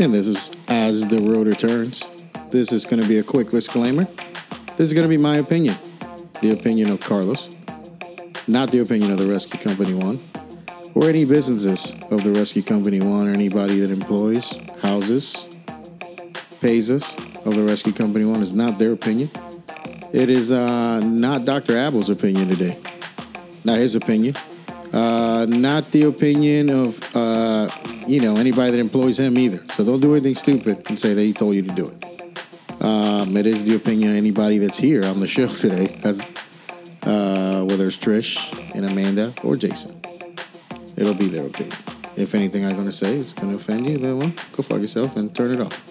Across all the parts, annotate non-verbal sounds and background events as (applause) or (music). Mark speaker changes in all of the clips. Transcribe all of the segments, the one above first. Speaker 1: And this is As the Rotor Turns. This is going to be a quick disclaimer. This is going to be my opinion, the opinion of Carlos, not the opinion of the Rescue Company One, or any businesses of the Rescue Company One, or anybody that employs, houses, pays us of the Rescue Company One. It's not their opinion. It is uh, not Dr. Abel's opinion today, not his opinion, uh, not the opinion of uh, you know anybody that employs him either. So don't do anything stupid and say that he told you to do it. Um, it is the opinion of anybody that's here on the show (laughs) today, as, uh, whether it's Trish and Amanda or Jason. It'll be their opinion. If anything I'm going to say is going to offend you, then well, go fuck yourself and turn it off.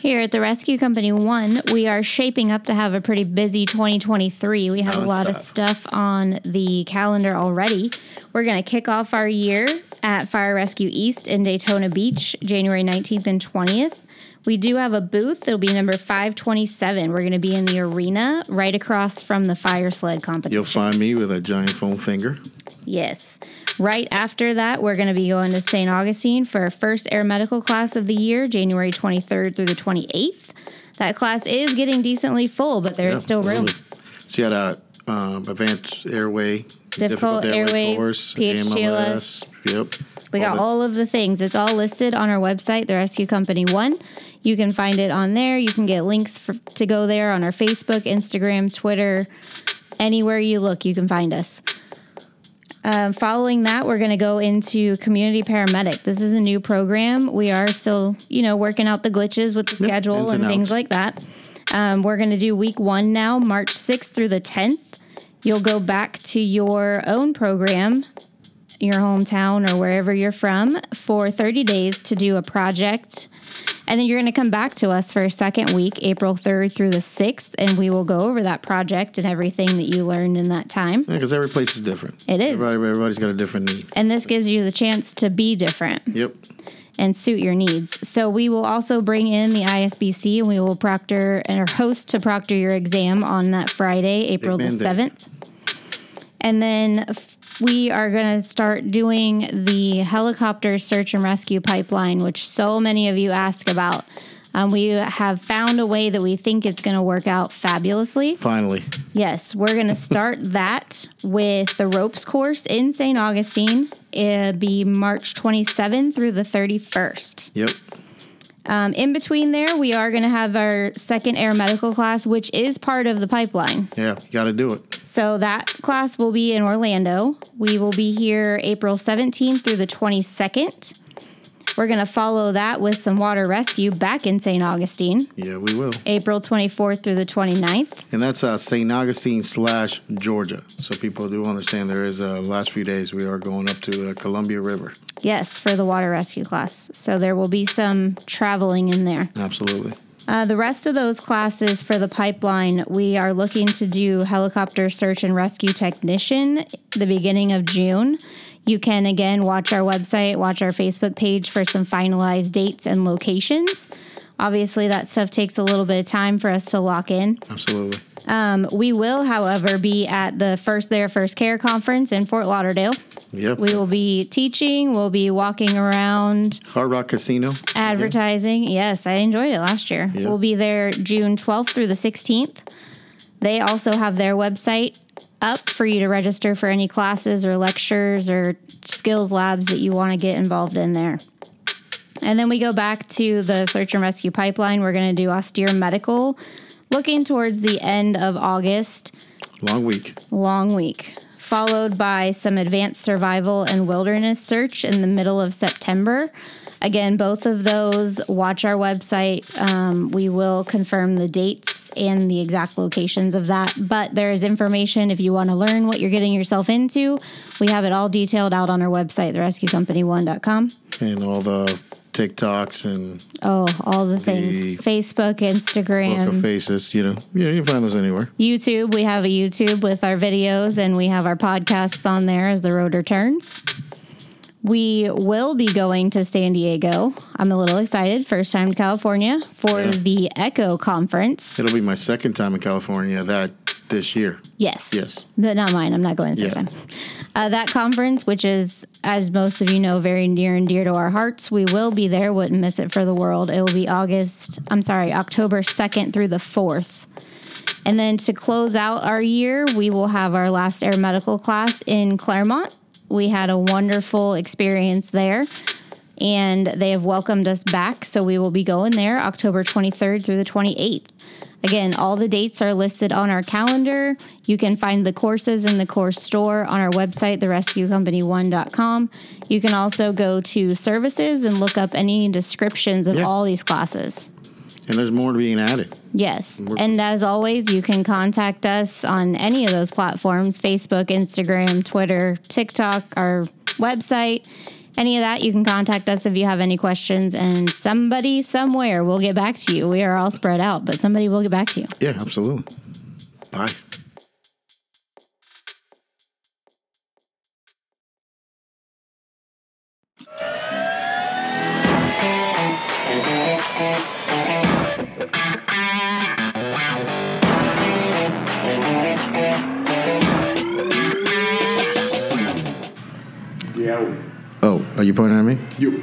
Speaker 2: Here at the Rescue Company One, we are shaping up to have a pretty busy 2023. We have a lot of
Speaker 3: Nonstop.
Speaker 2: stuff on the calendar already. We're going to kick off our year at Fire Rescue East in Daytona Beach, January 19th and 20th. We do have a booth. It'll be number 527. We're going to be in the arena right across from the fire sled competition.
Speaker 1: You'll find me with a giant foam finger.
Speaker 2: Yes. Right after that, we're going to be going to St. Augustine for our first air medical class of the year, January 23rd through the 28th. That class is getting decently full, but there is
Speaker 1: Yeah,
Speaker 2: still room.
Speaker 1: absolutely. She had a um, advanced airway,
Speaker 2: Difficult airway,
Speaker 1: course,
Speaker 2: PHGLS.
Speaker 1: AMLS. Yep.
Speaker 2: We got
Speaker 1: the-
Speaker 2: all of the things. It's all listed on our website, The Rescue Company One. You can find it on there. You can get links for, to go there on our Facebook, Instagram, Twitter, anywhere you look, you can find us. Um, following that, we're going to go into community paramedic. This is a new program. We are still, you know, working out the glitches with the
Speaker 1: Yep,
Speaker 2: schedule
Speaker 1: ins
Speaker 2: and,
Speaker 1: and
Speaker 2: things
Speaker 1: outs.
Speaker 2: like that. Um, we're going to do week one now, March 6th through the 10th. You'll go back to your own program, your hometown or wherever you're from, for 30 days to do a project. And then you're going to come back to us for a second week, April 3rd through the 6th, and we will go over that project and everything that you learned in that time.
Speaker 1: Yeah, because every place is different.
Speaker 2: It is.
Speaker 1: Everybody, everybody's got a different need.
Speaker 2: And this gives you the chance to be different
Speaker 1: Yep.
Speaker 2: and suit your needs. So we will also bring in the ISBC and we will proctor and host to proctor your exam on that Friday, April the
Speaker 1: mandate.
Speaker 2: 7th. And then f- we are going to start doing the helicopter search and rescue pipeline, which so many of you ask about. Um, we have found a way that we think it's going to work out fabulously.
Speaker 1: Finally,
Speaker 2: Yes, we're going to start that with the ropes course in St. Augustine. It'll be March 27th through the 31st.
Speaker 1: yep.
Speaker 2: Um, in between there, we are going to have our second air medical class, which is part of the pipeline.
Speaker 1: Yeah, you got to do it.
Speaker 2: So that class will be in Orlando. We will be here April 17th through the 22nd. We're going to follow that with some water rescue back in St. Augustine,
Speaker 1: Yeah, we will.
Speaker 2: April 24th through the 29th.
Speaker 1: And that's uh, St. Augustine slash Georgia. So people do understand there is uh, last few days we are going up to the Columbia River.
Speaker 2: Yes, for the water rescue class. So there will be some traveling in there.
Speaker 1: Absolutely.
Speaker 2: Uh, the rest of those classes for the pipeline, we are looking to do helicopter search and rescue technician the beginning of June. You can again watch our website, watch our Facebook page for some finalized dates and locations. Obviously, that stuff takes a little bit of time for us to lock in.
Speaker 1: Absolutely.
Speaker 2: Um, we will, however, be at the First There First Care conference in Fort Lauderdale.
Speaker 1: Yep.
Speaker 2: We will be teaching, we'll be walking around,
Speaker 1: Hard Rock Casino.
Speaker 2: advertising. Yes, I enjoyed it last year.
Speaker 1: Yeah.
Speaker 2: We'll be there June 12th through the 16th. They also have their website up for you to register for any classes or lectures or skills labs that you want to get involved in there. And then we go back to the search and rescue pipeline. We're going to do austere medical looking towards the end of August
Speaker 1: Long week.
Speaker 2: long week, followed by some advanced survival and wilderness search in the middle of September. Again, both of those, watch our website. Um, we will confirm the dates and the exact locations of that. But there is information if you want to learn what you're getting yourself into. We have it all detailed out on our website, therescuecompany1.com.
Speaker 1: And all the TikToks and
Speaker 2: Oh, all the things
Speaker 1: The-
Speaker 2: Facebook, Instagram,
Speaker 1: Boca Faces, you know. Yeah, you can find those anywhere.
Speaker 2: YouTube. We have a YouTube with our videos and we have our podcasts on there as the road returns. We will be going to San Diego. I'm a little excited. First time to California for
Speaker 1: Yeah.
Speaker 2: the Echo Conference.
Speaker 1: It'll be my second time in California that this year.
Speaker 2: Yes.
Speaker 1: Yes.
Speaker 2: But not mine. I'm not going the third
Speaker 1: Yeah.
Speaker 2: time. Uh, that conference, which is, as most of you know, very near and dear to our hearts, we will be there. Wouldn't miss it for the world. It will be August, I'm sorry, October 2nd through the 4th. And then to close out our year, we will have our last air medical class in Claremont. We had a wonderful experience there. And they have welcomed us back. So we will be going there October 23rd through the 28th. Again, all the dates are listed on our calendar. You can find the courses in the course store on our website, therescuecompany1.com. You can also go to services and look up any descriptions of
Speaker 1: Yeah.
Speaker 2: all these classes.
Speaker 1: And there's more being added.
Speaker 2: Yes. And as always, you can contact us on any of those platforms Facebook, Instagram, Twitter, TikTok, our website. Any of that, you can contact us if you have any questions, and somebody somewhere will get back to you. We are all spread out, but somebody will get back to you.
Speaker 1: Yeah, absolutely. Bye.
Speaker 4: Yeah.
Speaker 1: Oh, are you pointing at me?
Speaker 4: You.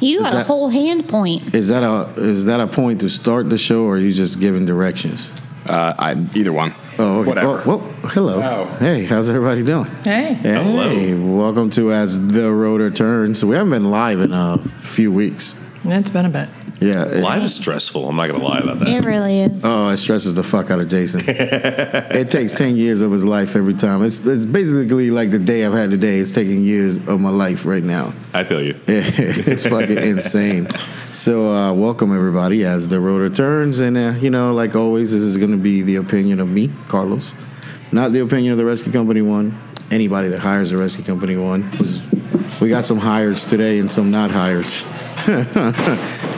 Speaker 2: You got
Speaker 1: that-
Speaker 2: a whole hand point.
Speaker 1: Is that a is that a point to start the show, or are you just giving directions?
Speaker 4: Uh, I either one.
Speaker 1: Oh, okay.
Speaker 4: Whatever.
Speaker 1: Oh, whoa, hello.
Speaker 4: Oh.
Speaker 1: Hey, how's everybody doing?
Speaker 5: Hey.
Speaker 1: Hey, welcome to As the Rotor Turns. We haven't been live in a few weeks.
Speaker 5: It's been a bit.
Speaker 1: Yeah. it-
Speaker 6: Live is stressful. I'm not gonna lie about that.
Speaker 2: It really is.
Speaker 1: Oh, it stresses the fuck out of
Speaker 4: (laughs)
Speaker 1: Jason. it takes ten years of his life every time. It's it's basically like the day I've had today. It's taking years of my life right now.
Speaker 6: I feel you.
Speaker 1: (laughs) it's fucking insane. So, uh, welcome everybody as the rotor turns. And, uh, you know, like always, this is going to be the opinion of me, Carlos, not the opinion of the rescue company one. Anybody that hires a rescue company one. was- We got some hires today and some not hires. (laughs)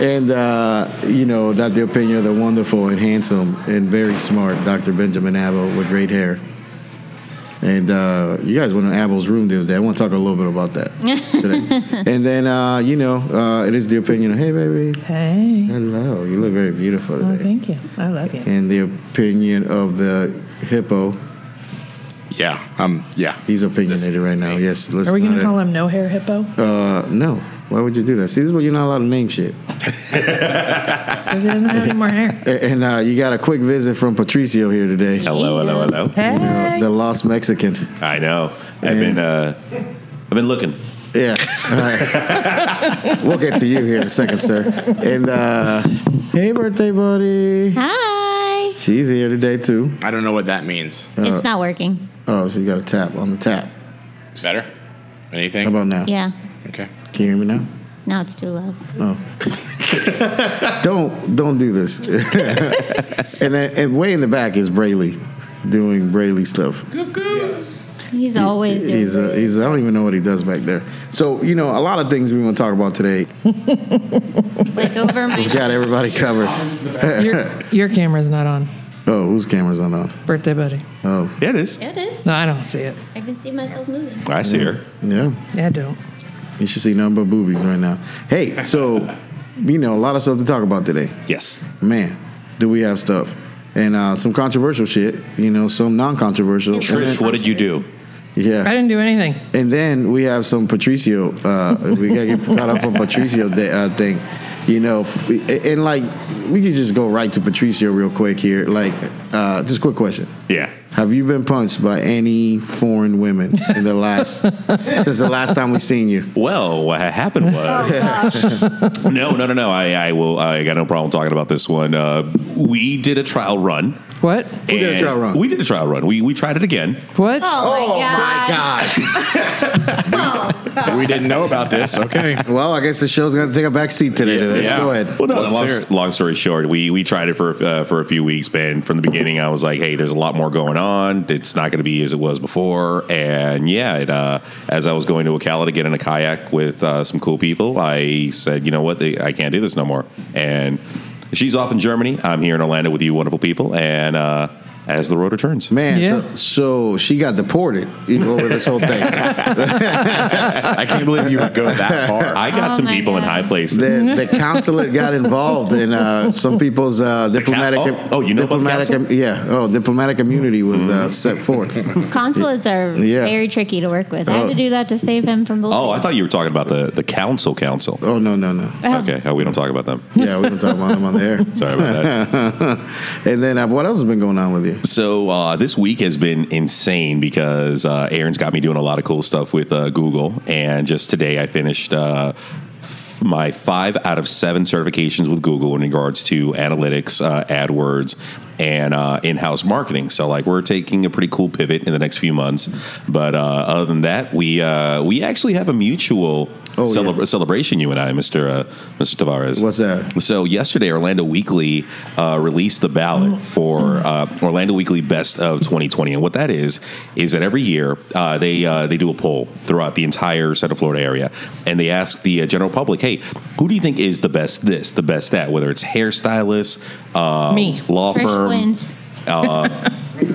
Speaker 1: and, uh, you know, not the opinion of the wonderful and handsome and very smart Dr. Benjamin Abbo with great hair. And uh, you guys went to Abel's room the other day. I want to talk a little bit about that
Speaker 5: (laughs)
Speaker 1: today. and then, uh, you know, uh, it is the opinion of, hey, baby,
Speaker 5: Hey.
Speaker 1: hello, you look very beautiful
Speaker 5: Well,
Speaker 1: today.
Speaker 5: Oh, thank you. I love you.
Speaker 1: And the opinion of the hippo,
Speaker 4: Yeah. Um. Yeah.
Speaker 1: he's opinionated right now. Yes, let's
Speaker 5: Are we going to
Speaker 1: not-
Speaker 5: call him No Hair Hippo?
Speaker 1: Uh, no. Why would you do that? See, this is where you're not allowed to name shit.
Speaker 5: Because he doesn't have any
Speaker 1: (laughs)
Speaker 5: more hair.
Speaker 1: A- And uh, you got a quick visit from Patricio here today, Uh,
Speaker 6: Hello, hello, hello.
Speaker 5: Hey.
Speaker 1: the lost Mexican.
Speaker 6: I know. I've been uh, I've been looking.
Speaker 1: Yeah. All right. we'll get to you here in a second, sir. And uh, hey, birthday buddy.
Speaker 2: Hi.
Speaker 1: She's here today too.
Speaker 4: I don't know what that means.
Speaker 2: it's not working.
Speaker 1: Oh, she got a tap on the tap.
Speaker 4: Better. Anything?
Speaker 1: How about now?
Speaker 2: Yeah.
Speaker 4: okay.
Speaker 1: Can you hear me now?
Speaker 2: Now it's too loud.
Speaker 1: Oh. (laughs) Don't don't do this. (laughs) and then and way in the back is Brayley doing Brayley stuff.
Speaker 2: He's always doing
Speaker 1: He's, uh,
Speaker 2: it.
Speaker 1: he's I don't even know what he does back there. So you know a lot of things we want to talk about today.
Speaker 2: like over my
Speaker 1: Got
Speaker 6: (laughs)
Speaker 1: everybody covered.
Speaker 5: Your, your camera's not on.
Speaker 1: Oh, whose camera's not on?
Speaker 5: Birthday buddy.
Speaker 1: Oh,
Speaker 6: Yeah, it is.
Speaker 2: It is.
Speaker 5: No, I don't see it.
Speaker 2: I can see myself moving.
Speaker 6: I see her.
Speaker 1: yeah.
Speaker 5: Yeah, I don't.
Speaker 1: You should see nothing but boobies right now. Hey, so you know a lot of stuff to talk about today.
Speaker 6: Yes.
Speaker 1: man, do we have stuff. And uh, some controversial shit, you know, some non-controversial. And
Speaker 6: Trish,
Speaker 1: then-
Speaker 6: what did you do?
Speaker 5: I
Speaker 1: yeah,
Speaker 5: didn't do anything.
Speaker 1: and then we have some Patricio. Uh, we gotta get caught up on Patricio da- uh, thing, you know. And, and, like, we could just go right to Patricio real quick here. Like, uh, just quick question:
Speaker 6: Yeah.
Speaker 1: Have you been punched by any foreign women in the last since the last time we seen you?
Speaker 6: Well, what ha- happened
Speaker 1: Oh,
Speaker 6: was (laughs) no, no, no, no. I, I will. I got no problem talking about this one. Uh, we did a trial run.
Speaker 5: What?
Speaker 6: We
Speaker 1: did a trial run.
Speaker 6: We did a trial run. We we tried it again.
Speaker 5: What?
Speaker 2: Oh, my god.
Speaker 4: We didn't know about this. Okay.
Speaker 1: Well, I guess the show's gonna take a back seat today. to this.
Speaker 4: yeah.
Speaker 1: Go ahead.
Speaker 6: Well, no,
Speaker 4: Let's
Speaker 6: long,
Speaker 4: hear it.
Speaker 6: long story short, we we tried it for uh, for a few weeks, and from the beginning, I was like, "Hey, there's a lot more going on. It's not going to be as it was before." And yeah, it, uh, as I was going to Ocala to get in a kayak with uh, some cool people, I said, "You know what? They, I can't do this no more." And she's off in Germany. I'm here in Orlando with you, wonderful people, and. Uh, as the rotor turns.
Speaker 1: Man,
Speaker 5: Yeah.
Speaker 1: so, so she got deported you know, over this whole thing.
Speaker 7: I can't believe you would go that far.
Speaker 6: I got
Speaker 2: Oh
Speaker 6: some
Speaker 2: my
Speaker 6: people in
Speaker 2: God.
Speaker 6: high places.
Speaker 1: the, the consulate got involved in uh, some people's uh, diplomatic.
Speaker 6: oh, oh, you know about the Mm-hmm.
Speaker 1: diplomatic.
Speaker 6: council?
Speaker 1: yeah. Oh, diplomatic immunity was uh, set forth.
Speaker 2: Consulates are
Speaker 1: Yeah.
Speaker 2: very tricky to work with. I
Speaker 1: Oh.
Speaker 2: had to do that to save him from bullshit.
Speaker 6: Oh, I thought you were talking about the, the council council.
Speaker 1: Oh no no no.
Speaker 6: Okay, oh, we don't talk about them.
Speaker 1: Yeah, we don't talk about them on the air.
Speaker 6: (laughs) Sorry about that.
Speaker 1: (laughs) and then uh, what else has been going on with you?
Speaker 6: So uh, this week has been insane because uh, Aaron's got me doing a lot of cool stuff with uh, Google, and just today I finished. Uh, f- my five out of seven certifications with Google in regards to analytics, uh, AdWords, and uh, in-house marketing. So, like, we're taking a pretty cool pivot in the next few months. But uh, other than that, we uh, we actually have a mutual
Speaker 1: Oh, yeah.
Speaker 6: celebra- celebration. You and I, Mister uh, Mister Tavares.
Speaker 1: What's that?
Speaker 6: So yesterday, Orlando Weekly uh, released the ballot for uh, Orlando Weekly Best of 2020, and what that is is that every year uh, they uh, they do a poll throughout the entire Central Florida area, and they ask the uh, general public, "Hey, who do you think is the best this, the best that? Whether it's hairstylist, uh,
Speaker 5: Me.
Speaker 6: law
Speaker 2: Trish
Speaker 6: firm,
Speaker 2: wins.
Speaker 6: a,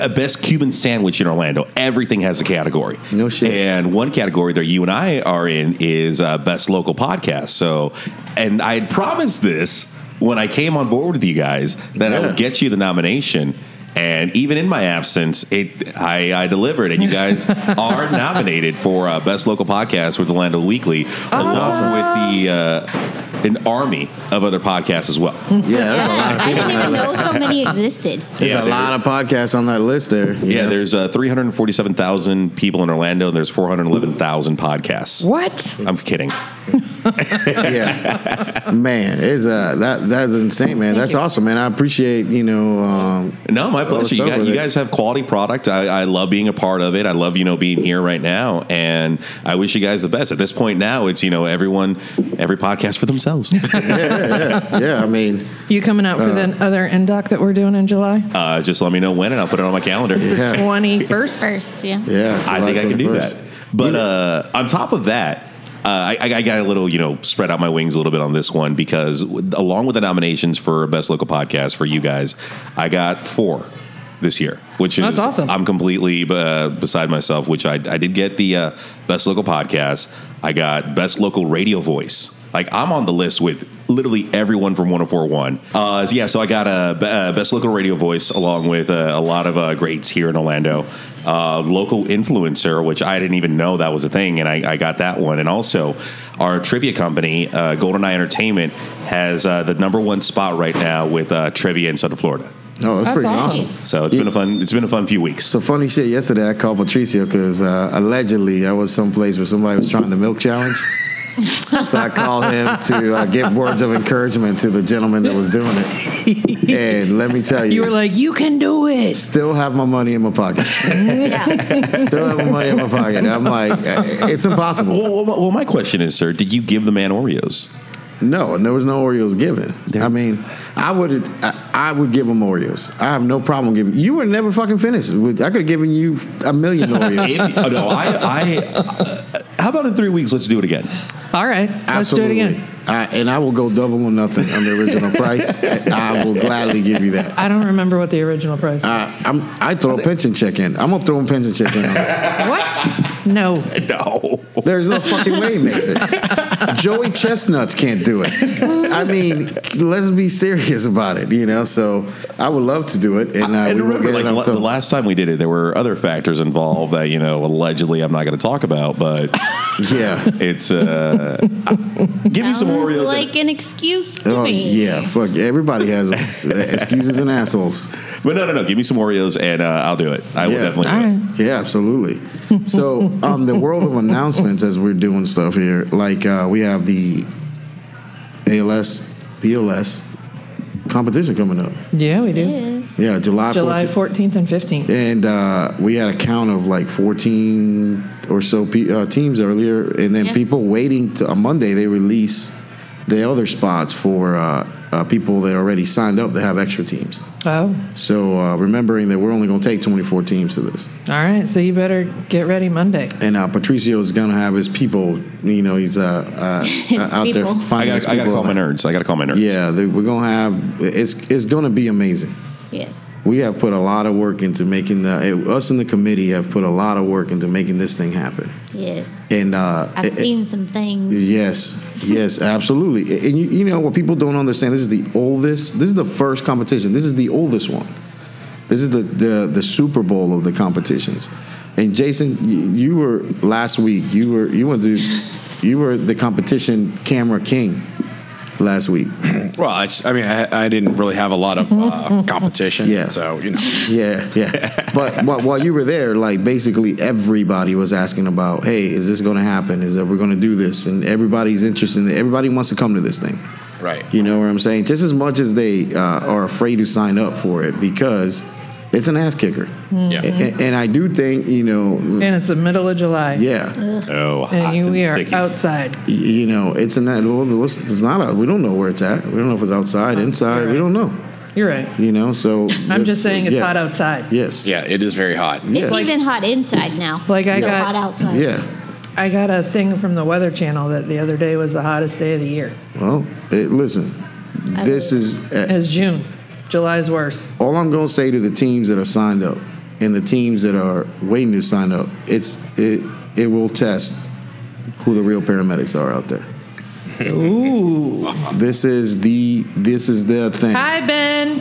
Speaker 6: a- a best Cuban sandwich in Orlando. Everything has a category.
Speaker 1: No shit.
Speaker 6: And one category that you and I are in is uh, best local podcast. So, and I had promised this when I came on board with you guys that I would
Speaker 1: Yeah.
Speaker 6: get you the nomination. And even in my absence, it I, I delivered, and you
Speaker 1: (laughs)
Speaker 6: guys are nominated for uh, best local podcast with Orlando Weekly, along with the uh, an army of other podcasts as well.
Speaker 1: Yeah, there's a lot
Speaker 2: (laughs) Yeah,
Speaker 1: of
Speaker 2: I
Speaker 1: people
Speaker 2: didn't
Speaker 1: on that
Speaker 2: even
Speaker 1: (laughs)
Speaker 2: know
Speaker 1: list.
Speaker 2: so many existed.
Speaker 1: There's
Speaker 6: Yeah,
Speaker 1: a
Speaker 6: there-
Speaker 1: lot of podcasts on that list there. you
Speaker 6: Yeah,
Speaker 1: know?
Speaker 6: there's uh, 347,000 people in Orlando, and there's 411,000 podcasts.
Speaker 5: What?
Speaker 6: I'm kidding.
Speaker 1: yeah. Man, it's uh that that's insane, man. That's
Speaker 2: you.
Speaker 1: awesome, man. I appreciate, you know,
Speaker 6: (laughs)
Speaker 1: um
Speaker 6: No, my pleasure.
Speaker 1: it's
Speaker 6: You
Speaker 1: over
Speaker 6: guys, you
Speaker 1: then.
Speaker 6: guys have quality product. I, I love being a part of it. I love you know being here right now, and I wish you guys the best. At this point now, it's you know everyone, every podcast for themselves.
Speaker 1: yeah, I mean,
Speaker 5: You coming out for
Speaker 1: Uh.
Speaker 5: the other NDOC that we're doing in July?
Speaker 6: uh, just let me know when, and I'll put it on my calendar.
Speaker 1: yeah.
Speaker 5: 21st?
Speaker 2: First, yeah.
Speaker 1: Yeah.
Speaker 6: I
Speaker 1: July
Speaker 6: think I can do
Speaker 1: 21st.
Speaker 6: that. But uh, on top of that, uh, I, I got a little, you know, spread out my wings a little bit on this one because along with the nominations for Best Local Podcast for you guys, I got four this year, which
Speaker 5: That's
Speaker 6: is
Speaker 5: awesome.
Speaker 6: I'm completely uh, beside myself, which I, I did get the uh, Best Local Podcast. I got Best Local Radio Voice. Like I'm on the list with literally everyone from 1041. Uh, yeah, so I got a be- uh, best local radio voice along with uh, a lot of uh, greats here in Orlando. Uh, local influencer, which I didn't even know that was a thing, and I, I got that one. And also, our trivia company, uh, GoldenEye Entertainment, has uh, the number one spot right now with uh, trivia in Southern Florida.
Speaker 1: Oh, that's,
Speaker 5: That's
Speaker 1: pretty
Speaker 5: awesome.
Speaker 1: awesome.
Speaker 6: So it's been a fun. It's been a fun few weeks.
Speaker 1: So funny shit. Yesterday, I called Patricio because uh, allegedly I was someplace where somebody was trying the milk challenge. so I called him to uh, give words of encouragement to the gentleman that was doing it. And let me tell you,
Speaker 5: You were like, you can do it.
Speaker 1: still have my money in my pocket. Still have my money in my pocket. I'm like, uh, it's impossible.
Speaker 6: Well, well, well, my question is, sir, did you give the man Oreos?
Speaker 1: No, and there was no Oreos given. I mean, I would, I, I would give him Oreos. I have no problem giving. You were never fucking finished. with- I could have given you a million Oreos.
Speaker 6: If- oh, no, I. I uh, how about in three weeks? Let's do it again.
Speaker 5: All right, let's do it
Speaker 1: Absolutely.
Speaker 5: again.
Speaker 1: I, and I will go double or nothing on the
Speaker 5: (laughs)
Speaker 1: original price. I will gladly give you that.
Speaker 5: I don't remember what the original price was.
Speaker 1: I, I'm, I throw a pension check in. I'm gonna throw a pension check in. On this.
Speaker 5: what? No.
Speaker 6: (laughs) No.
Speaker 1: There's no fucking way he makes it. Joey Chestnuts can't do it. I mean, let's be serious about it. You know, so I would love to do it, and, uh,
Speaker 6: and
Speaker 1: we will
Speaker 6: remember,
Speaker 1: get
Speaker 6: like
Speaker 1: it on
Speaker 6: la- the
Speaker 1: film.
Speaker 6: last time we did it, there were other factors involved that you know allegedly I'm not going to talk about, but
Speaker 1: yeah.
Speaker 6: (laughs)
Speaker 5: (laughs)
Speaker 6: it's uh, give me some
Speaker 2: Sounds
Speaker 6: Oreos.
Speaker 2: Like an excuse to
Speaker 1: Oh
Speaker 2: me.
Speaker 1: yeah, fuck. Everybody has uh, excuses and assholes.
Speaker 6: and, but no, no, no, give me some Oreos and uh, I'll do it. I will
Speaker 1: Yeah.
Speaker 6: definitely.
Speaker 5: All
Speaker 6: do
Speaker 5: right.
Speaker 6: it.
Speaker 1: Yeah,
Speaker 5: (laughs)
Speaker 1: absolutely. So, um, the world of announcements as we're doing stuff here, like uh, we have the ALS, PLS competition coming up.
Speaker 5: Yeah, we do.
Speaker 2: Yes.
Speaker 1: Yeah, July,
Speaker 5: July
Speaker 1: 14th.
Speaker 5: 14th and 15th.
Speaker 1: And uh, we had a count of like 14 or so pe- uh, teams earlier, and then
Speaker 2: Yeah.
Speaker 1: people waiting to, on Monday, they release the other spots for uh, uh, people that already signed up that have extra teams.
Speaker 5: Oh,
Speaker 1: So, uh, remembering that we're only going to take 24 teams to this.
Speaker 5: all right. So you better get ready Monday.
Speaker 1: and uh, Patricio is gonna have his people. You know, he's uh, uh,
Speaker 2: (laughs)
Speaker 1: uh, out there
Speaker 2: people.
Speaker 6: I
Speaker 1: finding his
Speaker 6: got. I got to
Speaker 1: people
Speaker 6: call my
Speaker 1: and- uh,
Speaker 6: nerds. I got to call my nerds.
Speaker 1: Yeah, they, we're gonna have. It's it's gonna be amazing.
Speaker 2: Yes.
Speaker 1: we have put a lot of work into making the it, us and the committee have put a lot of work into making this thing happen.
Speaker 2: Yes.
Speaker 1: And uh,
Speaker 2: I've
Speaker 1: it- it-
Speaker 2: seen some things.
Speaker 1: Yes, yes, absolutely. And you, you know what people don't understand? This is the oldest. This is the first competition. This is the oldest one. This is the the, the Super Bowl of the competitions. And Jason, you, you were last week. You were you went to you were the competition camera king last week. (clears throat)
Speaker 4: Well, it's, I mean, I, I didn't really have a lot of uh, competition.
Speaker 1: Yeah.
Speaker 4: So, you know.
Speaker 1: Yeah, yeah. But, but while you were there, like basically everybody was asking about, hey, is this going to happen? Is that we're going to do this? And everybody's interested. In it. Everybody wants to come to this thing.
Speaker 4: Right.
Speaker 1: You know what I'm saying? Just as much as they uh, are afraid to sign up for it because it's an ass kicker.
Speaker 5: Hmm.
Speaker 4: Yeah.
Speaker 1: A- And, I do think, you know,
Speaker 5: And it's the middle of July.
Speaker 1: yeah,
Speaker 6: Oh, hot
Speaker 5: And you,
Speaker 6: and
Speaker 5: we are
Speaker 6: sticky.
Speaker 5: outside.
Speaker 1: y- you know, it's an well, it's it's not. A, we don't know where it's at. We don't know if it's outside, inside. We don't know.
Speaker 5: You're right.
Speaker 1: You know, so
Speaker 5: I'm just saying it's
Speaker 1: yeah.
Speaker 5: hot outside.
Speaker 1: Yes.
Speaker 4: Yeah, it is very hot.
Speaker 1: Yeah.
Speaker 2: It's even hot inside now.
Speaker 5: Like I
Speaker 2: It's
Speaker 5: got-
Speaker 2: hot outside.
Speaker 1: Yeah.
Speaker 5: I got a thing from the Weather Channel that the other day was the hottest day of the year.
Speaker 1: Well, it, listen, this is uh,
Speaker 5: It's June. July's worse.
Speaker 1: all I'm gonna say to the teams that are signed up and the teams that are waiting to sign up. It's it it will test who the real paramedics are out there.
Speaker 5: Ooh.
Speaker 1: This is the this is the thing.
Speaker 5: Hi, Ben.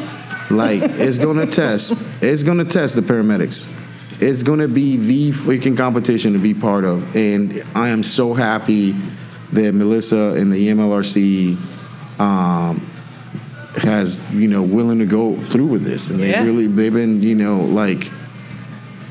Speaker 1: Like it's gonna test. It's gonna test the paramedics. It's gonna be the freaking competition to be part of. And I am so happy that Melissa and the E MLRC um, has you know willing to go through with this. And
Speaker 5: Yeah.
Speaker 1: they really they've been you know like.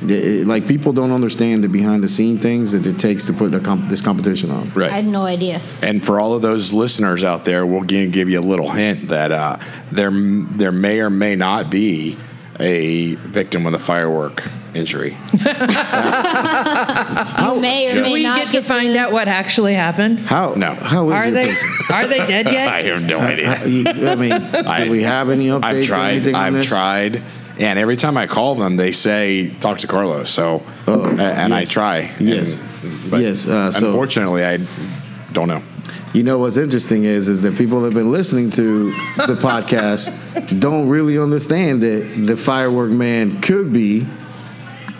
Speaker 1: they- it- like people don't understand the behind the scene things that it takes to put a comp- this competition on.
Speaker 2: I had
Speaker 4: Right.
Speaker 2: no idea.
Speaker 4: And for all of those listeners out there, we'll gi- give you a little hint that uh, there, m- there may or may not be a victim with a firework injury.
Speaker 2: You may or
Speaker 4: Yes.
Speaker 2: may
Speaker 5: We
Speaker 2: not
Speaker 5: get to find out what actually happened.
Speaker 1: How
Speaker 4: No.
Speaker 1: How is
Speaker 5: Are
Speaker 1: your
Speaker 5: they
Speaker 1: patient?
Speaker 5: (laughs) are they dead
Speaker 4: I
Speaker 5: yet?
Speaker 4: have no idea.
Speaker 1: Uh, you- I mean,
Speaker 4: (laughs) I-
Speaker 1: do we have any updates?
Speaker 4: I've
Speaker 1: Or
Speaker 4: tried.
Speaker 1: anything on
Speaker 4: I've
Speaker 1: this?
Speaker 4: tried. And every time I call them, they say, talk to Carlos. So, a- and I
Speaker 1: Oh, yes.
Speaker 4: try.
Speaker 1: Yes.
Speaker 4: And-
Speaker 1: Yes, uh, so-
Speaker 4: unfortunately, I don't know.
Speaker 1: You know what's interesting is is that people that have been listening to
Speaker 5: (laughs)
Speaker 1: the podcast don't really understand that the firework man could be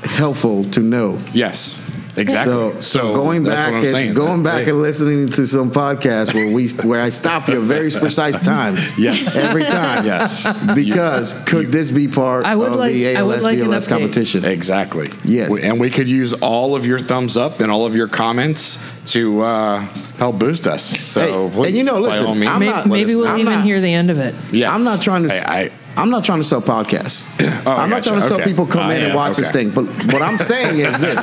Speaker 1: helpful to know.
Speaker 4: Yes. Exactly.
Speaker 1: So, so going
Speaker 4: that's
Speaker 1: back
Speaker 4: what I'm
Speaker 1: and
Speaker 4: saying.
Speaker 1: going back
Speaker 4: Hey.
Speaker 1: and listening to some podcast where we where I stop you at
Speaker 4: (laughs)
Speaker 1: very precise times.
Speaker 4: Yes.
Speaker 1: every time. (laughs)
Speaker 4: Yes.
Speaker 1: because could this be part
Speaker 5: I would
Speaker 1: of
Speaker 5: like-
Speaker 1: the
Speaker 5: I would
Speaker 1: ALS
Speaker 5: like an
Speaker 1: BLS
Speaker 5: update.
Speaker 1: competition?
Speaker 4: Exactly.
Speaker 1: Yes.
Speaker 4: We- And we could use all of your thumbs up and all of your comments to uh, help boost us. So,
Speaker 1: Hey, and you know,
Speaker 4: by
Speaker 1: listen,
Speaker 4: all means,
Speaker 1: I'm
Speaker 5: Maybe,
Speaker 1: not-
Speaker 4: let
Speaker 5: maybe
Speaker 4: us
Speaker 5: we'll
Speaker 4: know.
Speaker 1: I'm
Speaker 5: even
Speaker 1: not-
Speaker 5: hear the end of it.
Speaker 4: Yes.
Speaker 1: I'm not trying to.
Speaker 4: I- I-
Speaker 1: I, am not trying to sell podcasts.
Speaker 4: (laughs) Oh,
Speaker 1: I'm not
Speaker 4: gotcha.
Speaker 1: trying to sell
Speaker 4: Okay.
Speaker 1: people come
Speaker 4: I
Speaker 1: in and
Speaker 4: am.
Speaker 1: watch this
Speaker 4: Okay.
Speaker 1: thing. But what I'm saying
Speaker 4: (laughs)
Speaker 1: is this.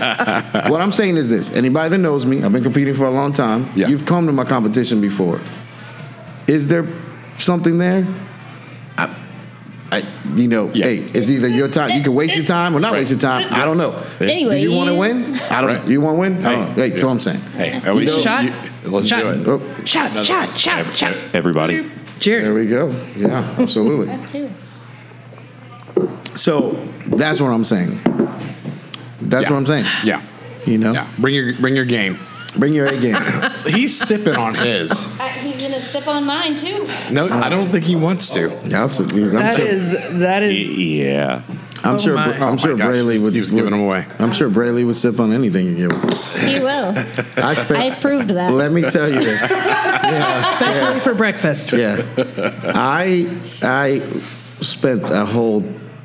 Speaker 1: what I'm saying is this. Anybody that knows me, I've been competing for a long time.
Speaker 4: Yeah.
Speaker 1: You've come to my competition before. Is there something there? I, I, you know,
Speaker 4: Yeah.
Speaker 1: hey, it's either your time. You can waste your time or not waste your time. I don't know.
Speaker 2: Anyway,
Speaker 1: do you want to win? I don't.
Speaker 4: Right.
Speaker 1: You want to win? I don't know. Hey, that's what I'm saying.
Speaker 4: Hey, at least you-
Speaker 5: Shot?
Speaker 4: you- let's
Speaker 5: Shot.
Speaker 4: do it.
Speaker 1: Oh,
Speaker 5: Shot, shot, shot, shot.
Speaker 6: Everybody.
Speaker 1: there
Speaker 5: Cheers.
Speaker 1: we go. Yeah, absolutely.
Speaker 2: That too.
Speaker 1: So that's what I'm saying. That's
Speaker 4: Yeah.
Speaker 1: what I'm saying.
Speaker 4: Yeah.
Speaker 1: You know,
Speaker 4: Yeah. Bring your bring your game.
Speaker 1: bring your A game.
Speaker 4: He's sipping on his.
Speaker 2: Uh, he's gonna sip on mine too.
Speaker 4: No, I don't think he wants to.
Speaker 1: Yeah, I'll sit- I'm
Speaker 5: That
Speaker 1: sure,
Speaker 5: is that is
Speaker 6: Yeah.
Speaker 1: I'm
Speaker 5: oh
Speaker 1: sure,
Speaker 5: my.
Speaker 1: I'm sure
Speaker 4: my gosh,
Speaker 1: Brayley
Speaker 4: he
Speaker 1: would.
Speaker 4: was
Speaker 1: would-
Speaker 4: giving 'em away.
Speaker 1: I'm sure Brayley would sip on anything you give him. (laughs)
Speaker 2: He will.
Speaker 1: I, spe-
Speaker 2: I proved that.
Speaker 1: Let me tell you this.
Speaker 5: especially for breakfast.
Speaker 1: Yeah, I I spent a whole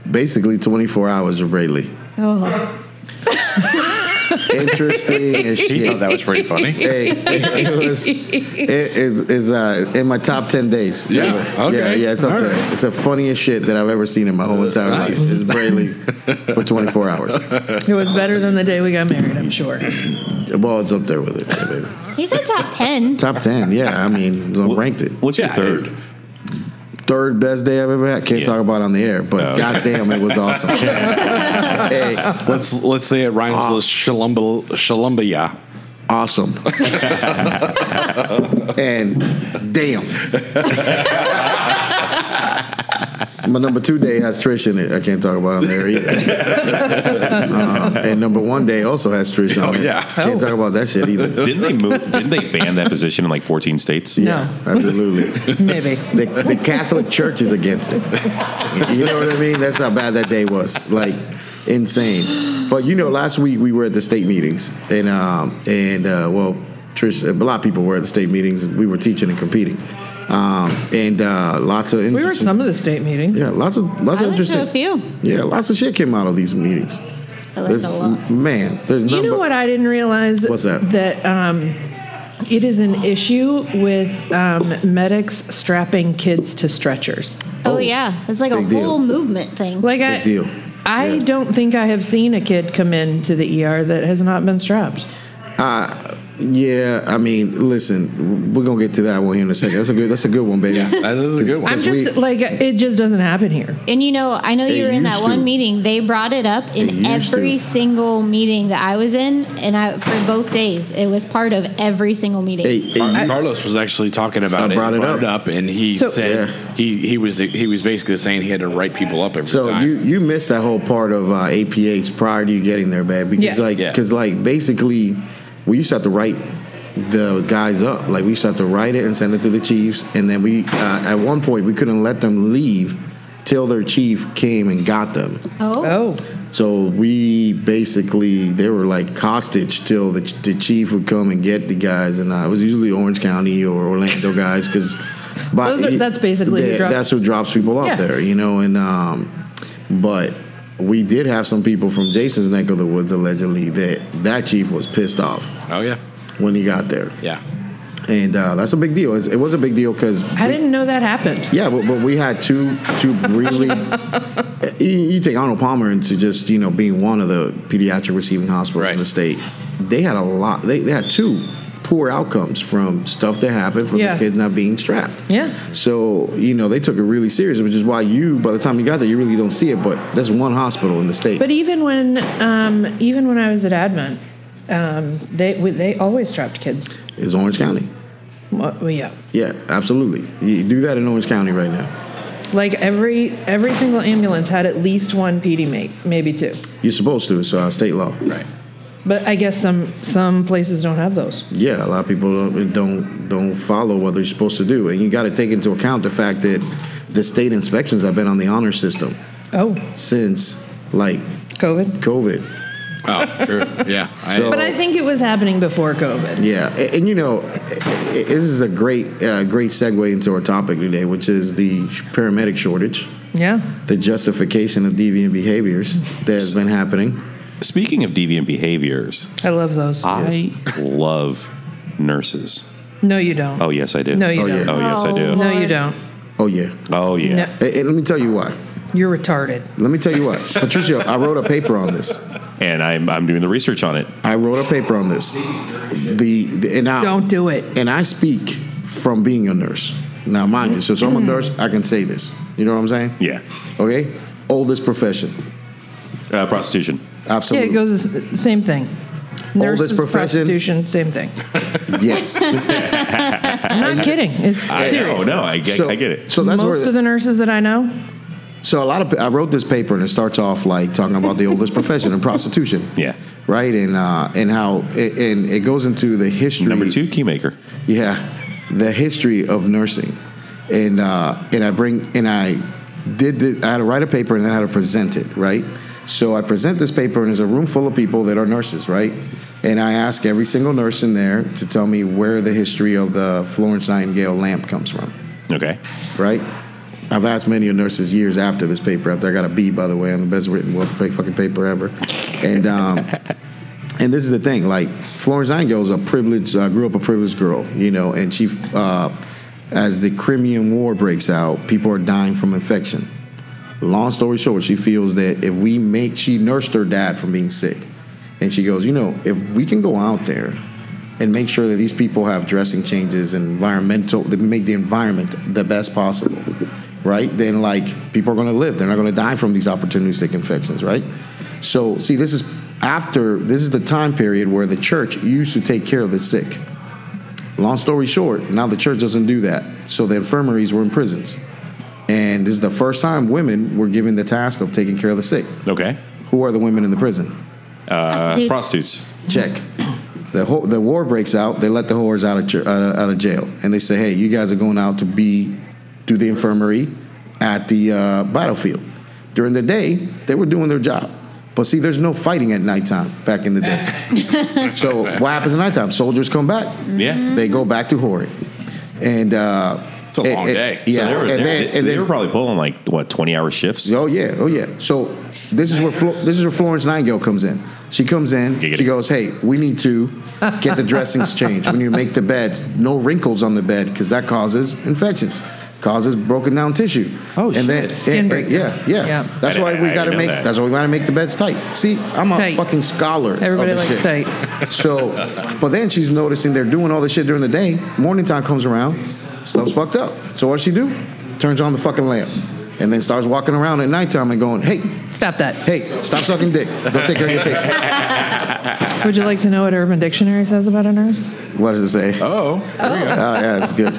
Speaker 1: basically 24 hours with Brayley.
Speaker 2: Oh,
Speaker 1: Interesting as shit.
Speaker 4: He thought that was pretty funny. (laughs)
Speaker 1: Hey, it, it was it is is uh, in my top ten days.
Speaker 4: Yeah,
Speaker 1: ever.
Speaker 4: okay.
Speaker 1: yeah, yeah. It's up
Speaker 4: All
Speaker 1: there.
Speaker 4: right.
Speaker 1: It's the funniest shit that I've ever seen in my whole entire
Speaker 4: Nice.
Speaker 1: life. It's Brayley for
Speaker 4: (laughs)
Speaker 1: twenty four hours.
Speaker 5: It was better than the day we got married, I'm sure.
Speaker 1: Well, it's up there with it, yeah, baby.
Speaker 2: he's in top ten.
Speaker 1: Top ten. Yeah, I mean, I ranked it
Speaker 6: What's
Speaker 4: Yeah,
Speaker 6: your third?
Speaker 4: hey.
Speaker 1: third best day I've ever had. Can't
Speaker 6: Yeah.
Speaker 1: talk about it on the air, but
Speaker 4: Oh.
Speaker 6: No.
Speaker 1: goddamn, it was
Speaker 4: (laughs)
Speaker 1: awesome. hey,
Speaker 4: Let's let's say it rhymes with Shalumba, Shalumbia. (laughs)
Speaker 1: awesome. and damn. My number two day has Trish in it. I can't talk about on there either.
Speaker 4: (laughs)
Speaker 1: um, and number one day also has Trish on
Speaker 4: Oh,
Speaker 1: it.
Speaker 4: yeah.
Speaker 1: Can't talk about that shit either.
Speaker 6: Didn't
Speaker 1: (laughs)
Speaker 6: they move? Didn't they ban that position in like 14 states?
Speaker 5: No.
Speaker 1: absolutely.
Speaker 5: Maybe.
Speaker 1: The, the Catholic Church is against it. You know what I mean? That's how bad that day was. Like insane. But you know, last week we were at the state meetings, and um, and uh, well, Trish, a lot of people were at the state meetings. We were teaching and competing, um, and uh, lots of
Speaker 5: We were at
Speaker 1: interesting-
Speaker 5: some of the state meetings.
Speaker 1: Yeah, lots of lots
Speaker 2: I
Speaker 1: of
Speaker 2: went
Speaker 1: interesting.
Speaker 2: to a few.
Speaker 1: Yeah, lots of shit came out of these meetings.
Speaker 2: I learned
Speaker 1: There's-
Speaker 2: a lot.
Speaker 1: Man, there's
Speaker 5: You know what I didn't realize?
Speaker 1: What's that?
Speaker 5: That um, it is an issue with um, medics strapping kids to stretchers.
Speaker 2: Oh, yeah, it's like a
Speaker 1: Big deal.
Speaker 2: whole movement thing.
Speaker 5: Like I,
Speaker 1: Big deal.
Speaker 5: I
Speaker 1: Yeah.
Speaker 5: don't think I have seen a kid come in to the ER that has not been strapped.
Speaker 1: Uh, yeah, I mean, listen, we're gonna get to that one here in a second. That's a good. That's a good one, baby.
Speaker 4: That is a good one.
Speaker 5: I'm
Speaker 1: Because
Speaker 5: just
Speaker 1: we-
Speaker 5: like it just doesn't happen here.
Speaker 2: And you know, I know
Speaker 1: They
Speaker 2: you were in that
Speaker 1: used
Speaker 2: one
Speaker 1: to.
Speaker 2: meeting. They brought it up
Speaker 1: They
Speaker 2: in
Speaker 1: used
Speaker 2: every
Speaker 1: to.
Speaker 2: single meeting that I was in, and I for both days, it was part of every single meeting.
Speaker 1: Hey, hey,
Speaker 4: Car-
Speaker 1: you-
Speaker 4: Carlos was actually talking about
Speaker 1: I
Speaker 4: it.
Speaker 1: brought it up.
Speaker 4: and he
Speaker 5: So-
Speaker 4: said
Speaker 1: Yeah.
Speaker 4: he, he was he was basically saying he had to write people up every
Speaker 1: so
Speaker 4: time.
Speaker 1: you you missed that whole part of uh, APH prior to you getting there, babe. Because
Speaker 5: Yeah.
Speaker 1: like,
Speaker 4: Yeah.
Speaker 1: because like, basically, we used to have to write the guys up. Like, we used to have to write it and send it to the chiefs, and then we uh, at one point we couldn't let them leave till their chief came and got them.
Speaker 2: oh,
Speaker 5: Oh,
Speaker 1: So we basically they were like hostage till the, the chief would come and get the guys, and uh, it was usually Orange County or Orlando guys because.
Speaker 5: Those are- that's basically who drops-
Speaker 1: that's who drops people off
Speaker 5: Yeah.
Speaker 1: there, you know. And um, but we did have some people from Jason's neck of the woods allegedly that that chief was pissed off
Speaker 4: oh yeah,
Speaker 1: when he got there,
Speaker 4: yeah.
Speaker 1: and uh, that's a big deal. It's, it was a big deal because
Speaker 5: I didn't know that happened.
Speaker 1: yeah, but, but we had two two
Speaker 5: (laughs)
Speaker 1: really. you, you take Arnold Palmer into just you know being one of the pediatric receiving hospitals
Speaker 4: Right.
Speaker 1: in the state. They had a lot. They, they had two poor outcomes from stuff that happened from
Speaker 5: Yeah.
Speaker 1: the kids not being strapped.
Speaker 5: Yeah.
Speaker 1: So you know they took it really serious, which is why you by the time you got there you really don't see it. But that's one hospital in the state.
Speaker 5: But even when um, even when I was at Advent, um, they we, they always strapped kids.
Speaker 1: is Orange County.
Speaker 5: Well, well, yeah,
Speaker 1: Yeah, absolutely. You do that in Orange County right now.
Speaker 5: like every every single ambulance had at least one PD mate, maybe two.
Speaker 1: You're supposed to. It's uh, state law. Right.
Speaker 5: But I guess some some places don't have those.
Speaker 1: yeah, a lot of people don't don't, don't follow what they're supposed to do, and you got to take into account the fact that the state inspections have been on the honor system
Speaker 5: Oh,
Speaker 1: since like
Speaker 5: COVID.
Speaker 1: COVID.
Speaker 4: Oh, true. (laughs) Yeah. I-
Speaker 1: So-
Speaker 5: But I think it was happening before COVID.
Speaker 1: Yeah, a- and, you know, i- i- this is a great uh, great segue into our topic today, which is the paramedic shortage,
Speaker 5: Yeah.
Speaker 1: the justification of deviant behaviors that has been happening.
Speaker 6: Speaking of deviant behaviors,
Speaker 5: I love those.
Speaker 6: I love nurses.
Speaker 5: no, you don't.
Speaker 6: Oh yes, I do.
Speaker 5: No, you
Speaker 1: Oh, yeah.
Speaker 6: Oh
Speaker 5: don't.
Speaker 6: yes, I
Speaker 2: Oh,
Speaker 6: do.
Speaker 5: No,
Speaker 2: Lord.
Speaker 5: you don't.
Speaker 1: Oh yeah,
Speaker 6: Oh yeah.
Speaker 5: No.
Speaker 1: and, and let me tell you why.
Speaker 5: You're retarded.
Speaker 1: Let me tell you
Speaker 5: (laughs)
Speaker 1: what, Patricia. I wrote a paper on this.
Speaker 6: And I'm I'm doing the research on it.
Speaker 1: I wrote a paper on this. The, the and I
Speaker 5: Don't do it.
Speaker 1: and I speak from being a nurse. Now, mind you, since I'm a
Speaker 5: Mm-hmm.
Speaker 1: nurse, I can say this. You know what I'm saying?
Speaker 6: Yeah.
Speaker 1: Okay. Oldest profession,
Speaker 6: Uh, prostitution.
Speaker 5: Yeah, it
Speaker 1: absolutely.
Speaker 5: goes the s- same thing. Nurses,
Speaker 1: profession.
Speaker 5: prostitution, same thing. (laughs)
Speaker 1: yes.
Speaker 5: I'm not kidding. It's
Speaker 6: I know.
Speaker 5: serious.
Speaker 6: oh, No, I get,
Speaker 1: so,
Speaker 6: I get it.
Speaker 1: So that's
Speaker 5: Most
Speaker 1: where.
Speaker 5: of the nurses that I know,
Speaker 1: so a lot of I wrote this paper and it starts off like talking about the oldest profession and prostitution.
Speaker 6: Yeah.
Speaker 1: Right and uh, and how it, and it goes into the history.
Speaker 6: Number two, key maker.
Speaker 1: Yeah, the history of nursing, and uh, and I bring and I did the, I had to write a paper and then I had to present it right. So I present this paper and there's a room full of people that are nurses, right? And I ask every single nurse in there to tell me where the history of the Florence Nightingale lamp comes from,
Speaker 6: Okay.
Speaker 1: right? I've asked many of nurses years after this paper, after I got a B, by the way, on the best written well, pa- fucking paper ever, and um, (laughs) and this is the thing, like Florence Nightingale is a privileged, uh, grew up a privileged girl, you know, and she, uh, as the Crimean War breaks out, people are dying from infection. Long story short, she feels that if we make, she nursed her dad from being sick, and she goes, you know, if we can go out there and make sure that these people have dressing changes and environmental, that we make the environment the best possible, right? Then like people are going to live, they're not going to die from these opportunistic infections, right? So, see, this is after, this is the time period where the church used to take care of the sick. Long story short, now the church doesn't do that. So the infirmaries were in prisons. And this is the first time women were given the task of taking care of the sick.
Speaker 6: Okay.
Speaker 1: Who are the women in the prison?
Speaker 6: Uh,
Speaker 2: Prostitutes.
Speaker 6: prostitutes.
Speaker 1: check. The whole, the war breaks out. They let the whores out of, chur- out of out of jail, and they say, "Hey, you guys are going out to be do the infirmary at the uh, battlefield." During the day, they were doing their job, but see, there's no fighting at nighttime back in the day. so what happens at nighttime? Soldiers come back.
Speaker 5: Mm-hmm.
Speaker 6: Yeah.
Speaker 1: They go back to whoring, and uh,
Speaker 4: It's a
Speaker 1: and-
Speaker 4: long
Speaker 1: and-
Speaker 4: day. So
Speaker 1: Yeah,
Speaker 6: So they were,
Speaker 1: and
Speaker 6: they,
Speaker 1: then, and
Speaker 6: they
Speaker 1: then
Speaker 6: were probably pulling like what twenty hour shifts.
Speaker 1: Oh yeah, oh yeah. So this is where Flo- this is where Florence Nightingale comes in. She comes in.
Speaker 6: Giggity.
Speaker 1: She goes, "Hey, we need to get the
Speaker 6: (laughs)
Speaker 1: dressings changed. When you make the beds, no wrinkles on the bed because that causes infections, causes broken down tissue.
Speaker 6: Oh,
Speaker 1: and then
Speaker 6: shit.
Speaker 5: Skin
Speaker 1: and- and-
Speaker 5: breakdown.
Speaker 1: yeah, yeah.
Speaker 5: Yeah.
Speaker 1: That's
Speaker 6: I-
Speaker 1: why
Speaker 6: I-
Speaker 1: we
Speaker 6: I
Speaker 1: got to
Speaker 6: know
Speaker 1: make.
Speaker 6: that.
Speaker 1: That's why we got to make the beds tight. See, I'm a
Speaker 5: Tight.
Speaker 1: fucking scholar. of
Speaker 5: Everybody
Speaker 1: this
Speaker 5: likes
Speaker 1: shit.
Speaker 5: tight.
Speaker 1: So, but then she's noticing they're doing all this shit during the day. Morning time comes around, stuff's fucked up. So what does she do? Turns on the fucking lamp, and then starts walking around at nighttime and going, "Hey,
Speaker 5: Stop that.
Speaker 1: hey, stop sucking dick. Go take care of your
Speaker 5: (laughs)
Speaker 1: pics."
Speaker 5: Would you like to know what Urban Dictionary says about a nurse?
Speaker 1: What does it say? Oh,
Speaker 4: Oh,
Speaker 1: yeah, that's good.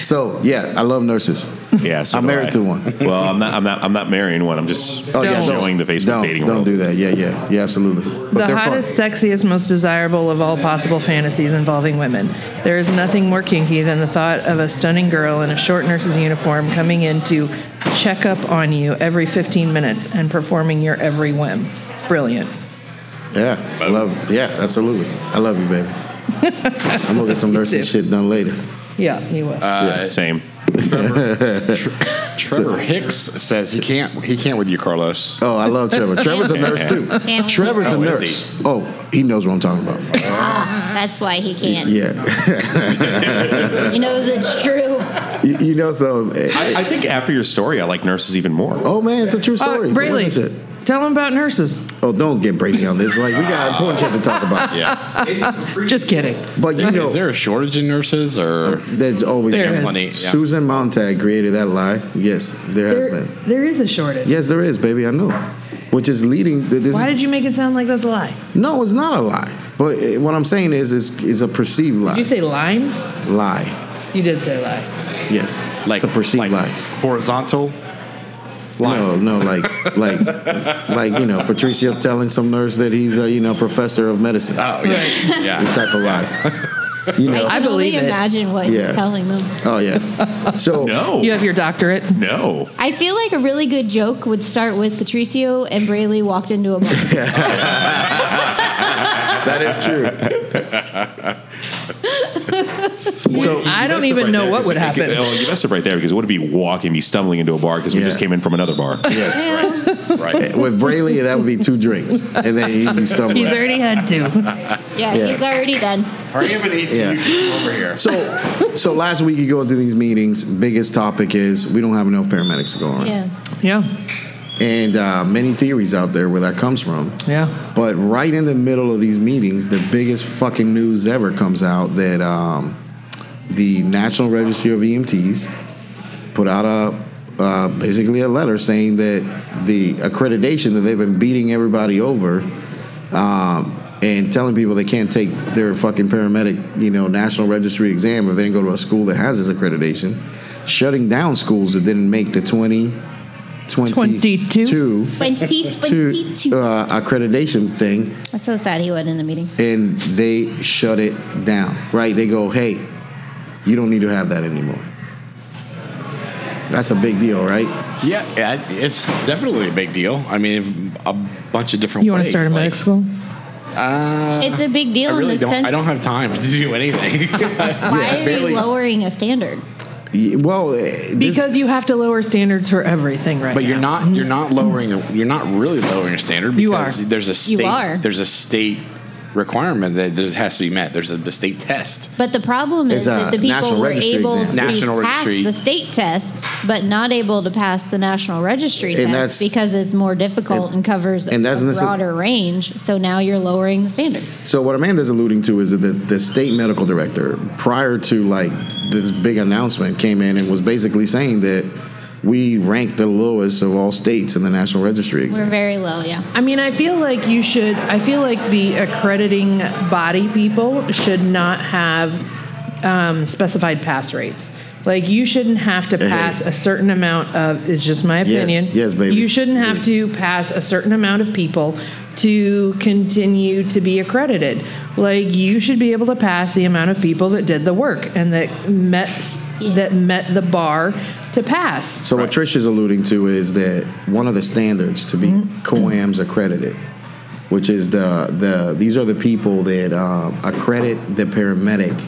Speaker 1: so yeah, I love nurses.
Speaker 6: Yeah, so
Speaker 1: I'm
Speaker 6: do
Speaker 1: married
Speaker 6: I.
Speaker 1: to one.
Speaker 6: Well, I'm not. I'm not. I'm not marrying one. I'm just
Speaker 1: Oh yeah,
Speaker 5: Don't.
Speaker 1: don't-
Speaker 6: showing the Facebook
Speaker 1: don't,
Speaker 6: dating
Speaker 1: Don't
Speaker 6: world.
Speaker 1: do that. Yeah, yeah, yeah, absolutely. But
Speaker 5: the
Speaker 1: they're fun.
Speaker 5: hottest, sexiest, most desirable of all possible fantasies involving women. There is nothing more kinky than the thought of a stunning girl in a short nurse's uniform coming in to check up on you every 15 minutes and performing your every whim. Brilliant.
Speaker 1: Yeah, I love. Yeah, absolutely. I love you,
Speaker 5: (laughs)
Speaker 1: baby. I'm gonna get some nursing
Speaker 5: too.
Speaker 1: shit done later.
Speaker 5: Yeah, you will.
Speaker 1: Uh,
Speaker 6: Yeah, Uh, same.
Speaker 4: Trevor Hicks says he can't. He can't with you, Carlos.
Speaker 1: Oh, I love Trevor. Trevor's a nurse too.
Speaker 2: Damn.
Speaker 1: Trevor's a
Speaker 4: Oh, is
Speaker 1: nurse. Oh, he knows what I'm talking about. Uh,
Speaker 2: That's why he can't.
Speaker 1: Yeah, (laughs)
Speaker 2: He knows it's true.
Speaker 1: you, you know. So, eh,
Speaker 6: I, I think after your story, I like nurses even more.
Speaker 1: oh man, it's a true story.
Speaker 5: oh, Braley,
Speaker 1: What is it?
Speaker 5: tell them about nurses.
Speaker 1: Oh, don't get Brady on this. Like we got important shit to talk about.
Speaker 4: (laughs) Yeah.
Speaker 5: Just kidding.
Speaker 1: But you know,
Speaker 4: Is there a shortage in nurses or?
Speaker 1: there's always
Speaker 5: There
Speaker 1: been.
Speaker 5: is.
Speaker 4: Plenty, yeah.
Speaker 1: Susan Montag created that lie. Yes, there, has
Speaker 5: There,
Speaker 1: been.
Speaker 5: there is a shortage.
Speaker 1: Yes, there is, baby. I know. Which is leading. th- This is
Speaker 5: Why did you make it sound like that's a lie?
Speaker 1: No, it's not a lie. But eh, what I'm saying is, is, is a perceived lie.
Speaker 5: Did you say lime?
Speaker 1: lie?
Speaker 5: You did say lie.
Speaker 1: Yes, it's a perceived
Speaker 4: like
Speaker 1: lie.
Speaker 4: (laughs) Horizontal.
Speaker 1: No, no, like, like,
Speaker 4: (laughs)
Speaker 1: like you know, Patricio telling some nurse that he's a you know professor of medicine.
Speaker 4: Oh yeah.
Speaker 1: The
Speaker 4: yeah.
Speaker 1: type of lie. You know.
Speaker 5: I believe it.
Speaker 2: only imagine what
Speaker 1: Yeah.
Speaker 2: he's telling them.
Speaker 1: Oh yeah. So
Speaker 6: No.
Speaker 5: You have your doctorate.
Speaker 6: no.
Speaker 2: I feel like a really good joke would start with Patricio and Braley walked
Speaker 1: (laughs)
Speaker 2: into a bar.
Speaker 1: that is
Speaker 4: (laughs)
Speaker 1: true.
Speaker 6: So
Speaker 5: I
Speaker 6: you
Speaker 5: don't
Speaker 6: messed up
Speaker 5: even know
Speaker 6: there
Speaker 5: what
Speaker 6: 'cause
Speaker 5: would
Speaker 6: it- it-
Speaker 5: happen.
Speaker 6: oh, you messed up right there because it would be walking, be stumbling into a bar because we
Speaker 1: Yeah.
Speaker 6: just came in from another (laughs) bar.
Speaker 1: Yes. Eh,
Speaker 4: Right.
Speaker 1: With Brayley, that would be two drinks, and then he'd be stumbling.
Speaker 5: He's already had two.
Speaker 1: (laughs)
Speaker 2: Yeah,
Speaker 1: Yeah.
Speaker 2: he's already done.
Speaker 4: Hurry up and eat.
Speaker 1: Yeah.
Speaker 4: You over here.
Speaker 1: so, so last week you go to these meetings. Biggest topic is we don't have enough paramedics to go around,
Speaker 2: Yeah.
Speaker 5: Yeah.
Speaker 1: and uh, many theories out there where that comes from.
Speaker 5: Yeah.
Speaker 1: But right in the middle of these meetings, the biggest fucking news ever comes out that um, the National Registry of EMTs put out a uh, basically a letter saying that the accreditation that they've been beating everybody over um, and telling people they can't take their fucking paramedic, you know, National Registry exam if they didn't go to a school that has this accreditation, shutting down schools that didn't make the 20,
Speaker 5: 22?
Speaker 1: 22
Speaker 2: 2022.
Speaker 1: to uh, accreditation thing,
Speaker 2: That's so sad he wasn't in the meeting.
Speaker 1: and they shut it down. Right? They go, "Hey, you don't need to have that anymore." That's a big deal, right?
Speaker 4: Yeah, I- it's definitely a big deal. I mean, a bunch of different.
Speaker 5: You want
Speaker 4: ways.
Speaker 5: to start a medic
Speaker 4: like,
Speaker 5: school?
Speaker 4: Uh,
Speaker 2: It's a big deal
Speaker 4: I really
Speaker 2: in the
Speaker 4: don't.
Speaker 2: sense.
Speaker 4: I don't have time to do anything. (laughs)
Speaker 2: why are
Speaker 1: barely-
Speaker 2: you lowering a standard?
Speaker 1: Y- Well, eh, this-
Speaker 5: Because you have to lower standards for everything right
Speaker 4: But you're
Speaker 5: now.
Speaker 4: not you're not lowering you're not really lowering a standard
Speaker 5: You
Speaker 4: because
Speaker 5: are.
Speaker 4: there's a state
Speaker 2: are.
Speaker 4: there's a state requirement that there has to be met. There's a, the state test.
Speaker 2: But the problem
Speaker 1: It's
Speaker 2: is
Speaker 1: a
Speaker 2: that the
Speaker 1: national
Speaker 2: people were
Speaker 1: registry
Speaker 2: able
Speaker 1: exam.
Speaker 2: to
Speaker 4: National
Speaker 2: pass
Speaker 4: registry.
Speaker 2: the state test, but not able to pass the national registry
Speaker 1: And
Speaker 2: test
Speaker 1: that's-
Speaker 2: because it's more difficult and, covers
Speaker 1: and that's
Speaker 2: a
Speaker 1: necess-
Speaker 2: broader range. So now you're lowering the standard.
Speaker 1: so what Amanda's alluding to is that the, the state medical director, prior to like this big announcement, came in and was basically saying that we rank the lowest of all states in the National Registry
Speaker 2: We're
Speaker 1: exam.
Speaker 2: very low, yeah.
Speaker 5: I mean, I feel like you should, I feel like the accrediting body people should not have um, specified pass rates. Like you shouldn't have to pass a certain amount of. It's just my
Speaker 1: Yes,
Speaker 5: opinion.
Speaker 1: yes, baby. Mm.
Speaker 5: You shouldn't have to pass a certain amount of people to continue to be accredited. Like you should be able to pass the amount of people that did the work and that met that met the bar to pass.
Speaker 1: So what Trisha's alluding to is that one of the standards to be
Speaker 5: Mm-hmm.
Speaker 1: COAMs accredited, which is the the these are the people that um, accredit the paramedic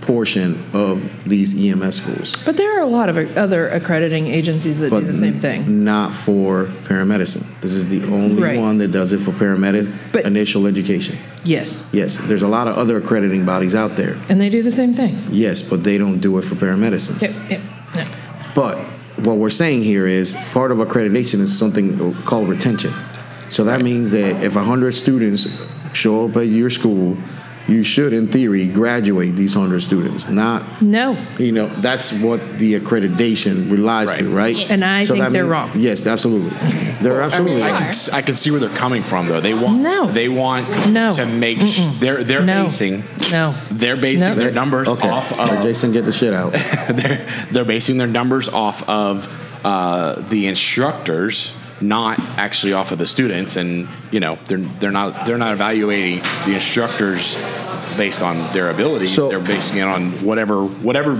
Speaker 1: portion of these EMS schools,
Speaker 5: But there are a lot of other accrediting agencies that
Speaker 1: But
Speaker 5: do the same thing.
Speaker 1: not for paramedicine. This is the only
Speaker 5: Right.
Speaker 1: one that does it for paramedic
Speaker 5: But-
Speaker 1: initial education.
Speaker 5: Yes.
Speaker 1: Yes, there's a lot of other accrediting bodies out there.
Speaker 5: And they do the same thing.
Speaker 1: Yes, but they don't do it for paramedicine.
Speaker 5: Yep, yep, yep.
Speaker 1: But what we're saying here is part of accreditation is something called retention. So that means that if 100 students show up at your school, you should, in theory, graduate these 100 students. Not,
Speaker 5: No.
Speaker 1: you know, that's what the accreditation relies to, right?
Speaker 5: And I think they're wrong.
Speaker 1: Yes, absolutely. They're absolutely
Speaker 4: I
Speaker 1: wrong.
Speaker 4: can, s- I can see where they're coming from though. They want
Speaker 5: No.
Speaker 4: they want
Speaker 5: No.
Speaker 4: to make sh- they're they're
Speaker 5: No.
Speaker 4: basing
Speaker 5: No.
Speaker 4: they're basing
Speaker 5: No.
Speaker 4: their numbers
Speaker 1: okay.
Speaker 4: off uh,
Speaker 1: All right,
Speaker 4: of
Speaker 1: Jason, get the shit out.
Speaker 4: (laughs) they're, they're basing their numbers off of uh, the instructors, not actually off of the students. And you know, they're they're not they're not evaluating the instructors based on their abilities.
Speaker 1: So-
Speaker 4: they're basing it on whatever whatever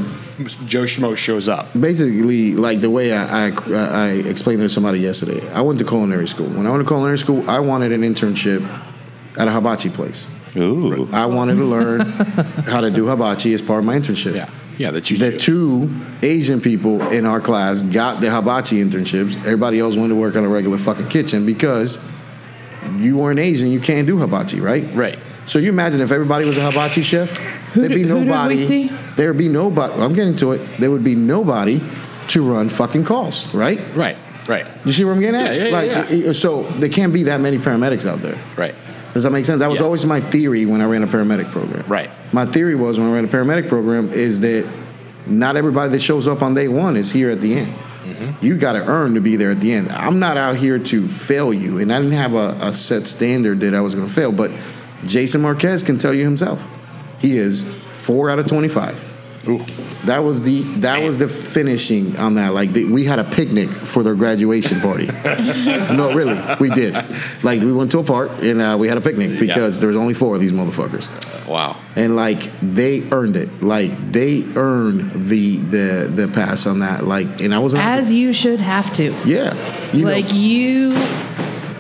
Speaker 4: Joe Schmo shows up.
Speaker 1: basically like the way I, I I explained it to somebody yesterday. I went to culinary school. When I went to culinary school, I wanted an internship at a hibachi place.
Speaker 6: Ooh.
Speaker 1: I wanted to learn how to do hibachi as part of my internship.
Speaker 4: Yeah, yeah, that you
Speaker 1: The
Speaker 4: do.
Speaker 1: two Asian people in our class got the hibachi internships. Everybody else went to work on a regular fucking kitchen because you weren't Asian, you can't do hibachi, right?
Speaker 4: Right.
Speaker 1: So you imagine if everybody was a hibachi chef, there'd be
Speaker 5: did- who did we
Speaker 1: nobody.
Speaker 5: see?
Speaker 1: There'd be nobody. I'm getting to it. There would be nobody to run fucking calls, right?
Speaker 4: Right, right,
Speaker 1: You see where I'm getting at?
Speaker 4: Yeah, yeah, yeah,
Speaker 1: like,
Speaker 4: yeah.
Speaker 1: it- it- so there can't be that many paramedics out there.
Speaker 4: right,
Speaker 1: Does that make sense? That was
Speaker 4: Yes.
Speaker 1: always my theory when I ran a paramedic program.
Speaker 4: Right.
Speaker 1: My theory was when I ran a paramedic program is that not everybody that shows up on day one is here at the end.
Speaker 4: Mm-hmm.
Speaker 1: You got to earn to be there at the end. I'm not out here to fail you, and I didn't have a, a set standard that I was going to fail. But Jason Marquez can tell you himself, he is four out of twenty-five.
Speaker 4: Ooh.
Speaker 1: That was the that was the finishing on that. Like the, we had a picnic for their graduation
Speaker 4: (laughs)
Speaker 1: party. no, really, we did. Like we went to a park and uh, we had a picnic because there was only four of these motherfuckers,
Speaker 4: wow.
Speaker 1: and like they earned it. Like they earned the the the pass on that. Like and I was
Speaker 5: As you should have to.
Speaker 1: yeah, you know,
Speaker 5: like you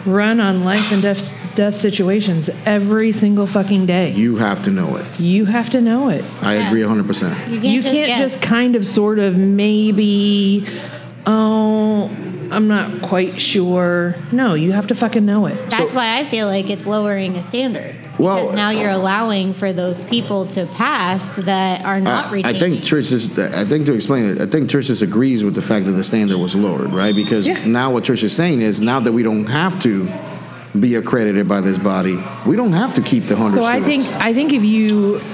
Speaker 5: run on life and death, death situations every single fucking day.
Speaker 1: you have to know it.
Speaker 5: You have to know it.
Speaker 1: I agree hundred percent.
Speaker 2: You can't
Speaker 5: you
Speaker 2: just
Speaker 5: can't
Speaker 2: guess.
Speaker 5: just kind of sort of maybe oh I'm not quite sure. No, you have to fucking know it.
Speaker 2: That's why I feel like it's lowering a standard.
Speaker 1: Well- uh,
Speaker 2: because now you're allowing for those people to pass that are not
Speaker 1: I, I
Speaker 2: retaining.
Speaker 1: think Trish is. I think to explain it, I think Trish just agrees with the fact that the standard was lowered, right? Because
Speaker 5: Yeah.
Speaker 1: now what Trish is saying is now that we don't have to be accredited by this body, we don't have to keep the hundred.
Speaker 5: So I think I think if you if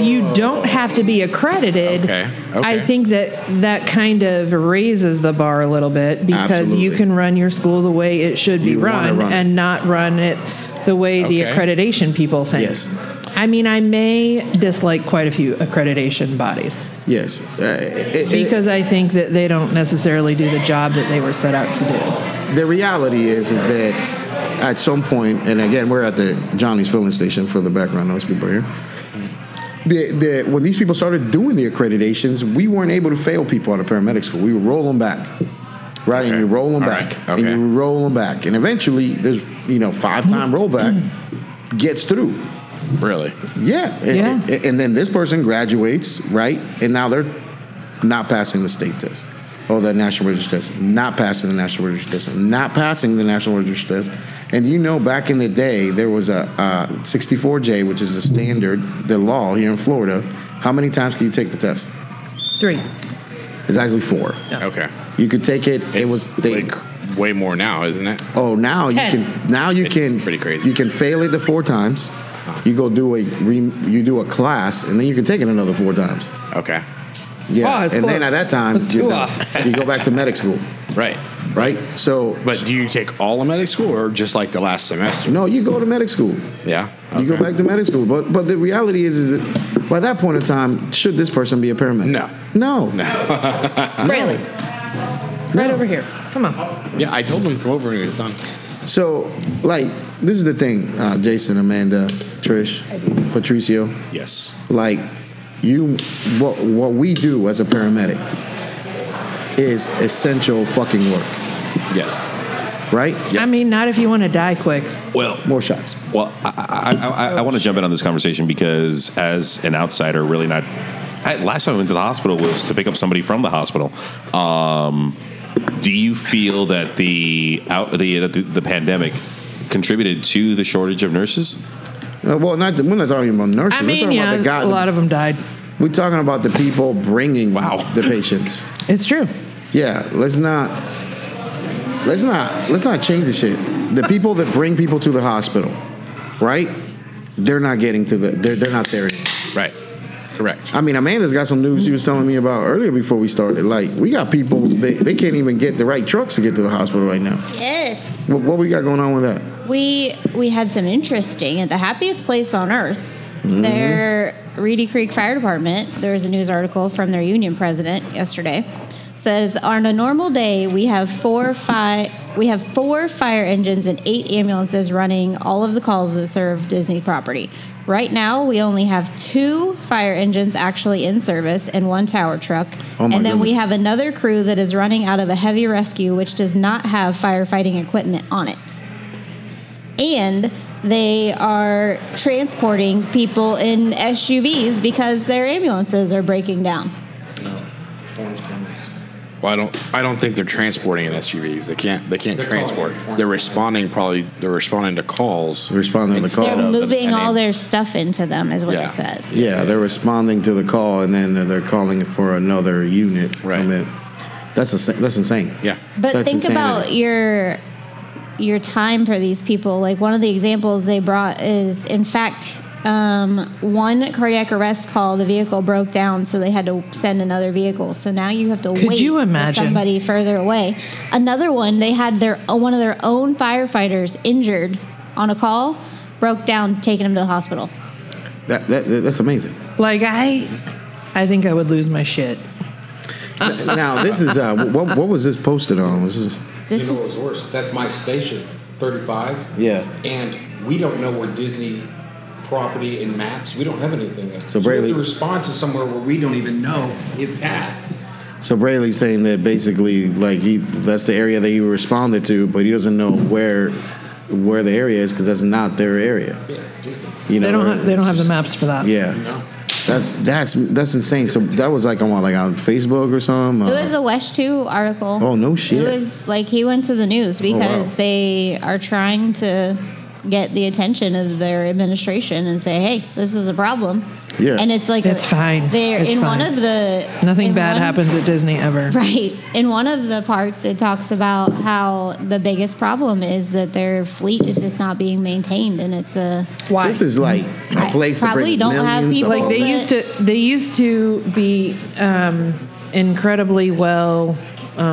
Speaker 1: Oh.
Speaker 5: you don't have to be accredited,
Speaker 4: Okay, okay.
Speaker 5: I think that that kind of raises the bar a little bit because you
Speaker 1: Absolutely.
Speaker 5: can run your school the way it should be
Speaker 1: You wanna
Speaker 5: run,
Speaker 1: run it.
Speaker 5: and not run it the way the
Speaker 4: Okay.
Speaker 5: accreditation people think.
Speaker 1: Yes.
Speaker 5: I mean, I may dislike quite a few accreditation bodies
Speaker 1: yes, Uh, it- it- it-
Speaker 5: because I think that they don't necessarily do the job that they were set out to do.
Speaker 1: the reality is is that at some point, and again, we're at the Johnny's filling station for the background noise people here. The, the, when these people started doing the accreditations, we weren't able to fail people out of paramedic school. We would roll them back, right? And
Speaker 4: Okay.
Speaker 1: you roll them
Speaker 4: All
Speaker 1: back,
Speaker 4: right.
Speaker 1: and
Speaker 4: Okay.
Speaker 1: you roll them back, and eventually, there's you know five time rollback
Speaker 4: Mm-hmm.
Speaker 1: gets through.
Speaker 4: Really?
Speaker 1: Yeah, and,
Speaker 5: Yeah.
Speaker 1: and- and then this person graduates, right? And now they're not passing the state test or the national register test, not passing the national register test, not passing the national register test. And you know, back in the day, there was a uh, 64J, which is the standard, the law here in Florida. How many times can you take the test?
Speaker 5: Three.
Speaker 1: It's actually four.
Speaker 4: Okay.
Speaker 1: You could take it. it
Speaker 4: It's
Speaker 1: was they,
Speaker 4: like way more now, isn't it?
Speaker 1: Oh, now
Speaker 5: Ten.
Speaker 1: you can. Now you
Speaker 4: It's
Speaker 1: can.
Speaker 4: pretty crazy. Uh-huh.
Speaker 1: You can fail it the four times. You go do a re, you do a class, and then you can take it another four times.
Speaker 4: Okay.
Speaker 1: Yeah,
Speaker 5: Oh, it's
Speaker 1: and then at
Speaker 5: close.
Speaker 1: that time,
Speaker 5: That's
Speaker 1: you,
Speaker 5: two
Speaker 1: know,
Speaker 5: off. (laughs)
Speaker 1: you go back to medic school,
Speaker 4: Right.
Speaker 1: right? So,
Speaker 4: But do you take all of medic school or just like the last semester?
Speaker 1: no, you go to medic school.
Speaker 4: Yeah.
Speaker 1: You go
Speaker 4: Okay.
Speaker 1: back to medic school, but but the reality is, is that By that point in time, should this person be a paramedic?
Speaker 4: No.
Speaker 1: No.
Speaker 5: Braley, right over here. Come on.
Speaker 4: Yeah, I told him to come over and it's done.
Speaker 1: So, like, this is the thing, uh, Jason, Amanda, Trish, Patricio.
Speaker 6: Yes.
Speaker 1: Like, you, what, what we do as a paramedic is essential fucking work,
Speaker 4: Yes.
Speaker 1: right?
Speaker 5: I mean, not if you want to die quick.
Speaker 6: Well,
Speaker 1: More shots.
Speaker 6: Well, I, I, I, I, I want to jump in on this conversation because, as an outsider, really not. I, last time I went to the hospital was to pick up somebody from the hospital. Um, do you feel that the out the, the the pandemic contributed to the shortage of nurses?
Speaker 1: Uh, well, not we're not talking about nurses.
Speaker 5: I
Speaker 1: we're
Speaker 5: mean,
Speaker 1: talking
Speaker 5: yeah,
Speaker 1: about the guy.
Speaker 5: a lot of them died.
Speaker 1: we're talking about the people bringing
Speaker 6: Wow.
Speaker 1: the patients.
Speaker 5: It's true.
Speaker 1: Yeah, let's not let's not let's not change the shit. The people that bring people to the hospital, right? They're not getting to the they're they're not there. anymore.
Speaker 4: Right. Correct.
Speaker 1: I mean, Amanda's got some news she was telling me about earlier before we started. Like, we got people they, they can't even get the right trucks to get to the hospital right now.
Speaker 2: Yes.
Speaker 1: What, what we got going on with that?
Speaker 2: We we had some interesting at the happiest place on earth.
Speaker 1: Mm-hmm.
Speaker 2: Their Reedy Creek Fire Department. There was a news article from their union president yesterday. Says on a normal day we have four five we have four fire engines and eight ambulances running all of the calls that serve Disney property. Right now we only have two fire engines actually in service and one tower truck.
Speaker 1: Oh my
Speaker 2: and then we
Speaker 1: goodness.
Speaker 2: have another crew that is running out of a heavy rescue which does not have firefighting equipment on it and they are transporting people in SUVs because their ambulances are breaking down.
Speaker 4: Well, I don't. I don't think they're transporting in SUVs. They can't. They can't transport. They're responding. Probably. They're responding to calls.
Speaker 1: Responding to the
Speaker 4: Instead
Speaker 2: They're
Speaker 1: call.
Speaker 4: of-
Speaker 2: moving
Speaker 4: and
Speaker 2: all
Speaker 4: they-
Speaker 2: their stuff into them, is what
Speaker 4: Yeah.
Speaker 2: it says.
Speaker 1: Yeah, they're responding to the call and then they're calling for another unit. to
Speaker 4: Right.
Speaker 1: come in. That's insa- that's insane.
Speaker 4: Yeah.
Speaker 2: But
Speaker 1: That's
Speaker 2: think about
Speaker 1: insanity.
Speaker 2: your your time for these people. Like one of the examples they brought is, in fact, um, one cardiac arrest call. The vehicle broke down, so they had to send another vehicle. So now you have to
Speaker 5: Could
Speaker 2: wait
Speaker 5: you
Speaker 2: for
Speaker 5: imagine?
Speaker 2: somebody further away. Another one, they had their one of their own firefighters injured on a call, broke down, taking him to the hospital.
Speaker 1: That, that, that that's amazing. (laughs)
Speaker 5: Like I, I think I would lose my shit.
Speaker 1: now this is uh, what, what was this posted on? This is
Speaker 2: This
Speaker 8: You know
Speaker 2: was
Speaker 8: what's worse? That's my station, 35.
Speaker 1: Yeah.
Speaker 8: And we don't know where Disney property and maps. We don't have anything. There.
Speaker 1: So
Speaker 8: we
Speaker 1: Braley-
Speaker 8: have to respond to somewhere where we don't even know it's at.
Speaker 1: so Braley's saying that basically like he that's the area that he responded to, but he doesn't know where where the area is because that's not their area.
Speaker 8: Yeah, Disney.
Speaker 1: You know
Speaker 5: They don't. Have, they don't have the
Speaker 1: it's
Speaker 5: maps for that.
Speaker 1: just- Yeah,
Speaker 8: No.
Speaker 1: that's that's that's insane. So that was like on what, like on Facebook or something.
Speaker 2: It
Speaker 1: Uh,
Speaker 2: was a West 2 article.
Speaker 1: Oh, no shit. Oh,
Speaker 2: It was like he went to the news because
Speaker 1: wow.
Speaker 2: they are trying to get the attention of their administration and say, "Hey, this is a problem."
Speaker 1: Yeah.
Speaker 2: And it's like
Speaker 5: It's fine.
Speaker 2: They're
Speaker 5: It's
Speaker 2: in one
Speaker 5: fine.
Speaker 2: of the
Speaker 5: Nothing
Speaker 2: in
Speaker 5: bad
Speaker 2: one-
Speaker 5: happens at Disney ever.
Speaker 2: (laughs) Right. In one of the parts, it talks about how the biggest problem is that their fleet is just not being maintained, and it's a
Speaker 5: Why?
Speaker 1: this is like a
Speaker 2: I
Speaker 1: place that
Speaker 2: probably
Speaker 1: brings
Speaker 2: don't have
Speaker 1: millions of-
Speaker 2: people
Speaker 5: like they
Speaker 2: that-
Speaker 5: used to they used to be um, incredibly well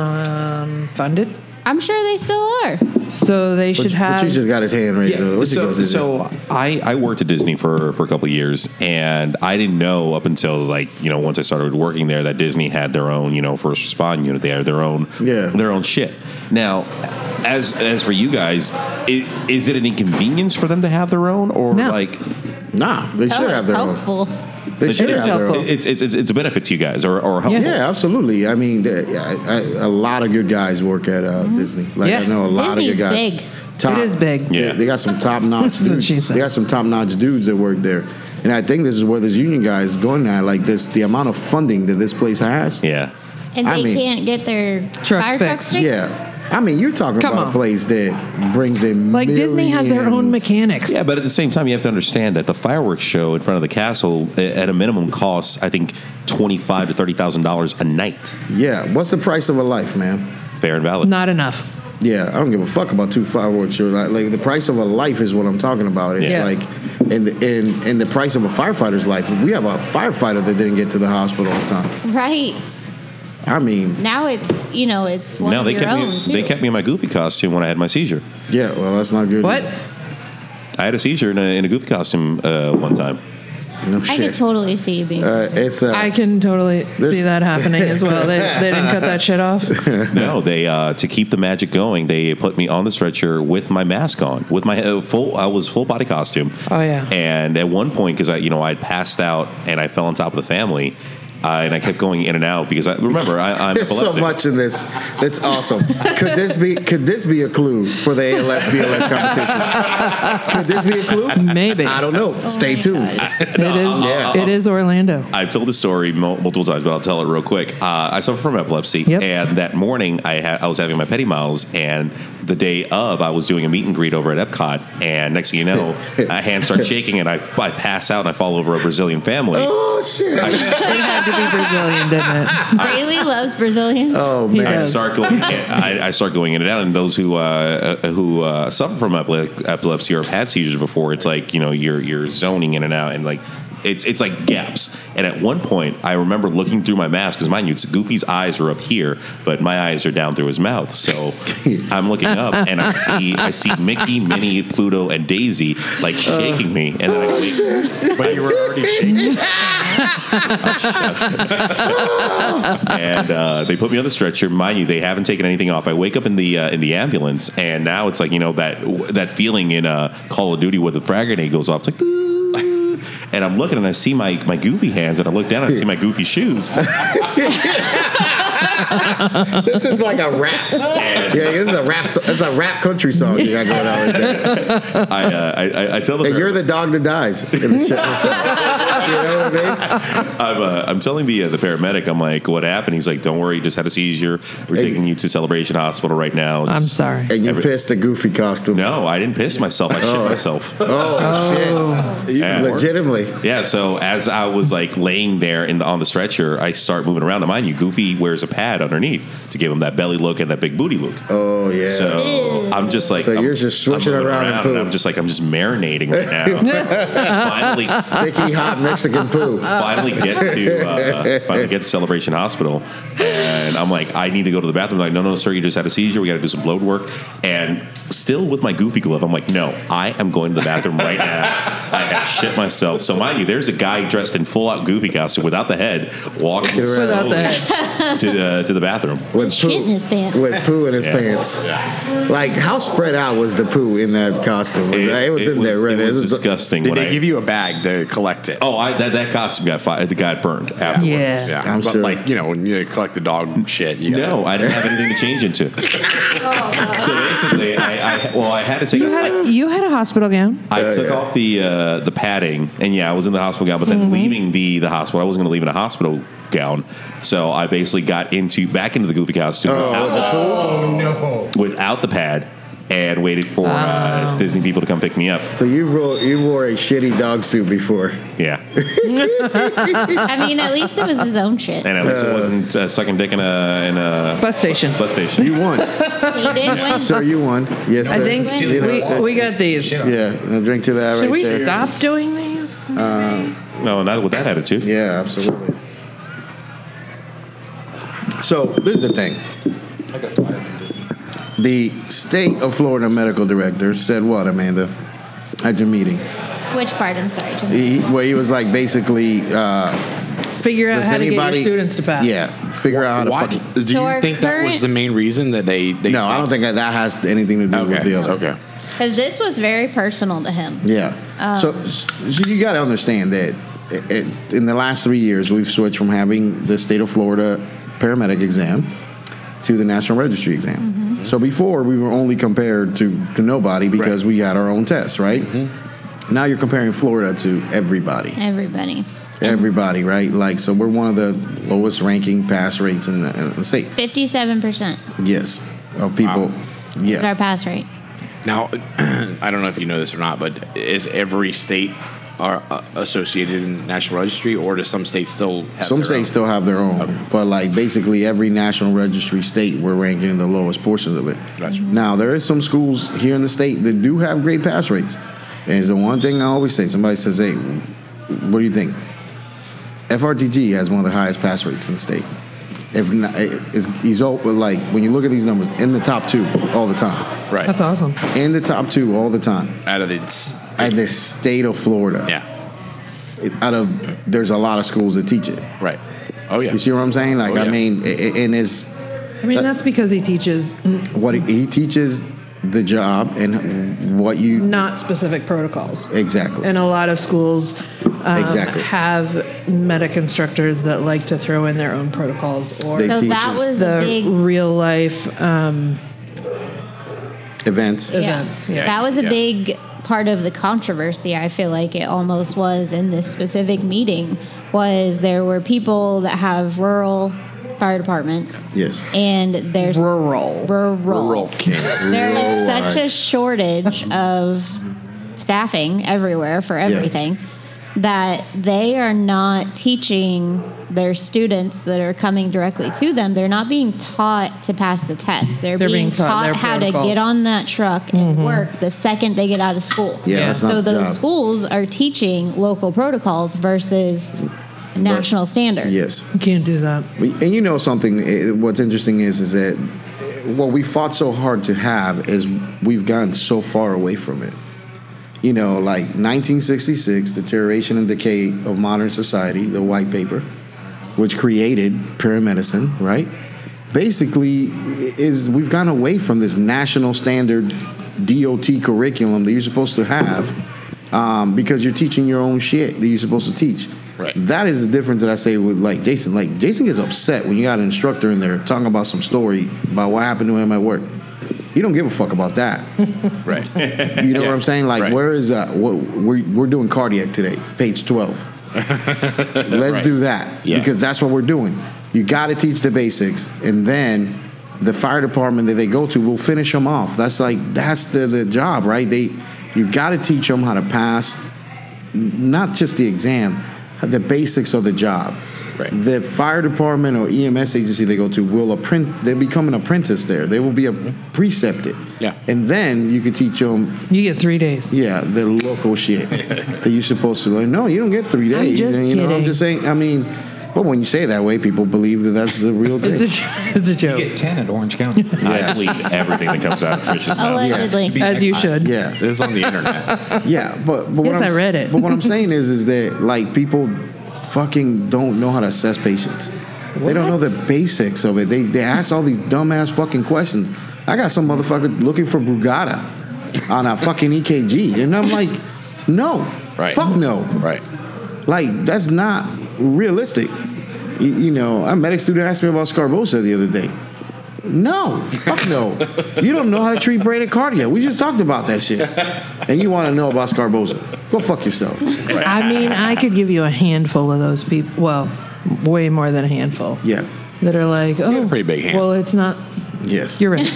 Speaker 5: um, funded
Speaker 2: I'm sure they still are.
Speaker 5: so they
Speaker 1: But,
Speaker 5: should have
Speaker 1: but you just got his hand raised. uh, what you
Speaker 6: so,
Speaker 1: gonna say?
Speaker 6: so I, I worked at Disney for, for a couple of years, and I didn't know up until like you know once I started working there that Disney had their own you know first respond unit. They had their own
Speaker 1: Yeah.
Speaker 6: their own shit. Now, as as for you guys, i is it an inconvenience for them to have their own or
Speaker 5: No.
Speaker 6: like
Speaker 1: nah, they
Speaker 2: Oh,
Speaker 1: should have their
Speaker 2: it's helpful.
Speaker 1: own. They should
Speaker 5: is
Speaker 1: have their
Speaker 5: helpful.
Speaker 1: own.
Speaker 6: it's it's it's, it's a benefit to you guys or or helpful?
Speaker 1: Yeah, absolutely. I mean, the- I- I- a lot of good guys work at uh, Disney. Like I
Speaker 5: Mm-hmm. Yeah.
Speaker 1: know a lot
Speaker 2: Disney's
Speaker 1: of good guys.
Speaker 2: big.
Speaker 1: Top,
Speaker 5: It is big.
Speaker 1: They-
Speaker 6: Yeah.
Speaker 1: they, got
Speaker 5: (laughs)
Speaker 1: some top notch
Speaker 5: That's what
Speaker 1: dudes.
Speaker 5: she said.
Speaker 1: They got some top notch dudes that work there, and I think this is where this union guy is going at. Like this, the amount of funding that this place has.
Speaker 6: Yeah.
Speaker 2: And they
Speaker 1: I mean-
Speaker 2: can't get their
Speaker 5: Trucks
Speaker 2: fire trucks
Speaker 5: fixed.
Speaker 2: fixed.
Speaker 1: Yeah. I mean, you're talking
Speaker 5: Come
Speaker 1: about a
Speaker 5: on.
Speaker 1: place that brings in
Speaker 5: like disney has their own
Speaker 1: millions.
Speaker 5: mechanics
Speaker 6: Yeah, but at the same time, you have to understand that the fireworks show in front of the castle, a- at a minimum, costs I think twenty five to thirty thousand dollars a night,
Speaker 1: Yeah. What's the price of a life, man?
Speaker 6: fair and valid.
Speaker 5: not enough
Speaker 1: Yeah, I don't give a fuck about two fireworks. shows. Like, like the price of a life is what I'm talking about. It's
Speaker 5: Yeah.
Speaker 1: like, and the, and and the price of a firefighter's life. We have a firefighter that didn't get to the hospital on time.
Speaker 2: Right.
Speaker 1: I mean,
Speaker 2: Now it's you know it's one
Speaker 6: No,
Speaker 2: of
Speaker 6: they
Speaker 2: your
Speaker 6: kept
Speaker 2: own
Speaker 6: me.
Speaker 2: too.
Speaker 6: They kept me in my goofy costume when I had my seizure.
Speaker 1: yeah. Well, that's not good.
Speaker 5: what
Speaker 1: (laughs)
Speaker 6: I had a seizure in a, in a goofy costume uh, one time.
Speaker 9: No
Speaker 2: I
Speaker 9: shit.
Speaker 2: could totally see you being.
Speaker 1: Uh, it's uh,
Speaker 5: I can totally
Speaker 1: This-
Speaker 5: see that happening as well. They, they didn't cut that shit
Speaker 1: (laughs)
Speaker 5: off.
Speaker 6: No, they uh, to keep the magic going. They put me on the stretcher with my mask on, with my uh, full. I was full body costume.
Speaker 5: Oh, yeah.
Speaker 6: And at one point, because I, you know, I had passed out and I fell on top of the family, uh, and I kept going in and out because I remember I, I'm
Speaker 1: (laughs) There's so
Speaker 6: epileptic.
Speaker 1: much in this. That's awesome. Could this be could this be a clue for the ALS BLS competition? Could this be a
Speaker 5: (laughs)
Speaker 1: clue?
Speaker 5: Maybe.
Speaker 1: I don't know. Stay
Speaker 2: my
Speaker 1: tuned.
Speaker 5: Oh It is.
Speaker 1: Yeah.
Speaker 5: It is Orlando.
Speaker 6: I've told the story mul- multiple times, but I'll tell it real quick. Uh, I suffer from epilepsy,
Speaker 5: Yep.
Speaker 6: and that morning I, ha- I was having my petty miles, and the day of I was doing a meet and greet over at Epcot, and next thing you know, my hands start shaking, and I, I pass out and I fall over a Brazilian family.
Speaker 1: Oh shit.
Speaker 5: It had to be Brazilian, didn't
Speaker 1: (laughs)
Speaker 5: it?
Speaker 2: Brayley loves Brazilians.
Speaker 1: Oh
Speaker 5: He
Speaker 1: man.
Speaker 6: I
Speaker 5: does.
Speaker 6: start going. I, I start going in and out. And those who uh, uh, who uh, suffer from epile- epilepsy or have had seizures before, it's like you know you're you're zoning in and out, and like it's it's like gaps. And at one point, I remember looking through my mask because mind you, it's Goofy's eyes are up here, but my eyes are down through his mouth. So I'm looking up and I see I see Mickey, Minnie, Pluto, and Daisy like shaking me, and then I go,
Speaker 4: But you were already shaking.
Speaker 6: and uh, they put me on the stretcher. Mind you, they haven't taken anything off. I wake up in the uh, in the ambulance, and now it's like you know that that feeling in uh, Call of Duty where the frag grenade goes off. It's like. "Ooh." And I'm looking and I see my, my goofy hands and I look down and I see my goofy shoes.
Speaker 1: This is like a rap. (laughs) Yeah, this is a rap. so- It's a rap country song you got going on. Right there.
Speaker 6: I, uh, I, I, I tell them
Speaker 1: And you're the dog that dies in the shit. (laughs) You know what I mean?
Speaker 6: I'm, uh, I'm telling the uh, the paramedic I'm like what happened. He's like don't worry, you just had a seizure. We're
Speaker 1: Hey.
Speaker 6: taking you to Celebration Hospital right now.
Speaker 5: I'm
Speaker 6: Just-
Speaker 5: sorry.
Speaker 1: And you pissed the goofy costume.
Speaker 6: No, I didn't piss myself. I shit myself.
Speaker 1: (laughs) Oh,
Speaker 6: Yeah.
Speaker 1: shit. Legitimately.
Speaker 6: Yeah, so as I was like laying there in the, on the stretcher, I start moving around. And mind you, Goofy wears a pad underneath to give him that belly look and that big booty look.
Speaker 1: Oh yeah.
Speaker 6: So I'm just like,
Speaker 1: So
Speaker 6: I'm-
Speaker 1: you're just swishing
Speaker 6: I'm moving
Speaker 1: around and
Speaker 6: and
Speaker 1: poo.
Speaker 6: I'm just like, I'm just marinating right
Speaker 1: (laughs)
Speaker 6: now. finally,
Speaker 1: Sticky hot Mexican (laughs) poo.
Speaker 6: finally get to uh, finally get to Celebration Hospital, and I'm like, I need to go to the bathroom. They're like, no, no, sir, you just had a seizure. We got to do some blood work. And still with my goofy glove, I'm like, no, I am going to the bathroom right now. I have shit myself. So mind you, there's a guy dressed in full out goofy costume without the head walking
Speaker 1: around.
Speaker 5: Without the
Speaker 6: slowly (laughs) to uh, to the bathroom.
Speaker 1: With
Speaker 2: Shit in his pants.
Speaker 1: With poo in his
Speaker 6: Yeah.
Speaker 1: pants. Like how spread out was the poo in that costume? It, was in there, right?
Speaker 6: It was
Speaker 1: This is-
Speaker 6: disgusting.
Speaker 4: Did
Speaker 6: when
Speaker 4: they
Speaker 6: I-
Speaker 4: give you a bag to collect it?
Speaker 6: Oh, I, that, that costume got fi- the guy burned afterwards.
Speaker 5: Yeah.
Speaker 4: yeah.
Speaker 1: I'm
Speaker 4: but
Speaker 1: sure.
Speaker 4: like you know, when you collect the dog shit, you gotta-
Speaker 6: No, I didn't have anything to
Speaker 1: (laughs)
Speaker 6: change into.
Speaker 1: Oh,
Speaker 6: so basically, I, I well, I had to take.
Speaker 5: You had, you had a hospital gown.
Speaker 6: I
Speaker 1: Yeah,
Speaker 6: took
Speaker 1: yeah.
Speaker 6: off the uh, the padding, and yeah, I was in the hospital gown. But then
Speaker 5: Mm-hmm.
Speaker 6: leaving the the hospital, I wasn't going to leave in a hospital gown, so I basically got into back into the goofy costume
Speaker 1: Oh.
Speaker 6: without,
Speaker 4: Oh,
Speaker 6: without the pad, and waited for uh, Disney people to come pick me up.
Speaker 1: so you wore you wore a shitty dog suit before.
Speaker 6: Yeah,
Speaker 2: I mean, at least it was his own shit.
Speaker 6: and at least it wasn't uh, sucking dick in a in a
Speaker 5: Bus station.
Speaker 6: bus station.
Speaker 1: You won.
Speaker 2: He did
Speaker 1: (laughs)
Speaker 2: win.
Speaker 1: so you won. Yes,
Speaker 5: I
Speaker 1: sir.
Speaker 5: think
Speaker 1: You know,
Speaker 5: we, we got these. Should
Speaker 1: yeah, a drink to that right
Speaker 5: we
Speaker 1: there.
Speaker 5: stop doing these?
Speaker 6: No, not with that attitude.
Speaker 1: Yeah, absolutely. So this is the thing. The state of Florida medical director said what, Amanda? At your meeting,
Speaker 2: Which part? I'm sorry. Jim.
Speaker 1: he, well, he was like basically, uh,
Speaker 5: Figure out
Speaker 1: does
Speaker 5: how to get
Speaker 1: anybody
Speaker 5: your students to pass.
Speaker 1: Yeah, figure out how to.
Speaker 4: Why,
Speaker 1: fucking-
Speaker 4: do
Speaker 2: So
Speaker 4: you
Speaker 2: our
Speaker 4: think that was
Speaker 2: current-
Speaker 4: the main reason that they? they
Speaker 1: No, I don't think that, that has anything to do with
Speaker 4: Okay.
Speaker 1: the other.
Speaker 4: Okay.
Speaker 2: Because this was very personal to him.
Speaker 1: Yeah. so, so you got to understand that it, it, in the last three years, we've switched from having the state of Florida paramedic exam to the National Registry exam. So before we were only compared to, to nobody because we had our own tests, right? Now you're comparing Florida to everybody.
Speaker 2: Everybody.
Speaker 1: Everybody, right? Like, so we're one of the lowest ranking pass rates in the, in the state.
Speaker 2: 57%
Speaker 1: Yes, of people.
Speaker 2: is our
Speaker 1: Yeah.
Speaker 2: pass rate.
Speaker 4: Now, (clears throat) I don't know if you know this or not, but is every state are uh, associated in National Registry, or do some states still? Have
Speaker 1: Some
Speaker 4: their
Speaker 1: states
Speaker 4: own?
Speaker 1: still have their own, but like basically every national registry state, we're ranking in the lowest portions of it.
Speaker 4: Gotcha.
Speaker 1: Now there is some schools here in the state that do have great pass rates, and it's the one thing I always say. Somebody says, "Hey, what do you think?" FRTG has one of the highest pass rates in the state. If not, it- it's, he's all, but like when you look at these numbers, in the top two all the time,
Speaker 4: right
Speaker 5: That's awesome.
Speaker 1: in the top two all the time,
Speaker 4: out of the. s-
Speaker 1: at the state of Florida.
Speaker 4: Yeah.
Speaker 1: out of there's a lot of schools that teach it.
Speaker 4: Right. Oh yeah.
Speaker 1: You see what I'm saying? Like
Speaker 4: Oh,
Speaker 1: I
Speaker 4: yeah.
Speaker 1: mean, a- a- and it's
Speaker 5: I mean, that's because he teaches
Speaker 1: what he- he teaches the job and what you
Speaker 5: not specific protocols.
Speaker 1: exactly.
Speaker 5: And a lot of schools um,
Speaker 1: Exactly.
Speaker 5: have medic instructors that like to throw in their own protocols or
Speaker 1: They-
Speaker 2: So that
Speaker 1: teaches
Speaker 2: was
Speaker 5: the
Speaker 2: a big
Speaker 5: real life. Um,
Speaker 1: Events.
Speaker 2: yeah.
Speaker 5: events,
Speaker 4: yeah.
Speaker 2: That was a
Speaker 4: Yeah.
Speaker 2: big part of the controversy. I feel like it almost was in this specific meeting was there were people that have rural fire departments
Speaker 1: Yes.
Speaker 2: and there's
Speaker 5: Rural.
Speaker 2: rural.
Speaker 4: king.
Speaker 2: There is
Speaker 1: Rural.
Speaker 2: such a
Speaker 1: (laughs)
Speaker 2: shortage of staffing everywhere for everything that they are not teaching their students that are coming directly to them. They're not being taught to pass the test. They're,
Speaker 5: They're
Speaker 2: being,
Speaker 5: being taught
Speaker 2: taught,
Speaker 5: their
Speaker 2: how to
Speaker 5: protocols. Mm-hmm.
Speaker 2: get on that truck and work the second they get out of school.
Speaker 1: Yeah, that's not
Speaker 2: so
Speaker 1: the
Speaker 2: those
Speaker 1: job.
Speaker 2: schools are teaching local protocols versus national standards.
Speaker 1: Yes.
Speaker 5: You can't do that.
Speaker 1: We- And you know something? eh, What's interesting is is that eh, what we fought so hard to have is we've gotten so far away from it. You know, like 1966, deterioration and decay of modern society, the white paper, which created paramedicine, right? Basically, i- is we've gone away from this national standard DOT curriculum that you're supposed to have um, because you're teaching your own shit that you're supposed to teach.
Speaker 4: Right.
Speaker 1: That is the difference that I say with like Jason. Like Jason gets upset when you got an instructor in there talking about some story about what happened to him at work. You don't give a fuck about that.
Speaker 4: Right.
Speaker 1: You know what I'm saying? Like,
Speaker 4: Right.
Speaker 1: where is that? What, we're, we're doing cardiac today, page
Speaker 4: (laughs)
Speaker 1: 12. Let's do that
Speaker 4: Yeah.
Speaker 1: because that's what we're doing. You got to teach the basics, and then the fire department that they go to will finish them off. That's like that's the, the job, right? They you got to teach them how to pass, not just the exam, the basics of the job.
Speaker 4: Right.
Speaker 1: The fire department or EMS agency they go to will apprent. They become an apprentice there. They will be a precepted.
Speaker 4: Mm-hmm. Yeah.
Speaker 1: And then you can teach them
Speaker 5: You get three days.
Speaker 1: yeah, the local shit that you're supposed to learn. No, you don't get three
Speaker 5: I'm
Speaker 1: days.
Speaker 5: just
Speaker 1: and, you know, I'm
Speaker 5: kidding.
Speaker 1: just saying. I mean, but when you say it that way, people believe that that's the real
Speaker 5: (laughs) It's a,
Speaker 1: thing.
Speaker 5: jo- it's a joke.
Speaker 10: Get 10 at Orange County.
Speaker 6: I believe everything that comes out of Trish's mouth.
Speaker 2: Allegedly.
Speaker 10: To be
Speaker 5: As you
Speaker 10: excellent.
Speaker 5: should.
Speaker 1: yeah,
Speaker 4: This is on the internet.
Speaker 1: yeah. But, but what
Speaker 5: Yes,
Speaker 1: I'm,
Speaker 5: I read it.
Speaker 1: But what I'm saying is, is that like people fucking don't know how to assess patients. They don't know the basics of it. They they ask all these dumbass fucking questions. I got some motherfucker looking for Brugada on a fucking EKG, and I'm like, no,
Speaker 4: Right.
Speaker 1: fuck no,
Speaker 4: Right.
Speaker 1: Like that's not realistic. You, you know, a medic student asked me about scarbosa the other day. No, fuck no. you don't know how to treat bradycardia. We just talked about that shit, and you want to know about scarbosa? Go fuck yourself.
Speaker 5: I mean, I could give you a handful of those people. Well, way more than a handful.
Speaker 1: Yeah.
Speaker 5: That are like, oh,
Speaker 4: pretty big hand.
Speaker 5: Well, it's not.
Speaker 1: Yes.
Speaker 5: You're right.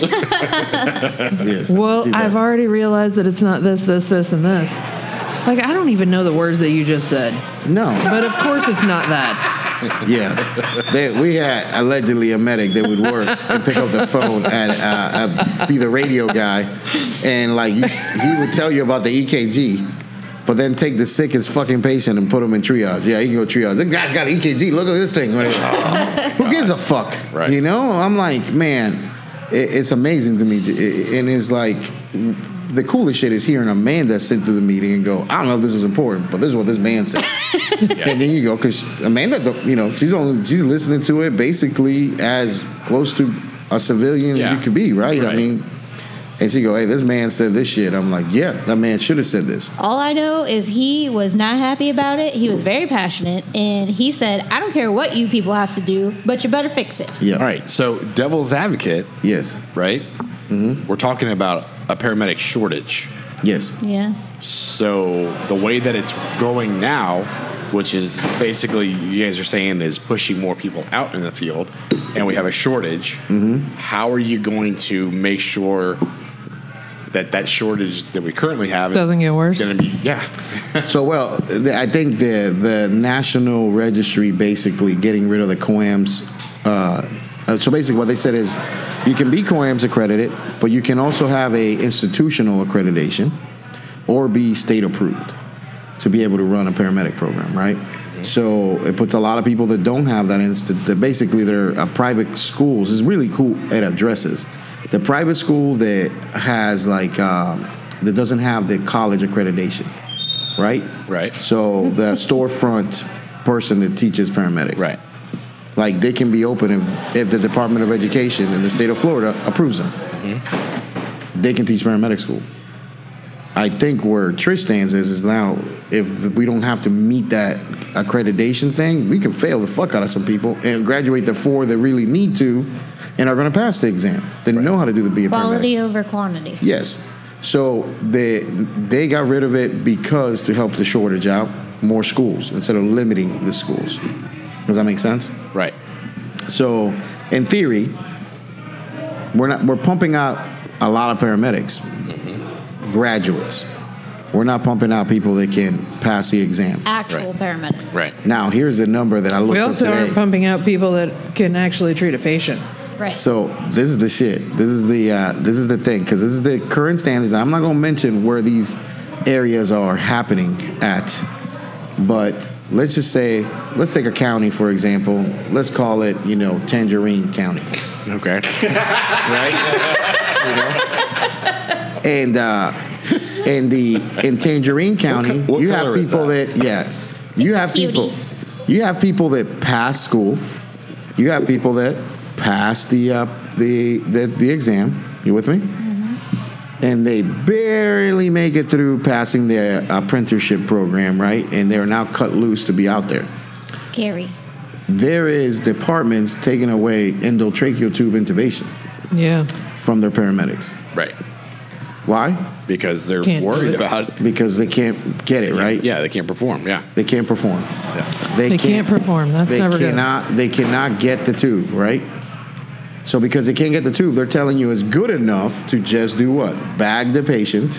Speaker 1: yes.
Speaker 5: Well,
Speaker 1: See, that's-
Speaker 5: I've already realized that it's not this, this, this, and this. Like, I don't even know the words that you just said.
Speaker 1: no.
Speaker 5: But of course, it's not that.
Speaker 1: Yeah, they, we had allegedly a medic that would work and pick up the phone and uh, uh, be the radio guy, and like you, he would tell you about the EKG, but then take the sickest fucking patient and put him in triage. Yeah, he can go triage. This guy's got an EKG. Look at this thing. Right here. Who gives a fuck?
Speaker 4: Right.
Speaker 1: You know, I'm like, man, it, it's amazing to me, to- it- and it's like. The coolest shit is hearing a man that sit through the meeting and go, I don't know if this is important, but this is what this man
Speaker 4: (laughs)
Speaker 1: said. And then you go because Amanda, don't- you know, she's only she's listening to it basically as close to a civilian
Speaker 4: Yeah.
Speaker 1: as you could be, right? I
Speaker 4: Right.
Speaker 1: mean, and she go, "Hey, this man said this shit." I'm like, "Yeah, that man should have said this."
Speaker 2: All I know is he was not happy about it. He was very passionate, and he said, "I don't care what you people have to do, but you better fix it."
Speaker 1: Yeah.
Speaker 4: All right. So devil's advocate,
Speaker 1: Yes.
Speaker 4: right?
Speaker 1: Mm-hmm.
Speaker 4: We're talking about a paramedic shortage.
Speaker 1: Yes.
Speaker 2: Yeah,
Speaker 4: So the way that it's going now, which is basically you guys are saying is pushing more people out in the field, and we have a shortage. How are you going to make sure that that shortage that we currently have is
Speaker 5: Doesn't get worse?
Speaker 4: Gonna be, yeah, (laughs)
Speaker 1: So well, th- I think the the National Registry basically getting rid of the COAMs. Uh, uh, so basically, what they said is, you can be COAMs accredited, but you can also have a institutional accreditation, or be state approved, to be able to run a paramedic program, right? So it puts a lot of people that don't have that instant. That basically, they're uh, private schools. Is really cool. It addresses the private school that has like um, that doesn't have the college accreditation right?
Speaker 4: Right.
Speaker 1: So the storefront person that teaches paramedic.
Speaker 4: Right.
Speaker 1: Like they can be open if, if the Department of Education in the state of Florida approves them.
Speaker 4: Mm-hmm.
Speaker 1: They can teach paramedic school. I think where Trish stands is, is now if we don't have to meet that accreditation thing, we can fail the fuck out of some people and graduate the four that really need to and are going to pass the exam. They know how to do the be a paramedic.
Speaker 2: Quality over quantity.
Speaker 1: Yes. So they they got rid of it because to help the shortage out, more schools instead of limiting the schools. Does that make sense?
Speaker 4: Right.
Speaker 1: So in theory, we're not we're pumping out a lot of paramedics, graduates. We're not pumping out people that can pass the exam.
Speaker 2: Actual paramedic.
Speaker 4: Right.
Speaker 1: Now here's a number that I looked
Speaker 5: We
Speaker 1: up
Speaker 5: also
Speaker 1: today.
Speaker 5: aren't pumping out people that can actually treat a patient.
Speaker 2: Right.
Speaker 1: So this is the shit. This is the uh, this is the thing because this is the current standards. I'm not gonna mention where these areas are happening at, but let's just say let's take a county for example. Let's call it you know Tangerine County,
Speaker 4: (laughs) Okay.
Speaker 1: right? and uh, in the in Tangerine County,
Speaker 6: co- what
Speaker 1: you have
Speaker 6: color is
Speaker 1: people that? yeah, you have
Speaker 2: Cutie.
Speaker 1: people, you have people that pass school, you have people that pass the uh, the, the the exam. You with me? And they barely make it through passing their apprenticeship program, right? And they're now cut loose to be out there
Speaker 2: Scary.
Speaker 1: there is departments taking away endotracheal tube intubation
Speaker 5: Yeah.
Speaker 1: from their paramedics.
Speaker 4: Right.
Speaker 1: Why?
Speaker 4: Because they're
Speaker 5: Can't do
Speaker 4: worried
Speaker 5: it.
Speaker 4: about.
Speaker 1: Because they can't get it right.
Speaker 4: Yeah, they can't perform. Yeah.
Speaker 1: They can't perform.
Speaker 5: They can't perform. That's
Speaker 1: they
Speaker 5: never good.
Speaker 1: cannot, They cannot get the tube right. So because they can't get the tube, they're telling you it's good enough to just do what? Bag the patient,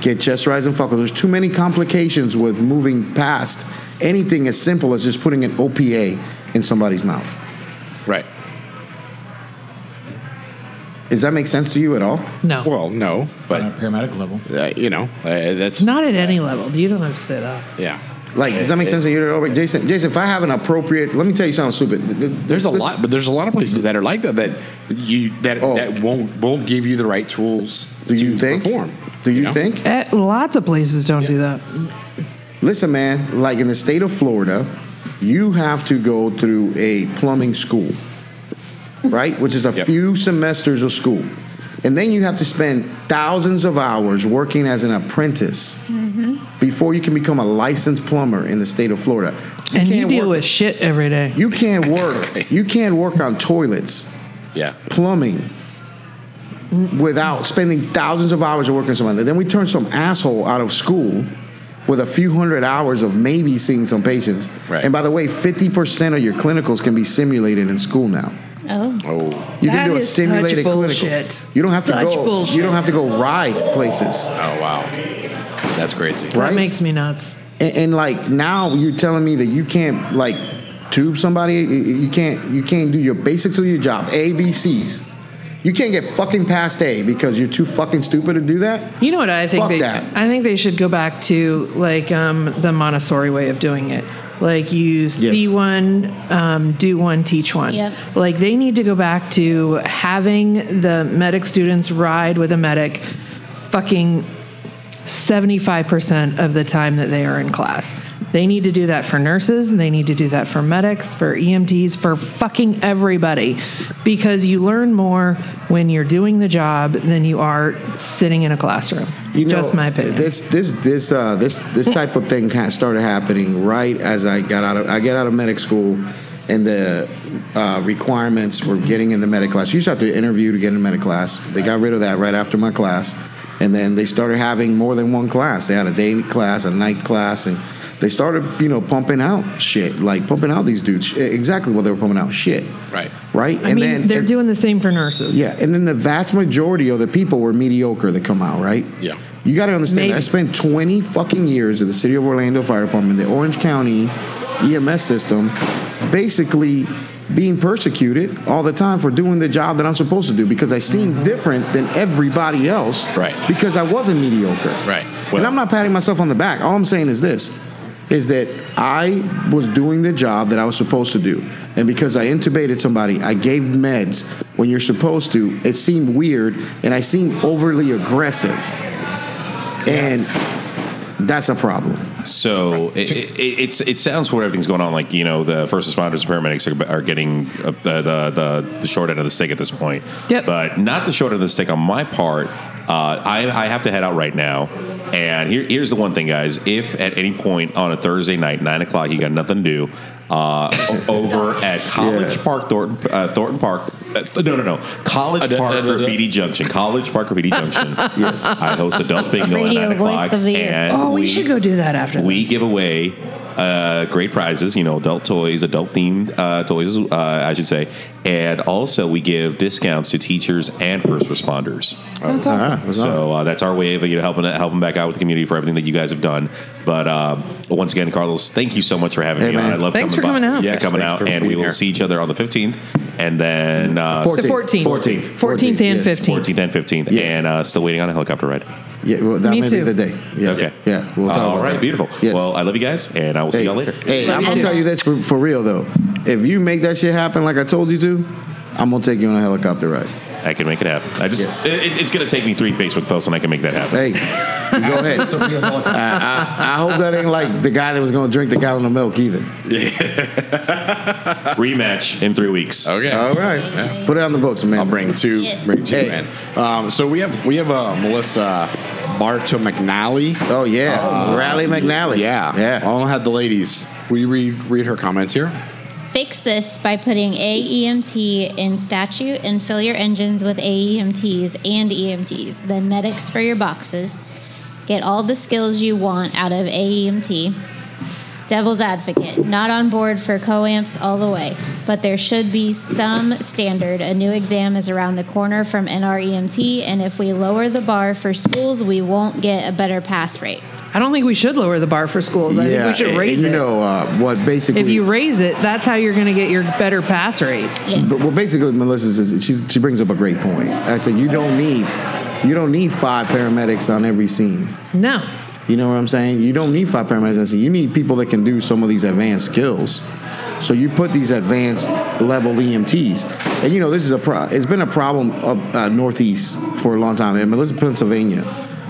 Speaker 1: get chest rise and buckle. There's too many complications with moving past anything as simple as just putting an OPA in somebody's mouth.
Speaker 4: Right.
Speaker 1: Does that make sense to you at all?
Speaker 5: No.
Speaker 4: Well, no,
Speaker 8: (laughs) on a
Speaker 4: but
Speaker 8: paramedic level.
Speaker 4: uh, you know uh, that's
Speaker 5: Not at any level. You don't have to say that.
Speaker 4: Yeah.
Speaker 1: Like, does that make sense to you? Over, Jason, Jason, if I have an appropriate, let me tell you something stupid. Th- th-
Speaker 4: There's a
Speaker 1: this-
Speaker 4: lot, but there's a lot of places that are like that that you that
Speaker 1: Oh.
Speaker 4: that won't won't give you the right tools
Speaker 1: Do you
Speaker 4: to
Speaker 1: think?
Speaker 4: perform.
Speaker 1: Do you,
Speaker 4: know?
Speaker 1: think?
Speaker 5: At eh, lots of places don't do that.
Speaker 1: Listen, man. Like in the state of Florida, you have to go through a plumbing school, right? Which is a
Speaker 4: Yep.
Speaker 1: few semesters of school, and then you have to spend thousands of hours working as an apprentice
Speaker 5: Mm-hmm.
Speaker 1: before you can become a licensed plumber in the state of Florida. You
Speaker 5: and you
Speaker 1: can't
Speaker 5: deal
Speaker 1: work,
Speaker 5: with shit every day.
Speaker 1: You can't work. you can't work on toilets.
Speaker 4: Yeah.
Speaker 1: plumbing without spending thousands of hours of working someone. Then we turn some asshole out of school with a few hundred hours of maybe seeing some patients.
Speaker 4: Right.
Speaker 1: And by the way, 50% of your clinicals can be simulated in school now.
Speaker 2: Oh.
Speaker 4: Oh.
Speaker 1: You
Speaker 5: That
Speaker 1: can do a
Speaker 5: is such
Speaker 1: simulated
Speaker 5: bullshit.
Speaker 1: clinical. You don't have
Speaker 5: Such
Speaker 1: to go
Speaker 5: bullshit.
Speaker 1: you don't have to go ride places.
Speaker 4: Oh wow. That's crazy.
Speaker 1: Right?
Speaker 5: That makes me nuts.
Speaker 1: and, and like now you're telling me that you can't like tube somebody you- you can't you can't do your basics of your job a b c's you can't get fucking past a because you're too fucking stupid to do that
Speaker 5: You know what I think?
Speaker 1: Fuck
Speaker 5: they,
Speaker 1: that.
Speaker 5: I think they should go back to like um, the Montessori way of doing it. Like you see one, um, do one, teach one.
Speaker 2: Yep.
Speaker 5: Like they need to go back to having the medic students ride with a medic, fucking seventy-five percent of the time that they are in class. They need to do that for nurses. They need to do that for medics, for EMTs, for fucking everybody, because you learn more when you're doing the job than you are sitting in a classroom.
Speaker 1: you know,
Speaker 5: Just my opinion.
Speaker 1: This this this uh, this
Speaker 5: (laughs)
Speaker 1: this type of thing kind of started happening right as I got out of I got out of medic school, and the uh, requirements for getting in the medic class. You just have to interview to get in the medic class. They got rid of that right after my class, and then they started having more than one class. They had a day class, a night class, and they started you know pumping out shit like pumping out these dudes exactly what they were pumping out shit.
Speaker 4: Right.
Speaker 1: Right.
Speaker 5: I mean, they're
Speaker 1: and-
Speaker 5: doing the same for nurses.
Speaker 1: yeah, and then the vast majority of the people were mediocre that come out, right?
Speaker 4: Yeah.
Speaker 1: You got to understand. that I spent
Speaker 5: Maybe.
Speaker 1: 20 fucking years at the City of Orlando Fire Department, the Orange County EMS system, basically being persecuted all the time for doing the job that I'm supposed to do because I seemed different than everybody else.
Speaker 4: Mm-hmm. Right.
Speaker 1: Because I wasn't mediocre.
Speaker 4: Right.
Speaker 1: and I'm not patting myself on the back. All I'm saying is this. Is that I was doing the job that I was supposed to do. And because I intubated somebody, I gave meds when you're supposed to, it seemed weird and I seemed overly aggressive. And That's a problem.
Speaker 6: So it, it, it's it sounds what everything's going on. Like you know, the first responders and paramedics are, are getting uh, the, the the the short end of the stick at this point.
Speaker 5: Yep.
Speaker 6: But not the short end of the stick on my part. Uh, I, I have to head out right now. And here, here's the one thing, guys. If at any point on a Thursday night, nine o'clock, you got nothing to do,
Speaker 2: (laughs)
Speaker 6: uh, o- over at College
Speaker 1: Yeah.
Speaker 6: Park, Thornton, uh, Thornton Park. Uh, no, no, no. College
Speaker 4: da-
Speaker 6: Park
Speaker 4: da- da- da.
Speaker 6: Graffiti Junction. College Park Graffiti Junction.
Speaker 1: (laughs) Yes.
Speaker 6: I host adult bingo
Speaker 2: Radio
Speaker 6: at nine
Speaker 2: voice
Speaker 6: o'clock.
Speaker 2: of the year.
Speaker 6: and
Speaker 5: Oh, we, should go do that after.
Speaker 6: we give away uh, great prizes, you know, adult toys, adult themed uh, toys, uh, I should say. And also, we give discounts to teachers and first responders.
Speaker 5: That's
Speaker 1: All
Speaker 5: awesome.
Speaker 1: right. that's all.
Speaker 6: So uh, that's our way of you know helping helping back out with the community for everything that you guys have done. But um, once again, Carlos, thank you so much for having
Speaker 1: Hey,
Speaker 6: me on.
Speaker 1: man.
Speaker 6: I love
Speaker 5: Thanks
Speaker 6: coming
Speaker 5: for coming
Speaker 6: by.
Speaker 5: out.
Speaker 6: Yeah,
Speaker 4: Yes,
Speaker 6: coming
Speaker 4: thanks for
Speaker 6: out, and we
Speaker 4: being
Speaker 6: will
Speaker 4: here.
Speaker 6: see each other on the fifteenth, and then uh,
Speaker 5: The 14th.
Speaker 1: 14th.
Speaker 5: 14th and
Speaker 1: yes.
Speaker 5: 15th.
Speaker 6: 14th and 15th,
Speaker 1: Yes.
Speaker 6: and uh, still waiting on a helicopter ride.
Speaker 1: Yeah, well, that
Speaker 5: Me
Speaker 1: may
Speaker 5: too.
Speaker 1: be the day. Yeah.
Speaker 6: Okay.
Speaker 1: Yeah. We'll talk
Speaker 6: All
Speaker 1: about
Speaker 6: right,
Speaker 1: that.
Speaker 6: beautiful.
Speaker 1: Yes.
Speaker 6: Well, I love you guys, and I will see
Speaker 1: hey,
Speaker 6: y'all later.
Speaker 1: Hey,
Speaker 5: Love
Speaker 1: I'm
Speaker 5: you
Speaker 1: gonna
Speaker 5: too.
Speaker 1: tell you this for, for real though. If you make that shit happen like I told you to, I'm gonna take you on a helicopter ride.
Speaker 6: I can make it happen. I just
Speaker 1: Yes.
Speaker 6: it, it- it's going to take me three Facebook posts, and I can make that happen.
Speaker 1: Hey, you go ahead.
Speaker 10: It's a real
Speaker 8: (laughs)
Speaker 10: helicopter.
Speaker 1: (laughs) I, I hope that ain't like the guy that was gonna drink the gallon of milk either.
Speaker 6: Rematch in three weeks.
Speaker 4: Okay.
Speaker 1: All right, put it on the books, man.
Speaker 4: I'll bring two.
Speaker 2: Yes.
Speaker 4: Bring two,
Speaker 1: Uh, Hey.
Speaker 4: man. Um, so we have we have uh, Melissa Barto McNally.
Speaker 1: Oh yeah, Rally McNally.
Speaker 4: Yeah.
Speaker 1: yeah.
Speaker 4: I don't have the ladies. Will you read read her comments here?
Speaker 2: Fix this by putting AEMT in statute and fill your engines with AEMTs and EMTs, then medics for your boxes. Get all the skills you want out of AEMT. Devil's advocate, not on board for coamps all the way, but there should be some standard. A new exam is around the corner from NREMT, and if we lower the bar for schools, we won't get a better pass rate.
Speaker 5: I don't think we should lower the bar for schools. I
Speaker 1: yeah.
Speaker 5: think we should
Speaker 1: and-
Speaker 5: raise
Speaker 1: and
Speaker 5: it.
Speaker 1: You know uh, what? Basically,
Speaker 5: if you raise it, that's how you're going to get your better pass rate.
Speaker 2: Yes.
Speaker 1: But, well, basically, Melissa says she's, she brings up a great point. I said you don't need you don't need five paramedics on every scene.
Speaker 5: No.
Speaker 1: You know what I'm saying? You don't need five paramedics on every scene. You need people that can do some of these advanced skills. So you put these advanced level EMTs, and you know this is a pro- it's been a problem up uh, northeast for a long time. And Melissa, Pennsylvania.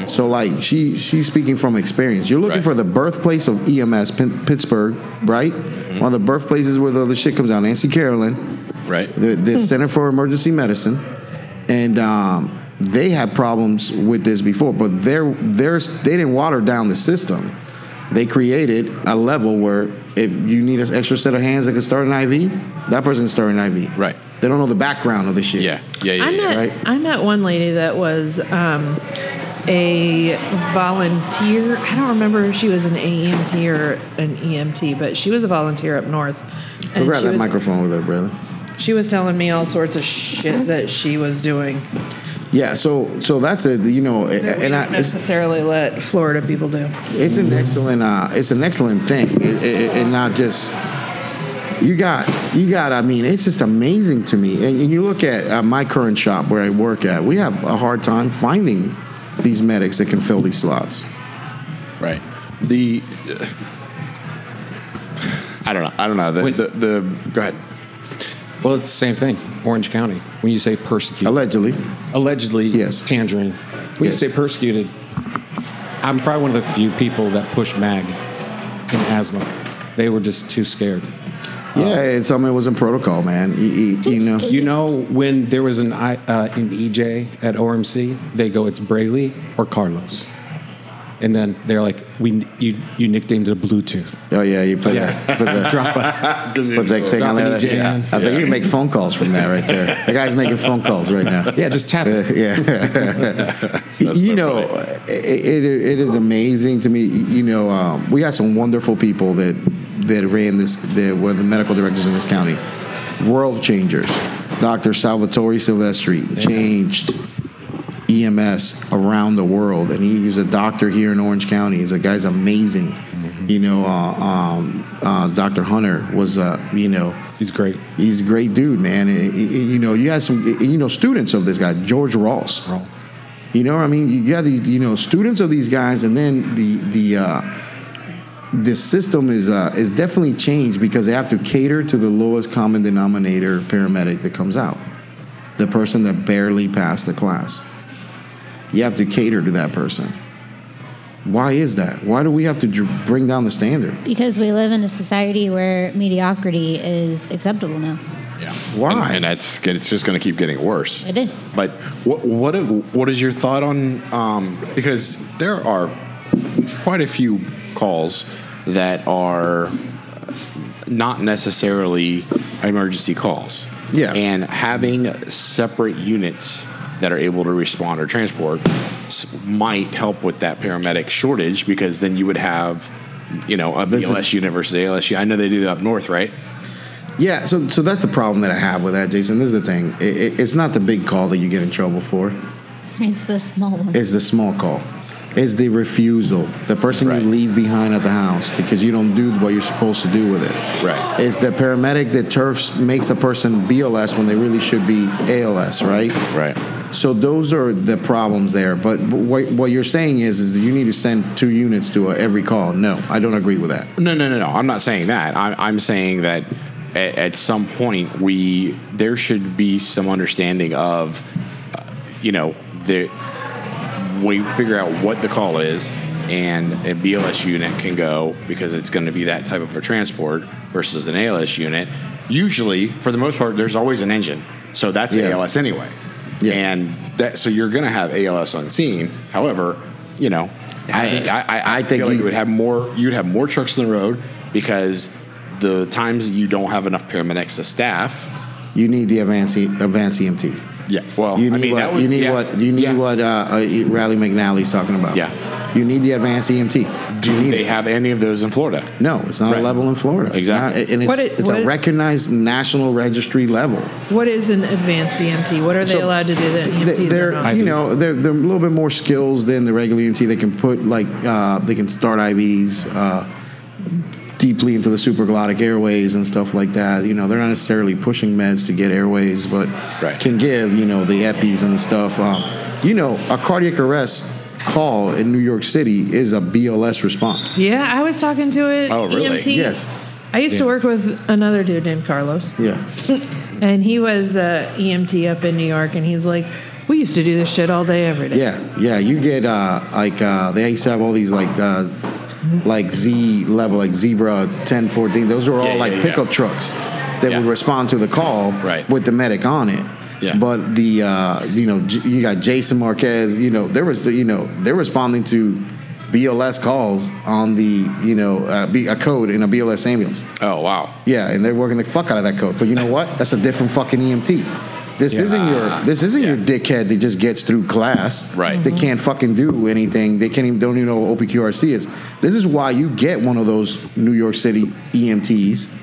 Speaker 1: So like she she's speaking from experience. You're looking
Speaker 4: Right.
Speaker 1: for the birthplace of EMS, Pin- Pittsburgh, right? One of the birthplaces where the, the shit comes down. Nancy Carolyn,
Speaker 4: Right.
Speaker 1: the,
Speaker 5: Hmm.
Speaker 1: the Center for Emergency Medicine, and um, they had problems with this before, but they're, they're, they didn't water down the system. They created a level where if you need an extra set of hands that can start an IV, that person can start an IV.
Speaker 4: Right.
Speaker 1: They don't know the background of the shit.
Speaker 4: Yeah. Yeah. Yeah.
Speaker 5: I
Speaker 4: yeah.
Speaker 5: met
Speaker 1: Right.
Speaker 5: I met one lady that was um, a volunteer. I don't remember if she was an AEMT or an EMT, but she was a volunteer up north. And
Speaker 1: Grab
Speaker 5: she,
Speaker 1: that
Speaker 5: was,
Speaker 1: microphone with her, brother.
Speaker 5: she was telling me all sorts of shit that she was doing.
Speaker 1: Yeah, so so that's it. You know,
Speaker 5: That we
Speaker 1: and I,
Speaker 5: don't
Speaker 1: it's,
Speaker 5: necessarily let Florida people do.
Speaker 1: it's an excellent uh, it's an excellent thing It- it- it- and not just you got you got i mean it's just amazing to me and, and you look at uh, my current shop where i work at we have a hard time finding these medics that can fill these slots
Speaker 4: Right. The. (sighs) I don't know. I don't know. The,
Speaker 8: Wait.
Speaker 4: the, the go ahead.
Speaker 8: Well, it's the same thing. Orange County. When you say persecuted,
Speaker 1: allegedly
Speaker 8: allegedly,
Speaker 1: Yes.
Speaker 8: tangerine. When
Speaker 1: Yes.
Speaker 8: you say persecuted, I'm probably one of the few people that pushed mag in asthma. They were just too scared.
Speaker 1: yeah and some of it was in protocol man you, you, you know
Speaker 8: You know, when there was an I, uh, an EJ at OMC, they go, it's Brayley or Carlos. And then they're like, we you you nicknamed it Bluetooth.
Speaker 1: oh yeah you put that put that
Speaker 8: (laughs) Drop a,
Speaker 1: Put that thing on
Speaker 8: Drop an
Speaker 1: there.
Speaker 8: EJ
Speaker 1: I
Speaker 8: in.
Speaker 1: think you can make phone calls from that right there. The guy's making phone calls right now.
Speaker 8: (laughs) yeah, just tap it.
Speaker 1: (laughs) yeah. you know, it, it, it is amazing to me. You know, um, we had some wonderful people that that ran this, that were the medical directors in this county. World changers. Dr. Salvatore Silvestri changed EMS around the world, and he, was a doctor here in Orange County. He's a guy's amazing. You know, uh, um, uh, Dr. Hunter was, uh, you know,
Speaker 8: He's great.
Speaker 1: He's a great dude, man. And, and, and, you know, you had some, and, you know, students of this guy, George Ross.
Speaker 8: Wrong.
Speaker 1: You know what I mean? You got these, you know, students of these guys, and then the the uh, the system is uh, is definitely changed because they have to cater to the lowest common denominator paramedic that comes out, the person that barely passed the class. You have to cater to that person. Why is that? Why do we have to dr- bring down the standard?
Speaker 2: Because we live in a society where mediocrity is acceptable now.
Speaker 4: Yeah.
Speaker 1: Why?
Speaker 4: And, and that's it's just going to keep getting worse.
Speaker 2: It is.
Speaker 4: But what what what is your thought on um, because there are quite a few calls that are not necessarily emergency calls.
Speaker 1: Yeah.
Speaker 4: And having separate units that are able to respond or transport s- might help with that paramedic shortage because then you would have you know a
Speaker 1: This is-
Speaker 4: BLS unit versus ALS. I know they do that up north, right?
Speaker 1: Yeah, so so that's the problem that I have with that, Jason. This is the thing. It, it, it's not the big call that you get in trouble for.
Speaker 2: It's the small one.
Speaker 1: It's the small call. It's the refusal. The person
Speaker 4: Right.
Speaker 1: you leave behind at the house because you don't do what you're supposed to do with it.
Speaker 4: Right.
Speaker 1: It's the paramedic that turfs makes a person BLS when they really should be ALS, right?
Speaker 4: Right.
Speaker 1: So those are the problems there. But what, what you're saying is, is that you need to send two units to uh every call. No, I don't agree with that.
Speaker 4: No, no, no, no. I'm not saying that. I'm, I'm saying that at, at some point we there should be some understanding of, uh, you know, the we figure out what the call is, and a BLS unit can go because it's going to be that type of a transport versus an ALS unit. Usually, for the most part, there's always an engine, so that's
Speaker 1: Yeah.
Speaker 4: ALS anyway.
Speaker 1: Yeah.
Speaker 4: And that so you're going to have ALS on scene. However, you know. I, I, I,
Speaker 1: I think
Speaker 4: feel like
Speaker 1: you-
Speaker 4: it would have more you'd have more trucks on the road because the times that you don't have enough paramedics to staff.
Speaker 1: You need the advanced E- advanced EMT.
Speaker 4: Yeah. Well,
Speaker 1: You need
Speaker 4: Oh, I mean,
Speaker 1: what
Speaker 4: that would-
Speaker 1: you need
Speaker 4: yeah.
Speaker 1: what you need
Speaker 4: Yeah.
Speaker 1: what uh, uh, Rally McNally's talking about.
Speaker 4: Yeah.
Speaker 1: You need the advanced EMT.
Speaker 4: Do
Speaker 1: you need
Speaker 4: they
Speaker 1: it.
Speaker 4: have any of those in Florida?
Speaker 1: No, it's not a
Speaker 4: Right.
Speaker 1: level in Florida.
Speaker 4: Exactly.
Speaker 1: It's not- and it's,
Speaker 5: What it-
Speaker 1: it's
Speaker 5: what
Speaker 1: a
Speaker 5: it-
Speaker 1: recognized national registry level.
Speaker 5: What is an advanced EMT? What are they
Speaker 1: So,
Speaker 5: allowed to do that EMTs
Speaker 1: They-
Speaker 5: are
Speaker 1: They're,
Speaker 5: not?
Speaker 1: you know, they're, they're a little bit more skills than the regular EMT. They can put like uh, they can start IVs uh, deeply into the supraglottic airways and stuff like that. You know, they're not necessarily pushing meds to get airways, but
Speaker 4: Right.
Speaker 1: can give you know the epis and the stuff. Um, you know, a cardiac arrest call in New York City is a BLS response.
Speaker 5: Yeah, I was talking to it.
Speaker 4: Oh, really?
Speaker 5: EMT.
Speaker 1: Yes.
Speaker 5: I used to work with another dude named Carlos,
Speaker 1: Yeah.
Speaker 5: and he was uh, EMT up in New York, and he's like, we used to do this shit all day, every day.
Speaker 1: Yeah, yeah. You get uh, like uh, they used to have all these like uh, like Z level, like Zebra ten fourteen. Those were all
Speaker 4: Yeah,
Speaker 1: like
Speaker 4: yeah, yeah.
Speaker 1: pickup trucks that
Speaker 4: Yeah.
Speaker 1: would respond to the call
Speaker 4: Right.
Speaker 1: with the medic on it.
Speaker 4: Yeah.
Speaker 1: But the uh, you know J- you got Jason Marquez. You know there was you know they're responding to BLS calls on the you know uh, B, a code in a BLS ambulance.
Speaker 4: Oh wow.
Speaker 1: Yeah, and they're working the fuck out of that code. But you know what? That's a different fucking EMT. This isn't your this isn't your dickhead that just gets through class.
Speaker 4: Right.
Speaker 1: They can't fucking do anything. They can't even don't even know what OPQRC is. This is why you get one of those New York City EMTs.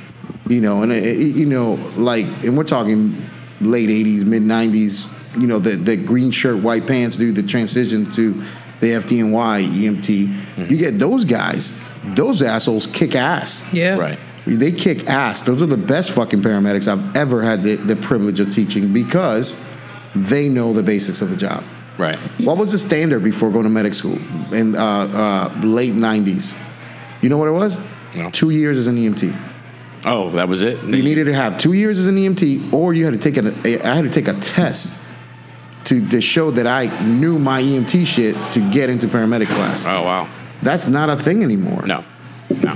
Speaker 1: You know, and it, it- you know, like, and we're talking late '80s, mid '90s. You know, the the green shirt, white pants dude that transitioned to the FDNY EMT. E You get those guys. Those assholes kick ass.
Speaker 5: Yeah.
Speaker 4: Right.
Speaker 1: They kick ass. Those are the best fucking paramedics I've ever had the, the privilege of teaching because they know the basics of the job.
Speaker 4: Right.
Speaker 1: What was the standard before going to medic school in uh, uh, late 90s? You know what it was?
Speaker 4: No.
Speaker 1: Two years as an E EMT.
Speaker 4: Oh, that was it.
Speaker 1: You needed to have two years as an EMT, or you had to take a, a I had to take a test to, to show that I knew my EMT shit to get into paramedic class.
Speaker 4: oh wow.
Speaker 1: That's not a thing anymore.
Speaker 4: No. No.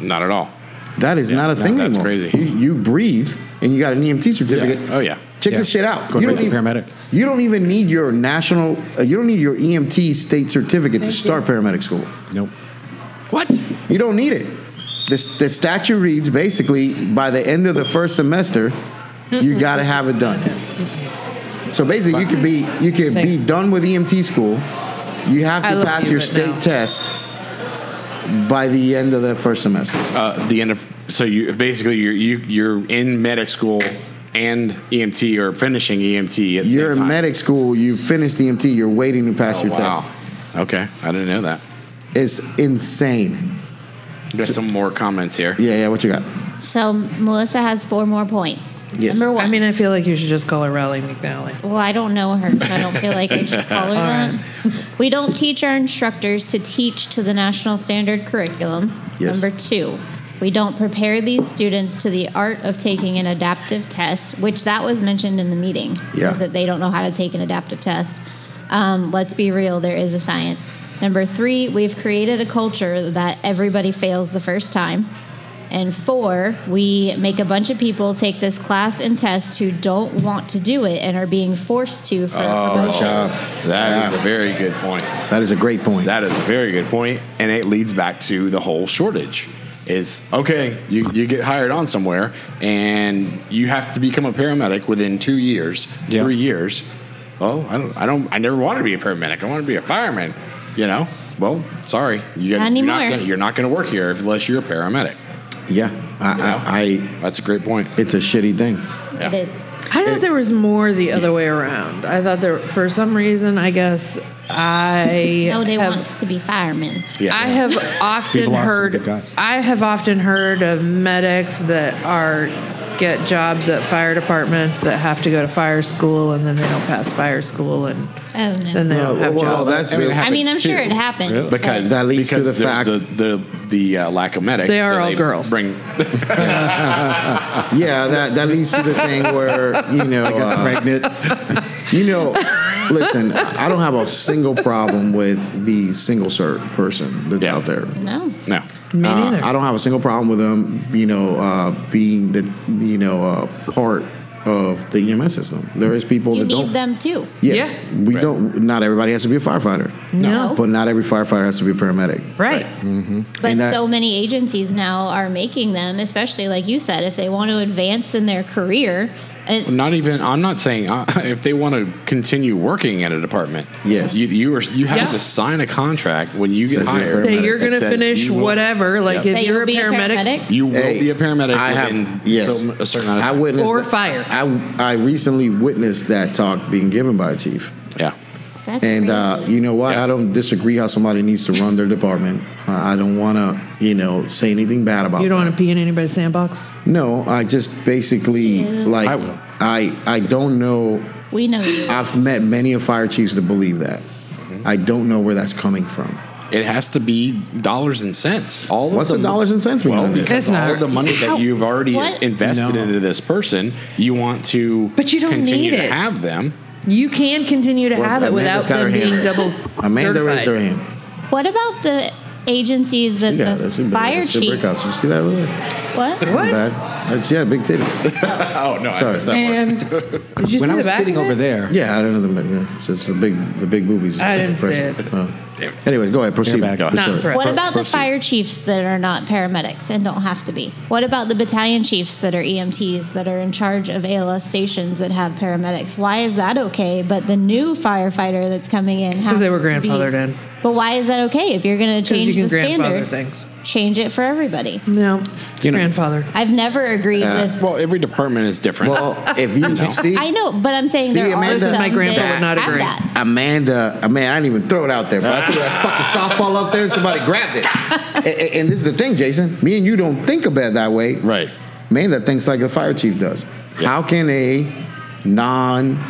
Speaker 4: Not at all.
Speaker 1: That is not a
Speaker 4: no,
Speaker 1: thing
Speaker 4: that's
Speaker 1: anymore.
Speaker 4: crazy.
Speaker 1: You, you breathe and you got an EMT certificate.
Speaker 4: Oh, yeah.
Speaker 1: Check
Speaker 8: Yeah.
Speaker 1: this shit out.
Speaker 8: Go
Speaker 1: you
Speaker 8: right to
Speaker 1: even,
Speaker 8: paramedic.
Speaker 1: You don't even need your national. Uh, you don't need your EMT state certificate to start paramedic school.
Speaker 8: Nope. Uh,
Speaker 4: What?
Speaker 1: You don't need it. The, s- the statute reads basically by the end of the first semester, you got to have it done. So basically, you could be you could be
Speaker 5: Thanks.
Speaker 1: done with EMT school. You have
Speaker 5: I
Speaker 1: to
Speaker 5: love
Speaker 1: pass
Speaker 5: you,
Speaker 1: your
Speaker 5: but
Speaker 1: state
Speaker 5: no.
Speaker 1: test by the end of the first semester.
Speaker 4: Uh, the end of so you basically you're you, you're in medic school and EMT or finishing EMT at the
Speaker 1: You're
Speaker 4: same
Speaker 1: in
Speaker 4: time.
Speaker 1: medic school. You finished the EMT. You're waiting to pass
Speaker 4: Oh,
Speaker 1: your
Speaker 4: wow.
Speaker 1: test.
Speaker 4: Okay, I didn't know that.
Speaker 1: It's insane.
Speaker 4: Got some more comments here.
Speaker 1: Yeah, yeah. What you got?
Speaker 2: So Melissa has four more points.
Speaker 1: Yes.
Speaker 2: Number one.
Speaker 5: I mean, I feel like you should just call her Raleigh McNally.
Speaker 2: well, I don't know her, so I don't feel like I should
Speaker 1: (laughs)
Speaker 2: call her that. We don't teach our instructors to teach to the national standard curriculum.
Speaker 1: Yes.
Speaker 2: Number two, we don't prepare these students to the art of taking an adaptive test, which that was mentioned in the meeting.
Speaker 1: Yeah.
Speaker 2: That they don't know how to take an adaptive test. Um, let's be real, there is a science. Number three, we've created a culture that everybody fails the first time. And four, we make a bunch of people take this class and test who don't want to do it and are being forced to for
Speaker 4: Oh,
Speaker 2: promotion.
Speaker 4: that is a very good point.
Speaker 1: That is a great point.
Speaker 4: That is a very good point, and it leads back to the whole shortage. Is okay, you, you get hired on somewhere, and you have to become a paramedic within two years,
Speaker 8: Yeah.
Speaker 4: three years. Well, I don't, I don't, I never wanted to be a paramedic. I wanted to be a fireman. You know. Well, sorry, you
Speaker 2: Not
Speaker 4: you're not
Speaker 2: anymore.
Speaker 4: gonna- you're not going to work here unless you're a paramedic.
Speaker 1: yeah, I, I,
Speaker 4: That's a great point.
Speaker 1: I, it's a shitty thing.
Speaker 2: It is.
Speaker 5: I thought there was more the other way around. I thought there, for some reason, I guess I
Speaker 2: (laughs) No, they
Speaker 5: have
Speaker 2: want to be firemen.
Speaker 4: Yeah.
Speaker 5: I have often
Speaker 8: People are some
Speaker 5: heard
Speaker 8: good guys.
Speaker 5: I have often heard of medics that are get jobs at fire departments that have to go to fire school and then they don't pass fire school and
Speaker 2: Oh, no.
Speaker 5: then they don't have jobs.
Speaker 1: that's
Speaker 4: mean, it
Speaker 2: I mean, I'm
Speaker 4: happens
Speaker 2: sure
Speaker 4: too.
Speaker 2: it happens. but-
Speaker 4: because
Speaker 1: That leads to
Speaker 4: because
Speaker 1: the
Speaker 4: there's
Speaker 1: fact-
Speaker 4: the the, the uh, lack of medics.
Speaker 5: They are all girls.
Speaker 4: Bring (laughs)
Speaker 1: yeah. That that leads to the thing where you
Speaker 4: (laughs)
Speaker 1: know, uh,
Speaker 8: Pregnant.
Speaker 1: (laughs) you know. Listen, I don't have a single problem with the single cert person that's
Speaker 4: Yeah.
Speaker 1: out there.
Speaker 2: no.
Speaker 4: no.
Speaker 5: Me
Speaker 1: Uh,
Speaker 5: neither.
Speaker 1: I don't have a single problem with them, you know, uh, being the you know uh, part of the EMS system. There is people
Speaker 2: You
Speaker 1: that don't.
Speaker 2: need them too.
Speaker 1: Yes,
Speaker 5: Yeah.
Speaker 1: we don't. Not everybody has to be a firefighter.
Speaker 5: No.
Speaker 1: but not every firefighter has to be a paramedic.
Speaker 5: right.
Speaker 2: But
Speaker 1: And that-
Speaker 2: so many agencies now are making them, especially like you said, if they want to advance in their career. uh, And
Speaker 4: Not even. I'm not saying uh, (laughs) if they want to continue working at a department.
Speaker 1: Yes.
Speaker 4: you you, are, you have
Speaker 5: Yeah.
Speaker 4: to sign a contract when you get
Speaker 1: Says you're a
Speaker 4: hired.
Speaker 5: Say
Speaker 1: paramedic.
Speaker 5: you're
Speaker 4: It
Speaker 5: gonna
Speaker 4: says
Speaker 5: finish
Speaker 4: you will-
Speaker 5: whatever, like
Speaker 4: Yeah.
Speaker 5: if
Speaker 2: that
Speaker 5: you're
Speaker 2: you'll
Speaker 5: a
Speaker 2: be a
Speaker 5: paramedic,
Speaker 2: paramedic.
Speaker 4: You will
Speaker 1: Hey,
Speaker 4: be a paramedic
Speaker 1: I have-
Speaker 4: within
Speaker 1: yes.
Speaker 4: some- a certain amount
Speaker 1: I
Speaker 4: of time.
Speaker 1: witnessed
Speaker 5: Or
Speaker 1: that-
Speaker 5: fire.
Speaker 1: I I recently witnessed that talk being given by a chief,
Speaker 4: Yeah.
Speaker 2: That's
Speaker 1: and uh,
Speaker 2: crazy.
Speaker 1: you know what?
Speaker 4: Yeah.
Speaker 1: I don't disagree how somebody needs to run their department. Uh, I don't want to, you know, say anything bad about.
Speaker 5: you don't want to
Speaker 1: that.
Speaker 5: pee in anybody's sandbox.
Speaker 1: No, I just basically like
Speaker 8: I will.
Speaker 1: I I don't know
Speaker 2: we know you.
Speaker 1: I've met many of fire chiefs that believe that. I don't know where that's coming from.
Speaker 4: It has to be dollars and cents. All
Speaker 1: What's
Speaker 4: of
Speaker 1: the dollars and cents
Speaker 4: Well,
Speaker 1: behind it?
Speaker 4: because
Speaker 5: It's
Speaker 4: all
Speaker 5: not-
Speaker 4: of the money that you've already
Speaker 2: What?
Speaker 4: invested
Speaker 8: No.
Speaker 4: into this person, you want to
Speaker 5: But you don't
Speaker 4: continue
Speaker 5: need
Speaker 4: to
Speaker 5: it.
Speaker 4: have them.
Speaker 5: You can continue to have it
Speaker 1: Amanda's
Speaker 5: without
Speaker 1: got her
Speaker 5: them
Speaker 1: hand
Speaker 5: being
Speaker 1: raised.
Speaker 5: double
Speaker 1: Amanda raised her
Speaker 5: certified. Uh,
Speaker 1: hand.
Speaker 2: What about the agencies that
Speaker 1: Yeah,
Speaker 2: the
Speaker 1: that's a big-
Speaker 2: fire
Speaker 1: that's a brick
Speaker 2: chief?
Speaker 1: house. You see that over there?
Speaker 2: What?
Speaker 5: What?
Speaker 1: Bad. That's, yeah, big titties.
Speaker 4: Oh no,
Speaker 1: Sorry. missed that (laughs)
Speaker 8: And
Speaker 5: Did you
Speaker 8: when
Speaker 5: see
Speaker 8: I
Speaker 5: the
Speaker 8: was
Speaker 5: back
Speaker 8: sitting
Speaker 5: of
Speaker 8: over
Speaker 5: it?
Speaker 8: there,
Speaker 1: Yeah, I don't know the big- yeah, it's, it's the big the big boobies.
Speaker 5: I didn't see
Speaker 1: Impressive.
Speaker 5: it.
Speaker 1: Oh. Anyways, go ahead. Proceed.
Speaker 8: Airbag.
Speaker 1: Proceed.
Speaker 5: Not impressed.
Speaker 2: What about the fire chiefs that are not paramedics and don't have to be? What about the battalion chiefs that are EMTs that are in charge of ALS stations that have paramedics? Why is that okay? But the new firefighter that's coming in has
Speaker 5: they were
Speaker 2: to be-
Speaker 5: grandfathered in.
Speaker 2: But why is that okay if you're going to
Speaker 5: Because
Speaker 2: change
Speaker 5: you
Speaker 2: the
Speaker 5: can grandfather
Speaker 2: standard?
Speaker 5: things.
Speaker 2: Change it for everybody.
Speaker 5: No, it's
Speaker 8: know-
Speaker 5: grandfathered.
Speaker 2: I've never agreed with.
Speaker 4: Well, every department is different.
Speaker 1: Well, if
Speaker 5: (laughs)
Speaker 1: you see
Speaker 2: I know, but I'm saying
Speaker 1: See,
Speaker 2: there are
Speaker 1: Amanda-
Speaker 2: some
Speaker 1: My
Speaker 5: grandpa
Speaker 2: that
Speaker 5: would not
Speaker 2: have
Speaker 5: agree.
Speaker 2: that.
Speaker 1: Amanda, uh, man, I didn't even throw it out there, but I threw that
Speaker 5: (laughs)
Speaker 1: fucking softball up there and somebody grabbed it. And, and- and this is the thing, Jason. Me and you don't think about it that way.
Speaker 4: Right.
Speaker 1: Amanda thinks like the fire chief does. How can a non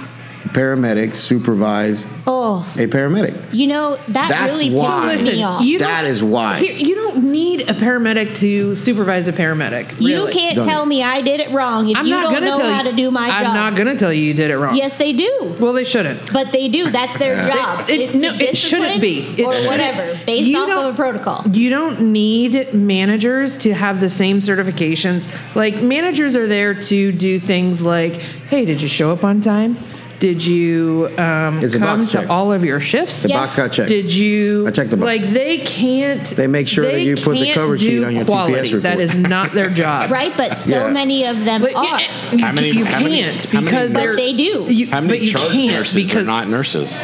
Speaker 1: paramedic supervise
Speaker 2: Oh,
Speaker 1: a paramedic?
Speaker 2: you know that
Speaker 1: That's
Speaker 2: really
Speaker 1: why.
Speaker 2: pisses me
Speaker 5: Listen,
Speaker 2: off.
Speaker 5: you don't-
Speaker 1: That is why.
Speaker 5: Here- you don't need a paramedic to supervise a paramedic.
Speaker 2: You
Speaker 5: really.
Speaker 2: can't
Speaker 1: Don't e-
Speaker 2: tell me I did it wrong if
Speaker 5: I'm
Speaker 2: you
Speaker 5: not
Speaker 2: don't
Speaker 5: gonna
Speaker 2: know
Speaker 5: tell
Speaker 2: how
Speaker 5: you,
Speaker 2: to do my
Speaker 5: I'm
Speaker 2: job.
Speaker 5: not gonna tell you you did it wrong.
Speaker 2: yes, they do.
Speaker 5: Well, they shouldn't.
Speaker 2: But they do. That's their job.
Speaker 5: It-
Speaker 2: It's to
Speaker 5: no, it
Speaker 2: discipline
Speaker 5: shouldn't be. It
Speaker 2: or
Speaker 5: shouldn't-
Speaker 2: whatever, based
Speaker 5: You
Speaker 2: off
Speaker 5: don't-
Speaker 2: of a protocol.
Speaker 5: You don't need managers to have the same certifications. Like managers are there to do things like, hey, did you show up on time? Did you um,
Speaker 1: Is the
Speaker 5: come
Speaker 1: box
Speaker 5: to
Speaker 1: checked?
Speaker 5: all of your shifts?
Speaker 1: The box got checked.
Speaker 5: Did you?
Speaker 1: I checked the box.
Speaker 5: Like they can't.
Speaker 1: They make sure that
Speaker 5: they
Speaker 1: you put the
Speaker 5: can't
Speaker 1: cover sheet
Speaker 5: do
Speaker 1: on your TPS
Speaker 5: quality. That
Speaker 1: report.
Speaker 5: is not
Speaker 1: (laughs)
Speaker 5: their job.
Speaker 2: Right, but so
Speaker 1: Yeah.
Speaker 2: many of them
Speaker 5: But
Speaker 2: are.
Speaker 5: you, you,
Speaker 4: How many-
Speaker 5: you
Speaker 4: how many-
Speaker 5: can't
Speaker 4: how many
Speaker 5: because
Speaker 4: nurse-
Speaker 5: they're-
Speaker 2: But they do.
Speaker 5: You,
Speaker 4: How
Speaker 5: but
Speaker 4: many
Speaker 5: you
Speaker 4: charge
Speaker 5: can't
Speaker 4: nurses are
Speaker 5: because
Speaker 4: not nurses?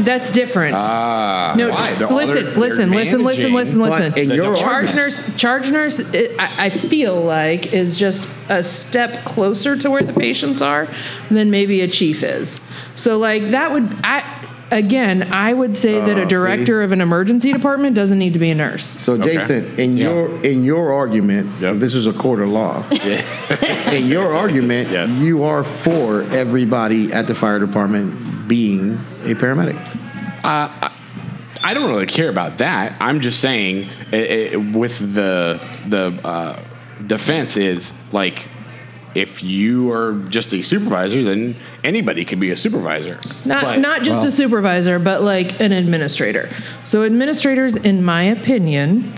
Speaker 5: that's different.
Speaker 1: Uh,
Speaker 4: Ah,
Speaker 5: No,
Speaker 4: why? They're all-
Speaker 5: listen,
Speaker 4: they're- they're
Speaker 5: listen, listen, listen,
Speaker 4: managing.
Speaker 5: listen,
Speaker 1: But
Speaker 5: listen.
Speaker 1: in your
Speaker 5: charge
Speaker 1: argument-
Speaker 5: nurse, charge nurse, i I, I feel like is just a step closer to where the patients are than maybe a chief is. So like that would I. Again, I would say that a
Speaker 1: Oh, see?
Speaker 5: director of an emergency department doesn't need to be a nurse.
Speaker 1: So Jason, in
Speaker 4: Yeah.
Speaker 1: your in your argument,
Speaker 4: Yep.
Speaker 1: if this is a court of
Speaker 4: (laughs)
Speaker 1: law. (laughs) in your argument,
Speaker 4: Yes.
Speaker 1: you are for everybody at the fire department being a paramedic.
Speaker 4: Uh, I don't really care about that. I'm just saying i i with the the uh, defense is like if you are just a supervisor, then anybody can be a supervisor.
Speaker 5: Not
Speaker 4: But-
Speaker 5: not just a supervisor, but like an administrator. So administrators, in my opinion,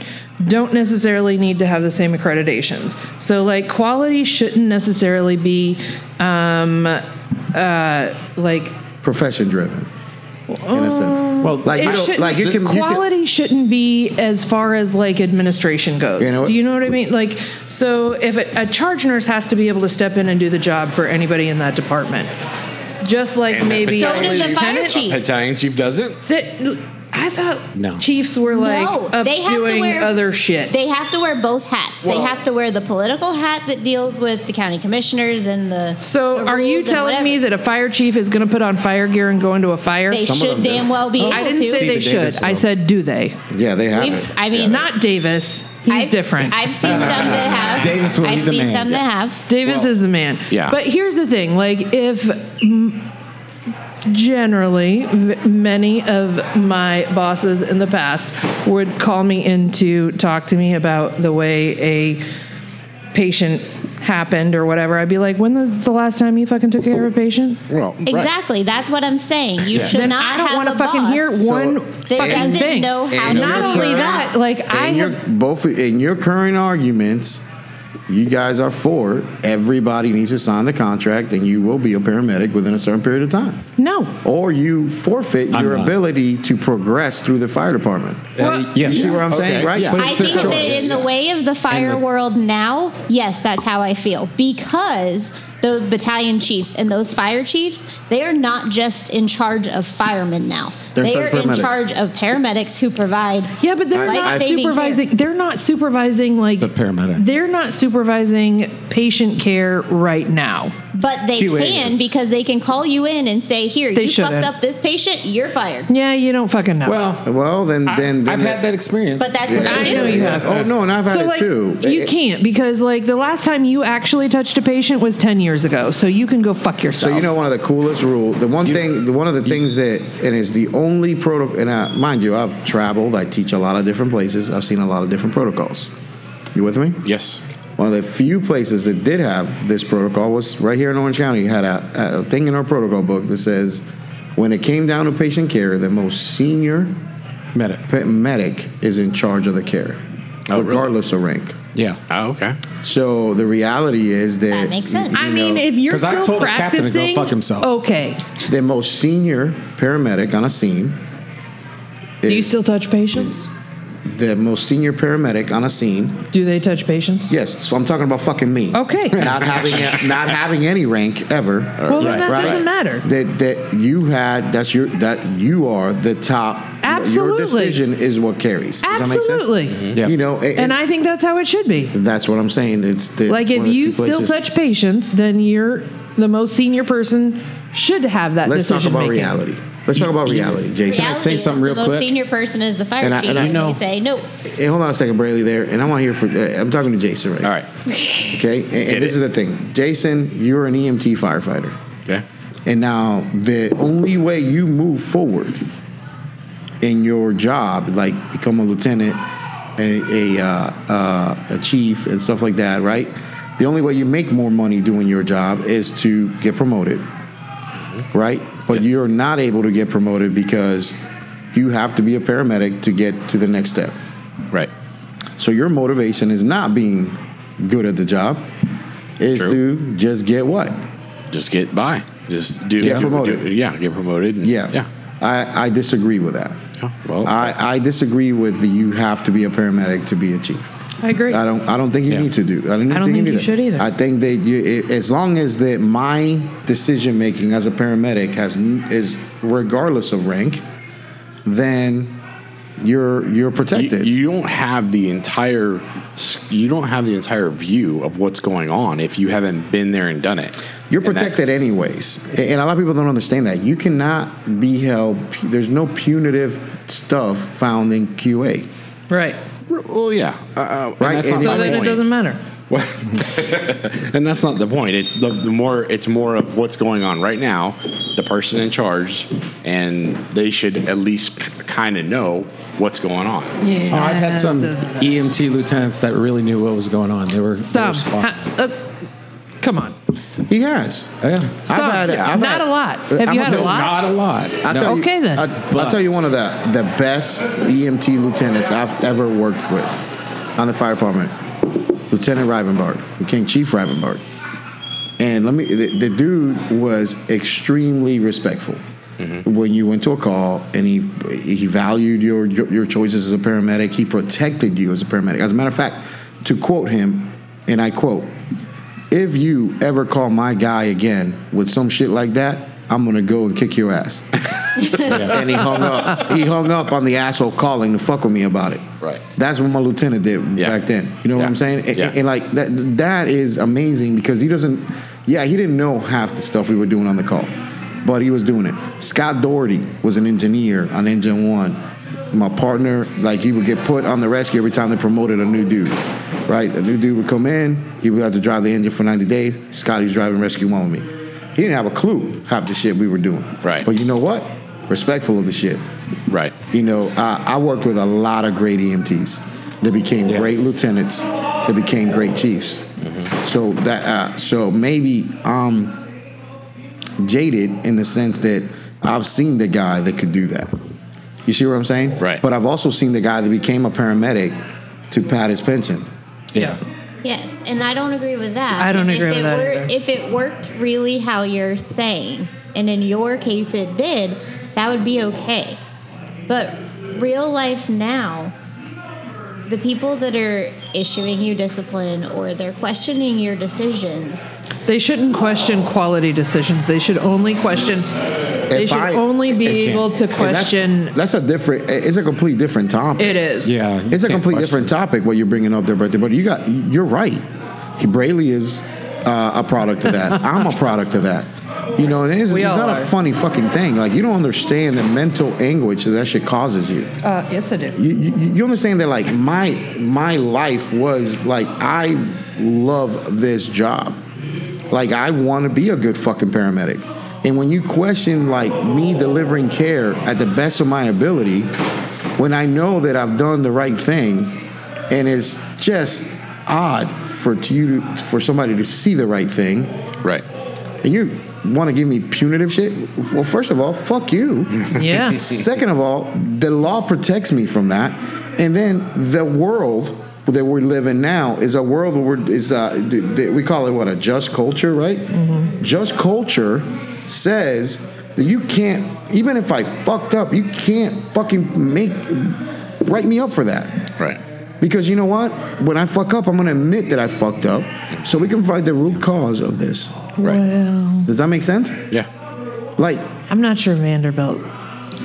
Speaker 5: don't necessarily need to have the same accreditations. So like quality shouldn't necessarily be um, uh, like
Speaker 1: Profession driven. In a sense. Well, like you
Speaker 5: Oh. it
Speaker 1: don't,
Speaker 5: shouldn't,
Speaker 1: like you can you can-
Speaker 5: quality shouldn't be as far as like administration goes.
Speaker 1: You know what-
Speaker 5: do you know what I mean? Like, so if a, a charge nurse has to be able to step in and do the job for anybody in that department, just like
Speaker 4: And
Speaker 5: maybe
Speaker 2: So
Speaker 5: a
Speaker 2: does the fire
Speaker 5: lieutenant-
Speaker 2: chief.
Speaker 4: Italian chief doesn't.
Speaker 5: That, I thought
Speaker 8: No.
Speaker 5: chiefs were like
Speaker 2: No,
Speaker 5: up
Speaker 2: they have to
Speaker 5: doing
Speaker 2: wear-
Speaker 5: other shit.
Speaker 2: They have to wear both hats. they have to wear the political hat that deals with the county commissioners and the.
Speaker 5: so
Speaker 2: the
Speaker 5: are you
Speaker 2: rules and
Speaker 5: telling me
Speaker 2: whatever.
Speaker 5: that a fire chief is going to put on fire gear and go into a fire?
Speaker 2: they
Speaker 9: Some of
Speaker 2: should
Speaker 9: them do.
Speaker 2: damn well be?
Speaker 5: I
Speaker 2: able
Speaker 5: didn't
Speaker 2: to.
Speaker 5: say they
Speaker 8: Davis
Speaker 5: should. I
Speaker 8: will.
Speaker 5: said do they?
Speaker 1: Yeah, they have
Speaker 2: We've-
Speaker 1: it.
Speaker 2: I mean,
Speaker 5: Not Davis. He's
Speaker 2: I've,
Speaker 5: different.
Speaker 2: I've seen some that have.
Speaker 8: Davis will,
Speaker 2: I've
Speaker 8: he's the
Speaker 2: seen
Speaker 8: man.
Speaker 2: some that have.
Speaker 5: Davis is the man.
Speaker 4: yeah.
Speaker 5: But here's the thing: like, if mm, generally v- many of my bosses in the past would call me in to talk to me about the way a patient happened or whatever, I'd be like, "When was the last time you fucking took care of a patient?"
Speaker 4: Well, right.
Speaker 2: Exactly. That's what I'm saying. You should
Speaker 5: Then
Speaker 2: not
Speaker 5: I don't
Speaker 2: want to
Speaker 5: fucking hear one
Speaker 2: that
Speaker 5: fucking
Speaker 2: doesn't
Speaker 5: thing.
Speaker 2: know how
Speaker 1: And
Speaker 2: to
Speaker 5: Not
Speaker 1: your
Speaker 5: only
Speaker 1: current-
Speaker 5: that, like I
Speaker 1: in your,
Speaker 5: have
Speaker 1: both in your current arguments, you guys are for it. everybody needs to sign the contract, and you will be a paramedic within a certain period of time,
Speaker 5: no.
Speaker 1: or you forfeit
Speaker 8: I'm
Speaker 1: your
Speaker 8: not.
Speaker 1: ability to progress through the fire department.
Speaker 8: Uh, yes.
Speaker 1: You see what I'm saying, right?
Speaker 8: yeah.
Speaker 1: But
Speaker 2: I
Speaker 1: it's their
Speaker 2: think that in
Speaker 1: choice.
Speaker 2: the way of the fire
Speaker 8: And the-
Speaker 2: world now, yes, that's how I feel because those battalion chiefs and those fire chiefs, they are not just in charge of firemen now.
Speaker 1: They're in
Speaker 2: They
Speaker 1: charge
Speaker 2: are
Speaker 1: of
Speaker 2: in
Speaker 1: paramedics.
Speaker 2: charge of paramedics who provide.
Speaker 5: Yeah, but they're
Speaker 1: I-
Speaker 5: not
Speaker 1: I-
Speaker 2: Life-saving
Speaker 5: supervising. They're not supervising like
Speaker 8: The paramedic.
Speaker 5: They're not supervising patient care right now.
Speaker 2: But they
Speaker 1: QA
Speaker 2: can
Speaker 1: is.
Speaker 2: because they can call you in and say, "Here,
Speaker 5: They
Speaker 2: you
Speaker 5: shouldn't.
Speaker 2: fucked up this patient. You're fired."
Speaker 5: Yeah, you don't fucking know.
Speaker 8: Well,
Speaker 1: well, then,
Speaker 8: I-
Speaker 1: then, then
Speaker 8: I've had that experience.
Speaker 2: But that's what
Speaker 5: I
Speaker 2: they
Speaker 5: know
Speaker 2: do.
Speaker 5: you have.
Speaker 1: Oh no, and I've had
Speaker 5: so
Speaker 1: it
Speaker 5: like
Speaker 1: too.
Speaker 5: you
Speaker 1: It-
Speaker 5: can't because like the last time you actually touched a patient was 10 years ago. So you can go fuck yourself.
Speaker 1: So you know one of the coolest rules. The one thing, the, one of the things that, and it's the only protocol. And I, mind you, I've traveled. I teach a lot of different places. I've seen a lot of different protocols. You with me?
Speaker 4: Yes.
Speaker 1: One of the few places that did have this protocol was right here in Orange County. You had a, a thing in our protocol book that says, when it came down to patient care, the most senior
Speaker 8: medic.
Speaker 1: pa- medic is in charge of the care,
Speaker 4: Oh, really?
Speaker 1: regardless of rank.
Speaker 8: Yeah.
Speaker 4: Oh, okay.
Speaker 1: So the reality is that
Speaker 2: That makes sense.
Speaker 5: I mean, if you're
Speaker 8: 'Cause I
Speaker 5: still
Speaker 8: told the captain
Speaker 5: practicing,
Speaker 8: to go fuck himself.
Speaker 5: Okay.
Speaker 1: the most senior paramedic on a scene.
Speaker 5: Do you
Speaker 1: is-
Speaker 5: still touch patients?
Speaker 1: the most senior paramedic on a scene.
Speaker 5: Do they touch patients?
Speaker 1: Yes, so I'm talking about fucking me. (laughs)
Speaker 5: Okay.
Speaker 1: Not having not having any rank ever.
Speaker 5: Well, then that doesn't matter.
Speaker 1: That that you had that's your that you are the top.
Speaker 5: Absolutely.
Speaker 1: Your decision is what carries. Does that make sense? Mm-hmm.
Speaker 5: Absolutely.
Speaker 8: Yeah.
Speaker 1: You know, and,
Speaker 5: And I think that's how it should be.
Speaker 1: that's what I'm saying. It's the,
Speaker 5: Like
Speaker 1: one
Speaker 5: if
Speaker 1: of the
Speaker 5: you
Speaker 1: few
Speaker 5: still
Speaker 1: places-
Speaker 5: touch patients, then you're the most senior person should have that
Speaker 1: Let's talk
Speaker 5: decision
Speaker 1: about
Speaker 5: making.
Speaker 1: reality. Let's talk about reality, Jason.
Speaker 2: Reality
Speaker 8: say
Speaker 2: is
Speaker 8: something
Speaker 2: the
Speaker 8: real
Speaker 2: most
Speaker 8: quick?
Speaker 2: senior person is the fire
Speaker 1: And I-
Speaker 2: chief,
Speaker 1: and I
Speaker 2: and,
Speaker 8: know-
Speaker 2: they say, "No,
Speaker 1: Hey, hold on a second, Braley. There, and I want to hear from. uh, I'm talking to Jason right.
Speaker 4: All right.
Speaker 1: Okay, and, and
Speaker 4: Get
Speaker 1: this is
Speaker 4: it.
Speaker 1: the thing, Jason. You're an EMT firefighter.
Speaker 4: Okay.
Speaker 1: And now the only way you move forward in your job, like become a lieutenant, a a, uh, uh, a chief, and stuff like that, right? The only way you make more money doing your job is to get promoted, right? But you're not able to get promoted because you have to be a paramedic to get to the next step.
Speaker 4: Right.
Speaker 1: So your motivation is not being good at the job, is
Speaker 4: True.
Speaker 1: to just get what?
Speaker 4: Just get by. Just do.
Speaker 1: Get
Speaker 4: do-
Speaker 1: promoted.
Speaker 4: do- yeah. Get promoted. and-
Speaker 1: Yeah.
Speaker 4: Yeah.
Speaker 1: I, I disagree with that.
Speaker 4: Oh, well.
Speaker 1: I, I disagree with the, you have to be a paramedic to be a chief.
Speaker 5: I agree.
Speaker 1: I don't I don't think you
Speaker 8: Yeah.
Speaker 1: need to do. I don't,
Speaker 5: I don't think
Speaker 1: do
Speaker 5: you
Speaker 1: that.
Speaker 5: should either.
Speaker 1: I think that you, it, as long as that my decision making as a paramedic has n- is regardless of rank, then you're you're
Speaker 4: you,
Speaker 1: protected.
Speaker 4: you don't have the entire s- you don't have the entire view of what's going on if you haven't been there and done it.
Speaker 1: You're
Speaker 4: And that-
Speaker 1: protected anyways. A- And a lot of people don't understand that. You cannot be held pu- there's no punitive stuff found in QA.
Speaker 5: Right.
Speaker 4: Well, yeah, uh, uh,
Speaker 1: Right,
Speaker 4: And
Speaker 1: and
Speaker 4: that's not
Speaker 1: So
Speaker 5: So
Speaker 4: my
Speaker 5: then it
Speaker 4: point.
Speaker 5: doesn't matter.
Speaker 4: and that's not the point. It's the, the more it's more of what's going on right now. The person in charge, and they should at least kind of know what's going on.
Speaker 5: Yeah.
Speaker 8: Oh, I've had E some EMT lieutenants that really knew what was going on. They were, they
Speaker 5: Some.
Speaker 8: were spot-
Speaker 5: Ha- uh, Come on.
Speaker 1: He has.
Speaker 4: Oh,
Speaker 8: Yeah.
Speaker 5: Stop. Not a
Speaker 1: Uh,
Speaker 5: lot. Have you had a
Speaker 1: okay.
Speaker 5: lot?
Speaker 8: Not a lot.
Speaker 1: I'll
Speaker 8: No.
Speaker 1: tell you,
Speaker 5: Okay, then.
Speaker 1: I,
Speaker 8: But-
Speaker 1: will tell you one of the, the best EMT lieutenants I've ever worked with on the fire department, Lieutenant Rivenbart, became Chief Rivenbart. And let me, the, the dude was extremely respectful. When you went to a call, and he he valued your your choices as a paramedic, he protected you as a paramedic. As a matter of fact, to quote him, and I quote, if you ever call my guy again with some shit like that, I'm gonna go and kick your ass. (laughs) and he hung up. He hung up on the asshole calling to fuck with me about it.
Speaker 4: Right.
Speaker 1: That's what my lieutenant did
Speaker 4: Yeah.
Speaker 1: back then. You know
Speaker 4: Yeah.
Speaker 1: what I'm saying? And,
Speaker 4: Yeah.
Speaker 1: and like that, that is amazing because he doesn't. Yeah, he didn't know half the stuff we were doing on the call, but he was doing it. Scott Doherty was an engineer on Engine One. My partner, like he would get put on the rescue every time they promoted a new dude. Right, a new dude would come in. He would have to drive the engine for 90 days. Scotty's driving Rescue One with me. He didn't have a clue half the shit we were doing.
Speaker 4: Right.
Speaker 1: But you know what? Respectful of the shit.
Speaker 4: Right.
Speaker 1: You know, I, I worked with a lot of great E EMTs that became great lieutenants, that became great chiefs. So that, uh, so maybe I'm jaded in the sense that I've seen the guy that could do that. You see what I'm saying?
Speaker 4: Right.
Speaker 1: But I've also seen the guy that became a paramedic to pad his pension.
Speaker 5: Yeah.
Speaker 11: Yes, and I don't agree with that.
Speaker 5: I don't
Speaker 11: if
Speaker 5: agree with
Speaker 11: it
Speaker 5: that
Speaker 11: were,
Speaker 5: either.
Speaker 11: If it worked really how you're saying, and in your case it did, that would be okay. But real life now, the people that are issuing you discipline or they're questioning your decisions,
Speaker 5: They shouldn't question quality decisions. They should only question. They
Speaker 1: If
Speaker 5: should
Speaker 1: I-
Speaker 5: only be
Speaker 1: and-
Speaker 5: able to
Speaker 1: and that's-
Speaker 5: question.
Speaker 1: That's, a different. It's a complete different topic.
Speaker 5: It is.
Speaker 8: Yeah. you
Speaker 1: It's a
Speaker 8: can't
Speaker 1: completely
Speaker 8: question
Speaker 1: different topic what you're bringing up there, but but you got you're right. He Brayley is uh, a product of that. I'm a product of that. You know, and it's,
Speaker 5: We
Speaker 1: it's
Speaker 5: all
Speaker 1: not
Speaker 5: are.
Speaker 1: a funny fucking thing. Like you don't understand the mental anguish that that shit causes you.
Speaker 5: Uh, yes,
Speaker 1: (laughs)
Speaker 5: I do.
Speaker 1: You, you, you understand that like my my life was like I love this job. Like I want to be a good fucking paramedic. And when you question like me delivering care at the best of my ability, when I know that I've done the right thing, and it's just odd for to you to, for somebody to see the right thing,
Speaker 4: Right.
Speaker 1: and you want to give me punitive shit. Well, first of all, fuck you.
Speaker 5: Yeah.
Speaker 1: Second of all, the law protects me from that, and then the world that we live in now is a world where we're, is uh, d- d- we call it what a just culture, right? Just culture says that you can't, even if I fucked up, you can't fucking make write me up for that.
Speaker 4: Right.
Speaker 1: Because you know what? When I fuck up, I'm gonna admit that I fucked up, so we can find the root cause of this.
Speaker 4: Right.
Speaker 1: Does that make sense?
Speaker 4: Yeah.
Speaker 1: Like,
Speaker 5: I'm not sure Vanderbilt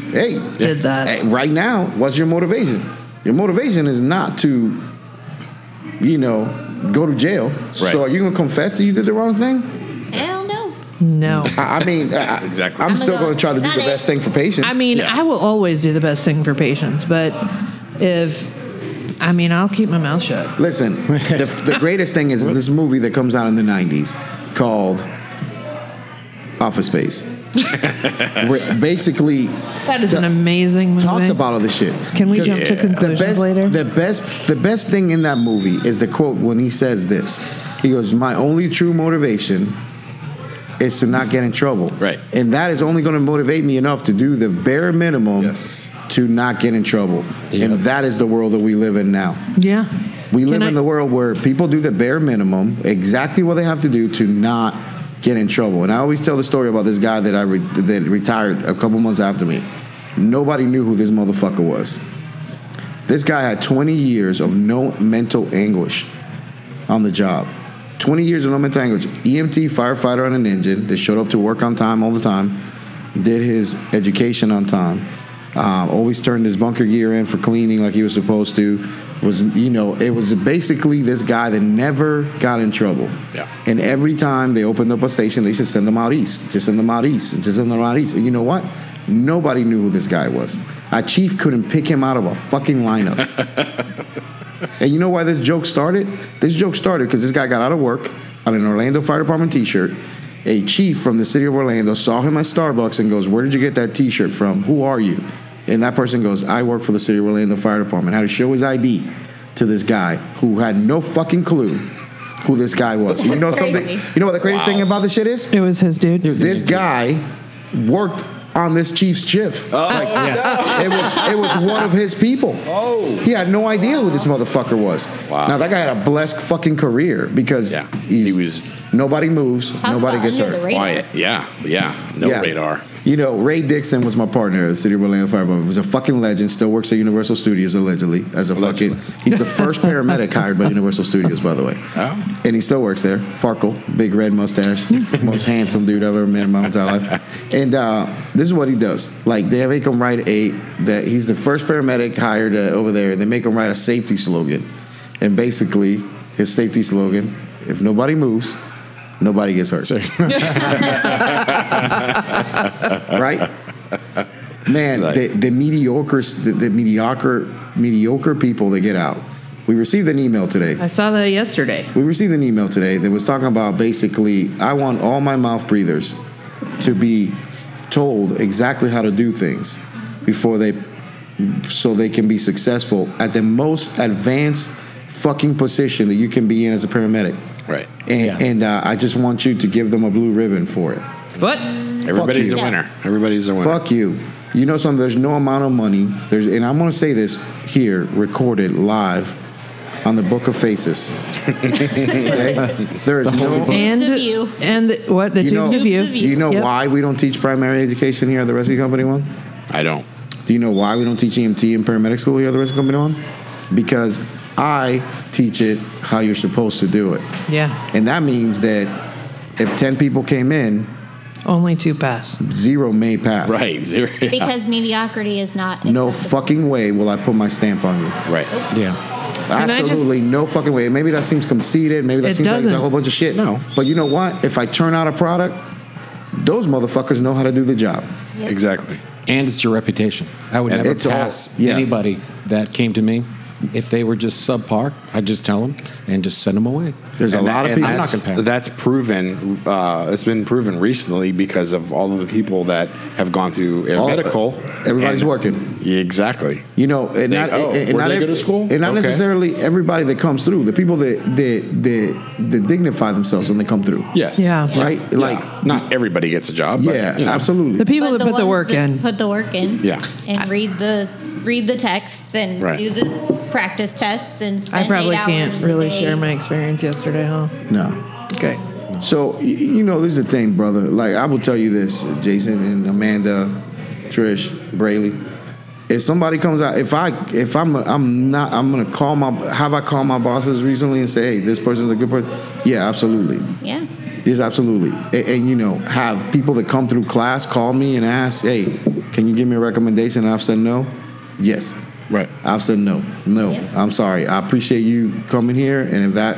Speaker 1: hey,
Speaker 5: did that.
Speaker 1: Hey, right now, what's your motivation? Your motivation is not to, you know, go to jail. So are you gonna confess that you did the wrong thing?
Speaker 11: hell no.
Speaker 5: No.
Speaker 1: I, I mean, I,
Speaker 4: Exactly.
Speaker 1: exactly. I'm
Speaker 11: I'm
Speaker 1: still
Speaker 11: gonna-
Speaker 1: gonna try to do
Speaker 11: not
Speaker 1: the
Speaker 11: it.
Speaker 1: best thing for patients.
Speaker 5: I mean,
Speaker 4: Yeah.
Speaker 5: I will always do the best thing for patients, but if, I mean, I'll keep my mouth shut.
Speaker 1: Listen, the, the greatest thing is this movie that comes out in the 90s called Office Space. Where basically
Speaker 5: That is an amazing movie.
Speaker 1: talks about all this shit.
Speaker 5: Can we
Speaker 1: Because
Speaker 5: jump to conclusions
Speaker 1: the best,
Speaker 5: later?
Speaker 1: The best, the best thing in that movie is the quote when he says this. He goes, "My only true motivation is to not get in trouble."
Speaker 4: Right.
Speaker 1: And that is only going to motivate me enough to do the bare minimum
Speaker 4: Yes.
Speaker 1: to not get in trouble. And that is the world that we live in now.
Speaker 5: yeah.
Speaker 1: We
Speaker 5: Can
Speaker 1: live
Speaker 5: I-
Speaker 1: in the world where people do the bare minimum, exactly what they have to do to not get in trouble. And I always tell the story about this guy that I re- that retired a couple months after me. Nobody knew who this motherfucker was. This guy had 20 years of no mental anguish on the job. 20 years of no mental anguish. EMT, firefighter on an engine that showed up to work on time all the time, did his education on time, uh, always turned his bunker gear in for cleaning like he was supposed to. Was, you know, it was basically this guy that never got in trouble.
Speaker 4: Yeah.
Speaker 1: And every time they opened up a station, they said, send them out east, just send them out east, just send them out east. And you know what? Nobody knew who this guy was. Our chief couldn't pick him out of a fucking lineup. And you know why this joke started? This joke started because this guy got out of work on an Orlando Fire Department t shirt. A chief from the city of Orlando saw him at Starbucks and goes, Where did you get that t shirt from? Who are you? And that person goes, I work for the city of Orlando Fire Department. Had to show his ID to this guy who had no fucking clue who this guy was. You know
Speaker 11: That's
Speaker 1: something?
Speaker 11: crazy.
Speaker 1: You know what the craziest thing about this shit is?
Speaker 5: It was his dude.
Speaker 1: This guy worked on this chief's shift.
Speaker 4: Oh,
Speaker 1: Like, It was it was one of his people.
Speaker 10: Oh.
Speaker 1: He had no idea who this motherfucker was.
Speaker 4: Wow.
Speaker 1: Now that guy had a blessed fucking career because
Speaker 4: Yeah.
Speaker 1: he's-
Speaker 4: He was-
Speaker 1: nobody moves,
Speaker 11: Talk
Speaker 1: nobody
Speaker 11: about
Speaker 1: gets
Speaker 11: under
Speaker 1: hurt.
Speaker 11: the radar.
Speaker 4: Why, yeah, yeah. No
Speaker 1: Yeah.
Speaker 4: radar.
Speaker 1: You know, Ray Dixon was my partner at the City of Orlando Fire Department. He was a fucking legend. Still works at Universal Studios allegedly as a fucking. He's the first paramedic hired by Universal Studios, by the way.
Speaker 4: Oh.
Speaker 1: And he still works there. Farkle, big red mustache, (laughs) most handsome dude I've ever met in my entire life. And uh, this is what he does. Like they make him write a that he's the first paramedic hired uh, over there, and they make him write a safety slogan. And basically, his safety slogan: If nobody moves, nobody gets hurt right? Man, the, the mediocre, the, the mediocre, mediocre people that get out. We received an email today.
Speaker 5: I saw that yesterday.
Speaker 1: We received an email today that was talking about basically, I want all my mouth breathers to be told exactly how to do things before they, so they can be successful at the most advanced fucking position that you can be in as a paramedic.
Speaker 4: Right.
Speaker 1: And, and uh, I just want you to give them a blue ribbon for it.
Speaker 5: What?
Speaker 4: Everybody's a
Speaker 1: you.
Speaker 4: winner. Everybody's a winner.
Speaker 1: Fuck you. You know something? There's no amount of money. There's, and I'm gonna say this here, recorded live on the Book of Faces. (laughs) okay? There is no.
Speaker 5: And
Speaker 11: of you.
Speaker 5: and the, what the
Speaker 1: You know,
Speaker 5: tubes of you?
Speaker 1: you know
Speaker 5: Yep.
Speaker 1: why we don't teach primary education here at the rescue company one?
Speaker 4: I don't.
Speaker 1: Do you know why we don't teach EMT in paramedic school here at the rescue company one? Because I teach it how you're supposed to do it,
Speaker 5: Yeah,
Speaker 1: and that means that if ten people came in,
Speaker 5: only two pass.
Speaker 1: zero may pass.
Speaker 4: Right. (laughs)
Speaker 11: Because mediocrity is not.
Speaker 1: No
Speaker 11: acceptable.
Speaker 1: fucking way will I put my stamp on you.
Speaker 4: right.
Speaker 8: Yeah.
Speaker 5: I just-
Speaker 1: Absolutely no fucking way. Maybe that seems conceited. Maybe that
Speaker 5: It
Speaker 1: seems like
Speaker 5: doesn't.
Speaker 1: a whole bunch of shit.
Speaker 4: No.
Speaker 1: But you know what? If I turn out a product, those motherfuckers know how to do the job.
Speaker 4: Exactly.
Speaker 8: And it's your reputation. I would never
Speaker 1: it's all-
Speaker 8: pass
Speaker 1: yeah.
Speaker 8: anybody that came to me. If they were just subpar, I'd just tell them and just send them away.
Speaker 1: There's a
Speaker 4: And
Speaker 1: lot
Speaker 4: that-
Speaker 1: of
Speaker 4: and
Speaker 1: people.
Speaker 8: I'm not
Speaker 4: that's,
Speaker 8: gonna pass.
Speaker 4: that's proven. Uh, it's been proven recently because of all of the people that have gone through air
Speaker 1: All- uh,
Speaker 4: medical.
Speaker 1: everybody's
Speaker 4: and-
Speaker 1: working.
Speaker 4: Yeah, exactly.
Speaker 1: You know, and
Speaker 4: They-
Speaker 1: not
Speaker 4: oh,
Speaker 1: and- and
Speaker 4: where'd
Speaker 1: not
Speaker 4: they go
Speaker 1: ev-
Speaker 4: to school?
Speaker 1: and not
Speaker 4: Okay.
Speaker 1: necessarily everybody that comes through. The people that that that, that dignify themselves when they come through.
Speaker 4: Yes.
Speaker 5: Yeah.
Speaker 1: Right. Like.
Speaker 4: Like not everybody gets a job. but,
Speaker 1: Yeah.
Speaker 4: you know.
Speaker 1: Absolutely.
Speaker 5: The people
Speaker 11: But
Speaker 5: that put
Speaker 11: ones
Speaker 5: the work
Speaker 11: that
Speaker 5: in.
Speaker 11: Put the work in.
Speaker 4: Yeah.
Speaker 11: And read the read the texts and
Speaker 4: Right.
Speaker 11: do the practice tests and spend
Speaker 5: I probably
Speaker 11: eight hours
Speaker 5: can't
Speaker 11: a
Speaker 5: really
Speaker 11: day.
Speaker 5: share my experience yesterday, huh?
Speaker 1: no.
Speaker 5: Okay.
Speaker 1: So y- you know, this is the thing, brother. Like I will tell you this, Jason and Amanda, Trish, Braley. If somebody comes out, if I if I'm I'm not I'm gonna call my have I called my bosses recently and say, hey, this person's a good person. Yeah, absolutely.
Speaker 11: Yeah.
Speaker 1: Yes, absolutely. And, and you know, have people that come through class call me and ask, hey, can you give me a recommendation? And I've said no. Yes.
Speaker 4: Right.
Speaker 1: I've said no. No.
Speaker 11: Yeah.
Speaker 1: I'm sorry. I appreciate you coming here, and if that.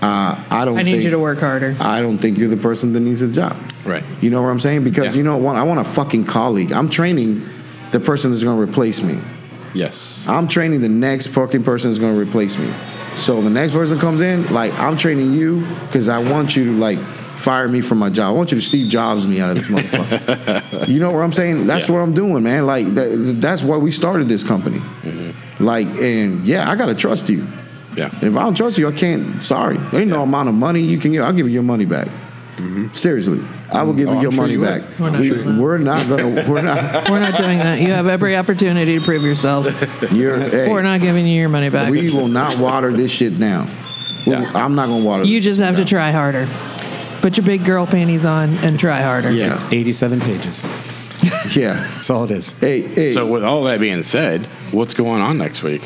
Speaker 1: Uh, I don't.
Speaker 5: I need
Speaker 1: think-
Speaker 5: you to
Speaker 1: (laughs)
Speaker 5: work harder.
Speaker 1: I don't think you're the person that needs a job.
Speaker 4: Right.
Speaker 1: You know what I'm saying? Because
Speaker 4: Yeah.
Speaker 1: you know what? I want a fucking colleague. I'm training the person that's going to replace me.
Speaker 4: Yes.
Speaker 1: I'm training the next fucking person that's going to replace me. So the next person comes in, like I'm training you because I want you to like fire me from my job. I want you to Steve Jobs me out of this
Speaker 4: (laughs)
Speaker 1: motherfucker. you know what I'm saying? That's
Speaker 4: Yeah.
Speaker 1: what I'm doing, man. Like that, that's why we started this company.
Speaker 4: Mm-hmm.
Speaker 1: Like, and yeah, I gotta trust you.
Speaker 4: Yeah.
Speaker 1: If I don't trust you, I can't. Sorry, there ain't no amount of money you can give. I'll give you your money back. Seriously, I will give
Speaker 4: Mm-hmm.
Speaker 1: you
Speaker 4: Oh, I'm
Speaker 1: your
Speaker 4: sure
Speaker 1: money
Speaker 4: you
Speaker 1: back.
Speaker 4: will.
Speaker 5: We're not
Speaker 1: we,
Speaker 5: sure you will.
Speaker 1: are not gonna. We're not.
Speaker 5: We're not doing that. You have every opportunity to prove yourself.
Speaker 1: You're. hey,
Speaker 5: (laughs) We're not giving you your money back.
Speaker 1: We will not water this shit down. We-
Speaker 4: Yeah.
Speaker 1: I'm not gonna water.
Speaker 5: you
Speaker 1: this
Speaker 5: just
Speaker 1: shit
Speaker 5: have to
Speaker 1: down.
Speaker 5: try harder. Put your big girl panties on and try harder.
Speaker 1: Yeah,
Speaker 5: (laughs)
Speaker 8: It's 87 pages.
Speaker 1: yeah.
Speaker 8: That's all it is.
Speaker 1: Hey, hey.
Speaker 4: So with all that being said, what's going on next week?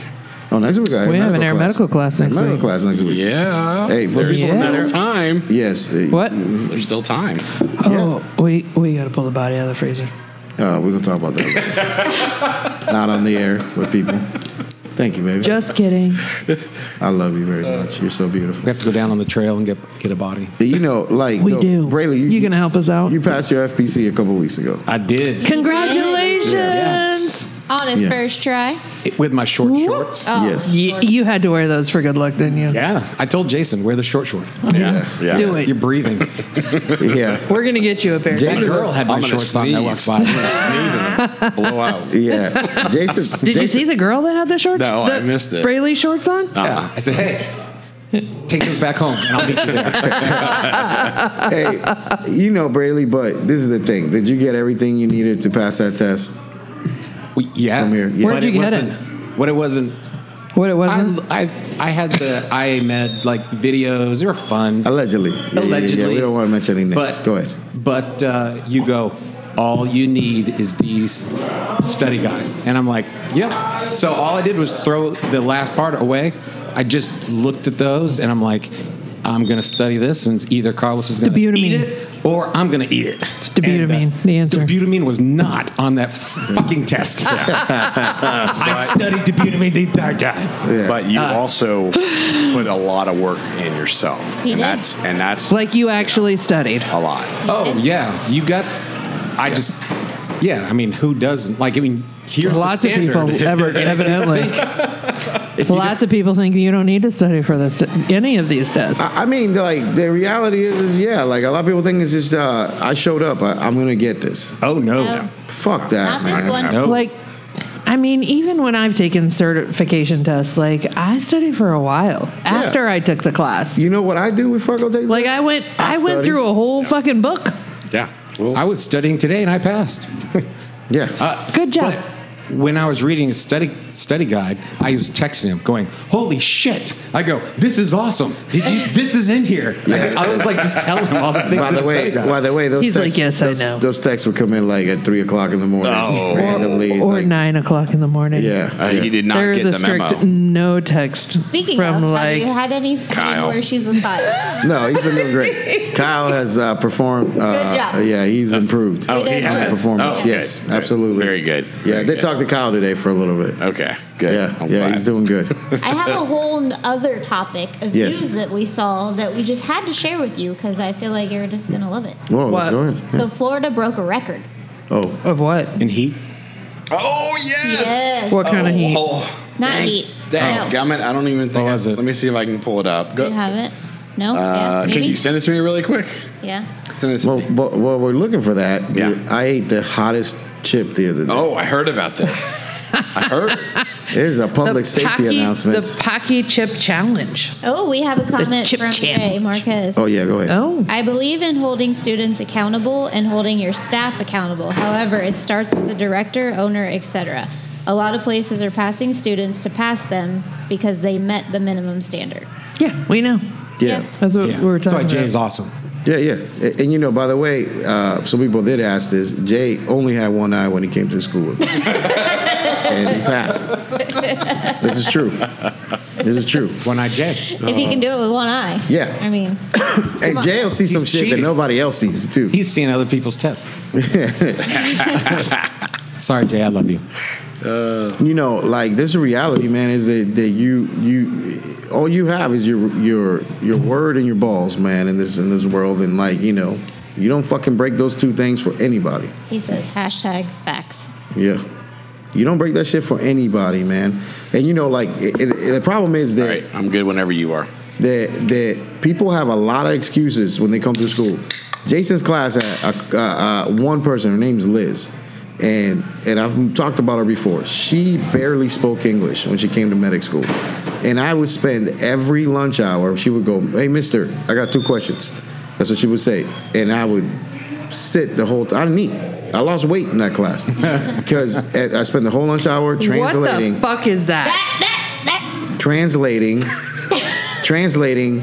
Speaker 1: oh, next week
Speaker 5: We have an air medical class next
Speaker 1: medical
Speaker 5: week.
Speaker 1: class next week.
Speaker 4: Yeah.
Speaker 1: Hey, for
Speaker 4: there's
Speaker 1: people
Speaker 4: still
Speaker 5: that
Speaker 1: are-
Speaker 4: time.
Speaker 1: Yes. eh,
Speaker 5: What?
Speaker 4: There's still time.
Speaker 5: Oh, we we gotta pull the body out of the freezer.
Speaker 1: Uh, we're gonna talk about that. not on the air with people. Thank you, baby.
Speaker 5: Just kidding.
Speaker 1: I love you very much. You're so
Speaker 8: We
Speaker 1: beautiful.
Speaker 8: have to go down on the trail and get get a body.
Speaker 1: You know, like
Speaker 5: We
Speaker 1: no,
Speaker 5: do.
Speaker 1: Braley, you,
Speaker 5: you gonna help us out?
Speaker 1: You passed your FPC a couple weeks ago.
Speaker 8: I did.
Speaker 5: Congratulations.
Speaker 11: Honest
Speaker 1: Yeah.
Speaker 11: first try.
Speaker 8: With my short shorts.
Speaker 11: Oh.
Speaker 1: Yes.
Speaker 5: Y- you had to wear those for good luck, didn't you?
Speaker 8: Yeah. I told Jason, wear the short shorts.
Speaker 4: Yeah. Yeah.
Speaker 5: Do it.
Speaker 8: You're breathing.
Speaker 1: (laughs) Yeah.
Speaker 5: We're gonna get you a pair.
Speaker 8: That
Speaker 1: Jason-
Speaker 8: girl had
Speaker 4: I'm
Speaker 8: my
Speaker 4: gonna
Speaker 8: shorts on that walked
Speaker 4: sneeze.
Speaker 8: by.
Speaker 4: Sneezing. Blow
Speaker 1: (laughs)
Speaker 4: out.
Speaker 5: (laughs)
Speaker 1: Yeah. Jason.
Speaker 5: Did you see the girl that had the shorts?
Speaker 4: No, I
Speaker 5: the
Speaker 4: missed it.
Speaker 5: Braley shorts on.
Speaker 4: Uh,
Speaker 8: I said, hey, Take us back home, and I'll meet you there.
Speaker 1: hey, you know, Braley, but this is the thing. Did you get everything you needed to pass that test?
Speaker 8: We- yeah.
Speaker 1: From here, yeah.
Speaker 8: But
Speaker 5: Where'd you get it?
Speaker 8: wasn't- What it wasn't.
Speaker 5: What it
Speaker 8: I,
Speaker 5: wasn't?
Speaker 8: I I had the IA Med like videos. They were fun.
Speaker 1: Allegedly. Yeah, yeah, yeah,
Speaker 8: allegedly.
Speaker 1: Yeah, we don't want to mention any names.
Speaker 8: But,
Speaker 1: Go ahead.
Speaker 8: But uh, you go, all you need is these study guide. And I'm like, yep. So all I did was throw the last part away. I just looked at those and I'm like, I'm going to study this and either Carlos is going to
Speaker 5: Dobutamine.
Speaker 8: eat it or I'm going to eat it. It's
Speaker 5: dobutamine, the answer.
Speaker 8: Dobutamine was not on that fucking test.
Speaker 1: (laughs)
Speaker 8: I studied dobutamine the entire time.
Speaker 4: But you also put a lot of work in yourself,
Speaker 2: He
Speaker 4: and
Speaker 2: did.
Speaker 4: that's and that's
Speaker 5: like you actually studied.
Speaker 4: a lot.
Speaker 8: Oh, yeah. You got, I just, yeah, I mean, who doesn't? Like, I mean, here's the
Speaker 5: Lots of people (laughs) ever
Speaker 8: standard.
Speaker 5: evidently. Lots of people think you don't need to study for this any of these tests.
Speaker 1: I I mean, like, the reality is, is yeah, like, a lot of people think it's just, uh, I showed up. I, I'm going to get this.
Speaker 8: Oh, no.
Speaker 2: No.
Speaker 1: Fuck that,
Speaker 2: Not this
Speaker 1: man.
Speaker 2: one.
Speaker 8: No.
Speaker 5: like I mean, even when I've taken certification tests, like I studied for a while after I took the class.
Speaker 1: You know what I do with Fargo Day?
Speaker 5: Like I went, I,
Speaker 1: I
Speaker 5: went
Speaker 1: studied.
Speaker 5: through a whole fucking book.
Speaker 4: Yeah. Well,
Speaker 8: I was studying today and I passed.
Speaker 5: uh,
Speaker 1: yeah.
Speaker 5: Good job.
Speaker 8: But when I was reading a study study guide, I was texting him, going, "Holy shit!" I go, "This is awesome!
Speaker 2: (laughs)
Speaker 8: Did you? this is in here." I was like, just telling him all the things.
Speaker 1: by
Speaker 8: in
Speaker 1: the way,
Speaker 8: study guide.
Speaker 1: by the way, those
Speaker 5: He's like,
Speaker 1: texts,
Speaker 5: "Yes, I
Speaker 1: those,
Speaker 5: know."
Speaker 1: Those texts would come in like at three o'clock in the morning,
Speaker 4: Oh. Or-
Speaker 1: randomly.
Speaker 5: or
Speaker 1: like,
Speaker 5: nine o'clock in the morning.
Speaker 1: Yeah,
Speaker 4: uh,
Speaker 1: yeah.
Speaker 4: he did not
Speaker 5: there is
Speaker 4: get
Speaker 5: a
Speaker 4: the
Speaker 5: strict
Speaker 4: memo.
Speaker 5: no text
Speaker 2: Speaking
Speaker 5: from
Speaker 2: of,
Speaker 5: like
Speaker 2: have you had any, any
Speaker 4: Kyle.
Speaker 2: more issues with
Speaker 4: (laughs)
Speaker 2: Kyle?
Speaker 1: No, he's been doing great. Kyle has uh, performed. Uh,
Speaker 2: job.
Speaker 1: Yeah, he's improved.
Speaker 4: Oh, he has.
Speaker 1: performance.
Speaker 4: Oh, okay.
Speaker 1: yes,
Speaker 4: Good.
Speaker 1: absolutely.
Speaker 4: Very good.
Speaker 1: Yeah,
Speaker 4: Very
Speaker 1: they
Speaker 4: good.
Speaker 1: talked to Kyle today for a little bit.
Speaker 4: Okay. Oh, Good.
Speaker 1: Yeah,
Speaker 4: I'm
Speaker 1: yeah,
Speaker 4: glad.
Speaker 1: he's doing
Speaker 4: (laughs)
Speaker 1: good.
Speaker 2: I have a whole n- other topic of
Speaker 1: Yes.
Speaker 2: news that we saw that we just had to share with you because I feel like you're just going to love it.
Speaker 1: Whoa, let's
Speaker 5: What?
Speaker 1: go ahead.
Speaker 2: So Florida broke a record.
Speaker 1: Oh,
Speaker 5: of what?
Speaker 8: and he,
Speaker 4: Oh yes.
Speaker 2: Yes.
Speaker 5: What kind of heat?
Speaker 4: Oh,
Speaker 2: Not
Speaker 4: dang,
Speaker 2: heat.
Speaker 4: Dang,
Speaker 2: No.
Speaker 4: gummit! I don't even think.
Speaker 8: What
Speaker 4: I-
Speaker 8: was it?
Speaker 4: Let me see if I can pull it up.
Speaker 2: You
Speaker 4: Go.
Speaker 2: have it? No?
Speaker 4: Uh,
Speaker 2: yeah.
Speaker 4: can
Speaker 2: Maybe?
Speaker 4: you send it to me really quick?
Speaker 2: yeah.
Speaker 4: Send it to
Speaker 1: well,
Speaker 4: me.
Speaker 1: but, well, we're looking for that.
Speaker 4: Yeah.
Speaker 1: I ate the hottest chip the other day.
Speaker 4: Oh, I heard about this. I heard.
Speaker 1: There's a public safety announcement.
Speaker 5: the Pocky Chip Challenge.
Speaker 2: Oh, we have a comment
Speaker 5: chip
Speaker 2: from
Speaker 5: challenge.
Speaker 2: Jay Marquez.
Speaker 1: oh yeah, go ahead.
Speaker 5: Oh,
Speaker 2: I believe in holding students accountable and holding your staff accountable. However, it starts with the director, owner, etc. A lot of places are passing students to pass them because they met the minimum standard.
Speaker 5: yeah, we know.
Speaker 1: Yeah.
Speaker 5: That's what
Speaker 8: yeah,
Speaker 5: we were
Speaker 8: that's why
Speaker 5: talking
Speaker 8: Jay
Speaker 5: about.
Speaker 8: is awesome.
Speaker 1: Yeah, yeah. And, and you know, by the way, uh, some people did ask this. Jay only had one eye when he came to school, with me. and he passed. This is true. This is true.
Speaker 8: One eyed Jay.
Speaker 1: Oh.
Speaker 2: If he can do it with one eye.
Speaker 1: Yeah.
Speaker 2: I mean,
Speaker 1: And Jay will see some
Speaker 8: He's
Speaker 1: shit that
Speaker 8: cheating.
Speaker 1: nobody else sees too.
Speaker 8: He's seeing other
Speaker 1: (laughs)
Speaker 8: people's tests. Sorry, Jay. I love you.
Speaker 1: you know, like this is reality, man. Is that, that you you all you have is your your your word and your balls, man. In this in this world, and like you know, you don't fucking break those two things for anybody.
Speaker 2: he says hashtag facts.
Speaker 1: Yeah. You don't break that shit for anybody, man. And you know, like it, it, the problem is
Speaker 4: All
Speaker 1: that,
Speaker 4: right, I'm good whenever you are.
Speaker 1: that that people have a lot of excuses when they come to school. Jason's class had a, a, a, one person. Her name's Liz, and and I've talked about her before. She barely spoke English when she came to medic school, and I would spend every lunch hour. She would go, "Hey, Mister, I got two questions." That's what she would say, and I would sit the whole time. I didn't eat. I lost weight in that class (laughs) because I I spent the whole lunch hour translating,
Speaker 5: What the fuck is that?
Speaker 2: That, that, that.
Speaker 1: translating, translating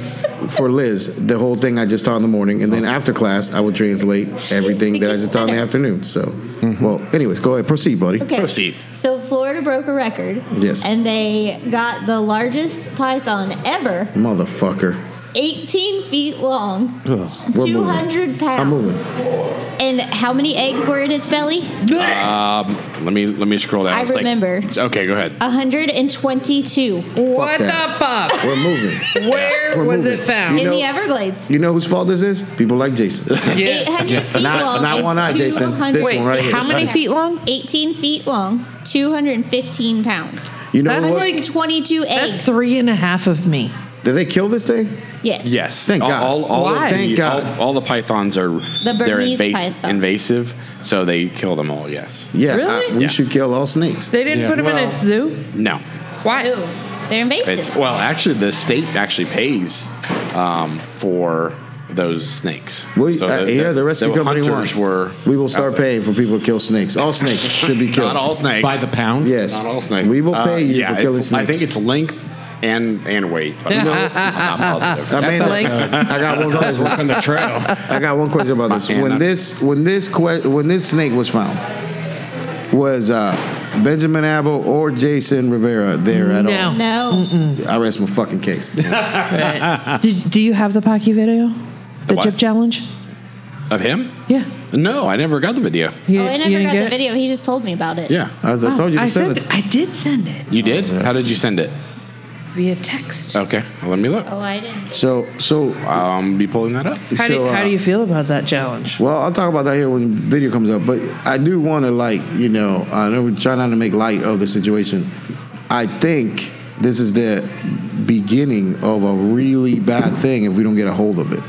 Speaker 1: for Liz the whole thing I just taught in the morning, and then after class I would translate everything that I just taught in the afternoon. So, well, anyways, go ahead, proceed, buddy.
Speaker 2: Okay.
Speaker 4: Proceed.
Speaker 2: So Florida broke a record.
Speaker 1: Yes.
Speaker 2: And they got the largest python ever,
Speaker 1: Motherfucker.
Speaker 2: 18 feet long,
Speaker 1: we're moving.
Speaker 2: 200
Speaker 1: I'm moving.
Speaker 2: pounds. And how many eggs were in its belly?
Speaker 5: Uh,
Speaker 4: Um, let me let me scroll down.
Speaker 2: I
Speaker 4: It's like-
Speaker 2: remember.
Speaker 4: it's- okay, go ahead.
Speaker 2: 122
Speaker 5: What
Speaker 1: that. (laughs)
Speaker 5: the fuck?
Speaker 1: We're moving.
Speaker 5: Where
Speaker 1: We're
Speaker 5: was
Speaker 1: moving.
Speaker 5: it found?
Speaker 2: in
Speaker 1: know-
Speaker 2: the Everglades.
Speaker 1: You know whose fault this is? People like Jason.
Speaker 5: Yes.
Speaker 2: 800 feet
Speaker 1: Not-
Speaker 2: long.
Speaker 1: not
Speaker 2: and
Speaker 1: one eye, Jason. This one
Speaker 2: 200
Speaker 5: Wait,
Speaker 1: right here.
Speaker 5: how many feet long?
Speaker 2: 18 feet long, 215 pounds.
Speaker 1: You know
Speaker 5: That's
Speaker 1: what?
Speaker 5: like-
Speaker 2: 22
Speaker 5: That's
Speaker 2: eggs.
Speaker 5: three and a half of me.
Speaker 1: Did they kill this thing?
Speaker 2: yes.
Speaker 4: Yes.
Speaker 1: Thank
Speaker 4: all,
Speaker 1: God.
Speaker 4: All, all
Speaker 5: Why?
Speaker 4: Of the,
Speaker 1: Thank God.
Speaker 4: All, all the pythons are they're
Speaker 2: Burmese
Speaker 4: invas-
Speaker 2: python.
Speaker 4: invasive, so they kill them all. Yes.
Speaker 1: Yeah.
Speaker 5: Really?
Speaker 1: I- we
Speaker 4: Yeah.
Speaker 1: should kill all snakes.
Speaker 5: They didn't
Speaker 8: Yeah.
Speaker 5: put them in
Speaker 8: Well-
Speaker 5: a zoo?
Speaker 4: No.
Speaker 5: Why?
Speaker 11: They're invasive.
Speaker 4: It's well, actually, the state actually pays um, for those snakes.
Speaker 1: We,
Speaker 4: So
Speaker 1: uh, yeah, the rescue company
Speaker 4: hunters
Speaker 1: won.
Speaker 4: were.
Speaker 1: We will
Speaker 4: out
Speaker 1: start
Speaker 4: there.
Speaker 1: paying for people to kill snakes. All snakes should be killed.
Speaker 4: (laughs) Not all snakes.
Speaker 8: By the pound?
Speaker 1: Yes.
Speaker 4: Not all snakes.
Speaker 1: We will
Speaker 4: Uh,
Speaker 1: pay you
Speaker 4: yeah,
Speaker 1: for killing
Speaker 4: it's-
Speaker 1: snakes.
Speaker 4: I think it's length and and weight. But no, I'm not
Speaker 1: (laughs)
Speaker 4: positive.
Speaker 1: I, mean, uh,
Speaker 5: That's like-
Speaker 1: I got one
Speaker 8: Guys
Speaker 1: question.
Speaker 8: work on the trail.
Speaker 1: I got one question about this.
Speaker 4: Man,
Speaker 1: When
Speaker 4: I'm-
Speaker 1: this when this que- when this snake was found, was uh, Benjamin Abel or Jason Rivera there at all?
Speaker 11: no.
Speaker 1: I rest my fucking case. uh,
Speaker 5: Did, do you have the Pocky video? The,
Speaker 4: what?
Speaker 5: Jip Challenge?
Speaker 4: Of him?
Speaker 5: Yeah.
Speaker 4: No, I never got the video.
Speaker 5: You,
Speaker 11: Oh, I
Speaker 5: you
Speaker 11: never
Speaker 5: didn't
Speaker 11: got
Speaker 5: get
Speaker 11: the
Speaker 5: it?
Speaker 11: video. He just told me about it.
Speaker 4: Yeah,
Speaker 1: As I told you to
Speaker 5: I,
Speaker 1: send
Speaker 5: sent
Speaker 1: it.
Speaker 5: I did send it
Speaker 4: you did. How did you send it?
Speaker 5: via
Speaker 1: Uh,
Speaker 5: text.
Speaker 4: Okay, well, let me look.
Speaker 11: Oh, I didn't.
Speaker 1: So so
Speaker 4: I'll um, be pulling that up.
Speaker 5: How, do,
Speaker 1: so,
Speaker 5: how
Speaker 1: uh,
Speaker 5: do you feel about that challenge?
Speaker 1: Well, I'll talk about that here when the video comes up. But I do want to, like, you know, I know we try not to make light of the situation. I think this is the beginning of a really bad thing if we don't get a hold of it.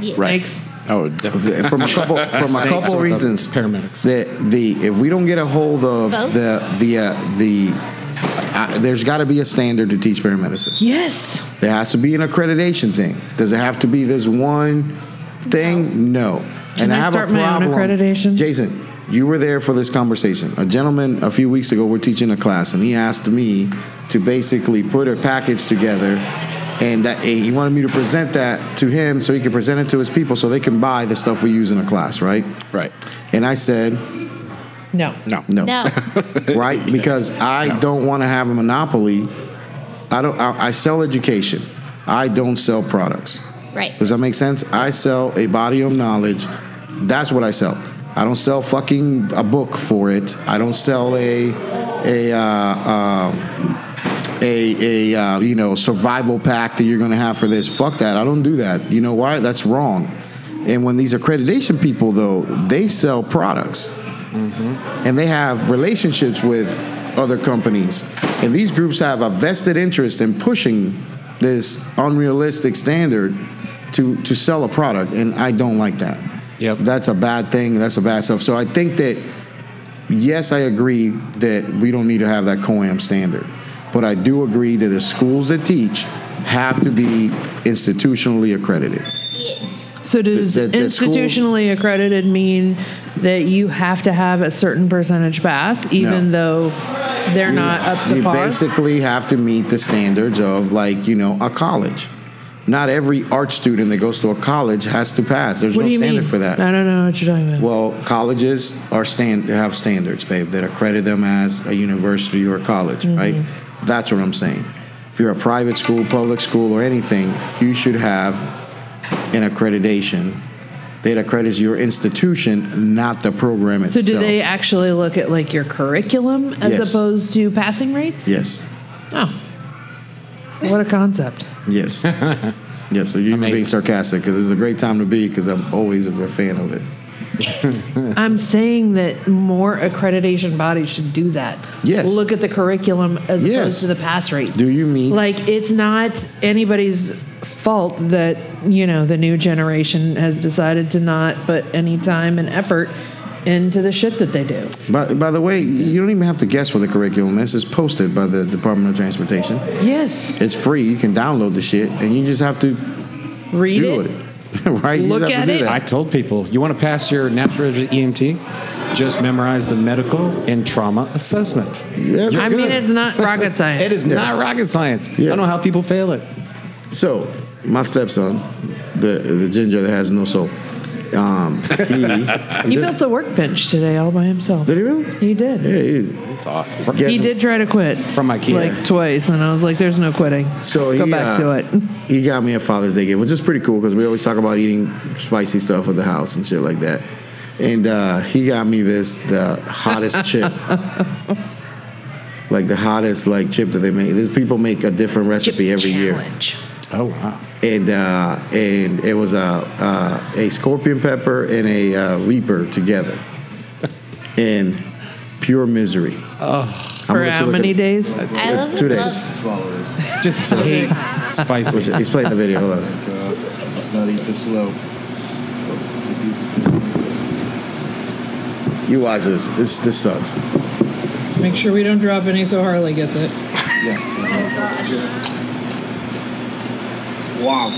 Speaker 11: Yeah.
Speaker 5: Snakes.
Speaker 4: Oh, definitely.
Speaker 1: From a
Speaker 8: (laughs)
Speaker 1: couple, from a couple
Speaker 8: or the
Speaker 1: reasons.
Speaker 8: paramedics.
Speaker 1: That the if we don't get a hold of
Speaker 11: Both?
Speaker 1: the the uh, the. I, there's got to be a standard to teach paramedicine.
Speaker 5: Yes.
Speaker 1: There has to be an accreditation thing. Does it have to be this one thing? No.
Speaker 5: Can I start my own accreditation?
Speaker 1: Jason, you were there for this conversation. A gentleman a few weeks ago, we're teaching a class, and he asked me to basically put a package together, and that, and he wanted me to present that to him so he could present it to his people so they can buy the stuff we use in a class, right?
Speaker 4: Right.
Speaker 1: And I said,
Speaker 5: No.
Speaker 4: No.
Speaker 1: no
Speaker 11: No.
Speaker 1: (laughs) right? Because I don't want to have a monopoly. I don't. I, I sell education. I don't sell products.
Speaker 11: Right.
Speaker 1: Does that make sense? I sell a body of knowledge. That's what I sell. I don't sell fucking a book for it. I don't sell a a. Uh, uh, a, a uh, you know survival pack that you're going to have for this. Fuck that. I don't do that. You know why? That's wrong. And when these accreditation people though, they sell products and they have relationships with other companies. And these groups have a vested interest in pushing this unrealistic standard to, to sell a product. And I don't like that.
Speaker 8: Yep.
Speaker 1: That's a bad thing. That's a bad stuff. So I think that, yes, I agree that we don't need to have that COAM standard. But I do agree that the schools that teach have to be institutionally accredited.
Speaker 5: So does
Speaker 1: that- that school-
Speaker 5: institutionally accredited mean that you have to have a certain percentage pass, even though they're not up to
Speaker 1: you
Speaker 5: par?
Speaker 1: basically have to meet the standards of like you know a college not every art student that goes to a college has to pass there's
Speaker 5: what
Speaker 1: no
Speaker 5: do you
Speaker 1: standard
Speaker 5: mean?
Speaker 1: for that
Speaker 5: I don't know what you're talking about.
Speaker 1: well colleges are stand have standards babe that accredit them as a university or a college
Speaker 5: Mm-hmm.
Speaker 1: right that's what i'm saying if you're a private school public school or anything you should have an accreditation that accredits your institution not the program
Speaker 5: so
Speaker 1: itself
Speaker 5: do they actually look at like your curriculum as
Speaker 1: Yes.
Speaker 5: opposed to passing rates?
Speaker 1: yes
Speaker 5: Oh. What a concept.
Speaker 1: Yes. yes. So you're being sarcastic because it's a great time to be because I'm always a fan of it.
Speaker 5: I'm saying that more accreditation bodies should do that.
Speaker 1: Yes.
Speaker 5: Look at the curriculum as
Speaker 1: Yes.
Speaker 5: opposed to the pass rate.
Speaker 1: Do you mean?
Speaker 5: like it's not anybody's fault that you know the new generation has decided to not put any time and effort into the shit that they do.
Speaker 1: by, by the way, you don't even have to guess what the curriculum is. It's posted by the Department of Transportation.
Speaker 5: Yes,
Speaker 1: It's free. You can download the shit, and you just have to
Speaker 5: read
Speaker 1: do
Speaker 5: it.
Speaker 1: it. (laughs) right? (laughs) You
Speaker 5: Look
Speaker 1: just have
Speaker 5: at
Speaker 1: to do
Speaker 5: it.
Speaker 1: that.
Speaker 8: I told people, you want to pass your natural EMT? E Just memorize the medical and trauma assessment.
Speaker 1: Yeah,
Speaker 5: I mean, it's not rocket
Speaker 1: (laughs)
Speaker 5: science.
Speaker 8: It is not rocket science. I
Speaker 1: Yeah.
Speaker 8: don't know how people fail it.
Speaker 1: So, my stepson, the the ginger that has no soul, um, he,
Speaker 5: (laughs) He built a workbench today all by himself.
Speaker 1: did he really?
Speaker 5: He did.
Speaker 1: Yeah, he,
Speaker 4: That's awesome.
Speaker 1: guess
Speaker 5: He did try to quit
Speaker 8: From Ikea.
Speaker 5: like twice, and I was like, "There's no quitting.
Speaker 1: So he,
Speaker 5: go back
Speaker 1: uh,
Speaker 5: to it." (laughs)
Speaker 1: He got me a Father's Day gift, which is pretty cool because we always talk about eating spicy stuff at the house and shit like that. And uh, he got me this the
Speaker 5: (laughs)
Speaker 1: hottest chip, like the hottest like chip that they make. These people make a different recipe every year,
Speaker 5: Challenge.
Speaker 8: Oh, wow.
Speaker 1: and uh, and it was a uh, a scorpion pepper and a uh, reaper
Speaker 5: (laughs)
Speaker 1: together, and pure misery. Oh,
Speaker 5: For how many days?
Speaker 11: I love the
Speaker 1: Two days.
Speaker 11: gloves.
Speaker 8: Just hate (laughs)
Speaker 1: (laughs)
Speaker 8: spicy.
Speaker 1: He's playing the video. Hold on.
Speaker 12: Let's not eat this slow.
Speaker 1: You watch this. This this sucks.
Speaker 5: Make sure we don't drop any so Harley gets it.
Speaker 12: Wow.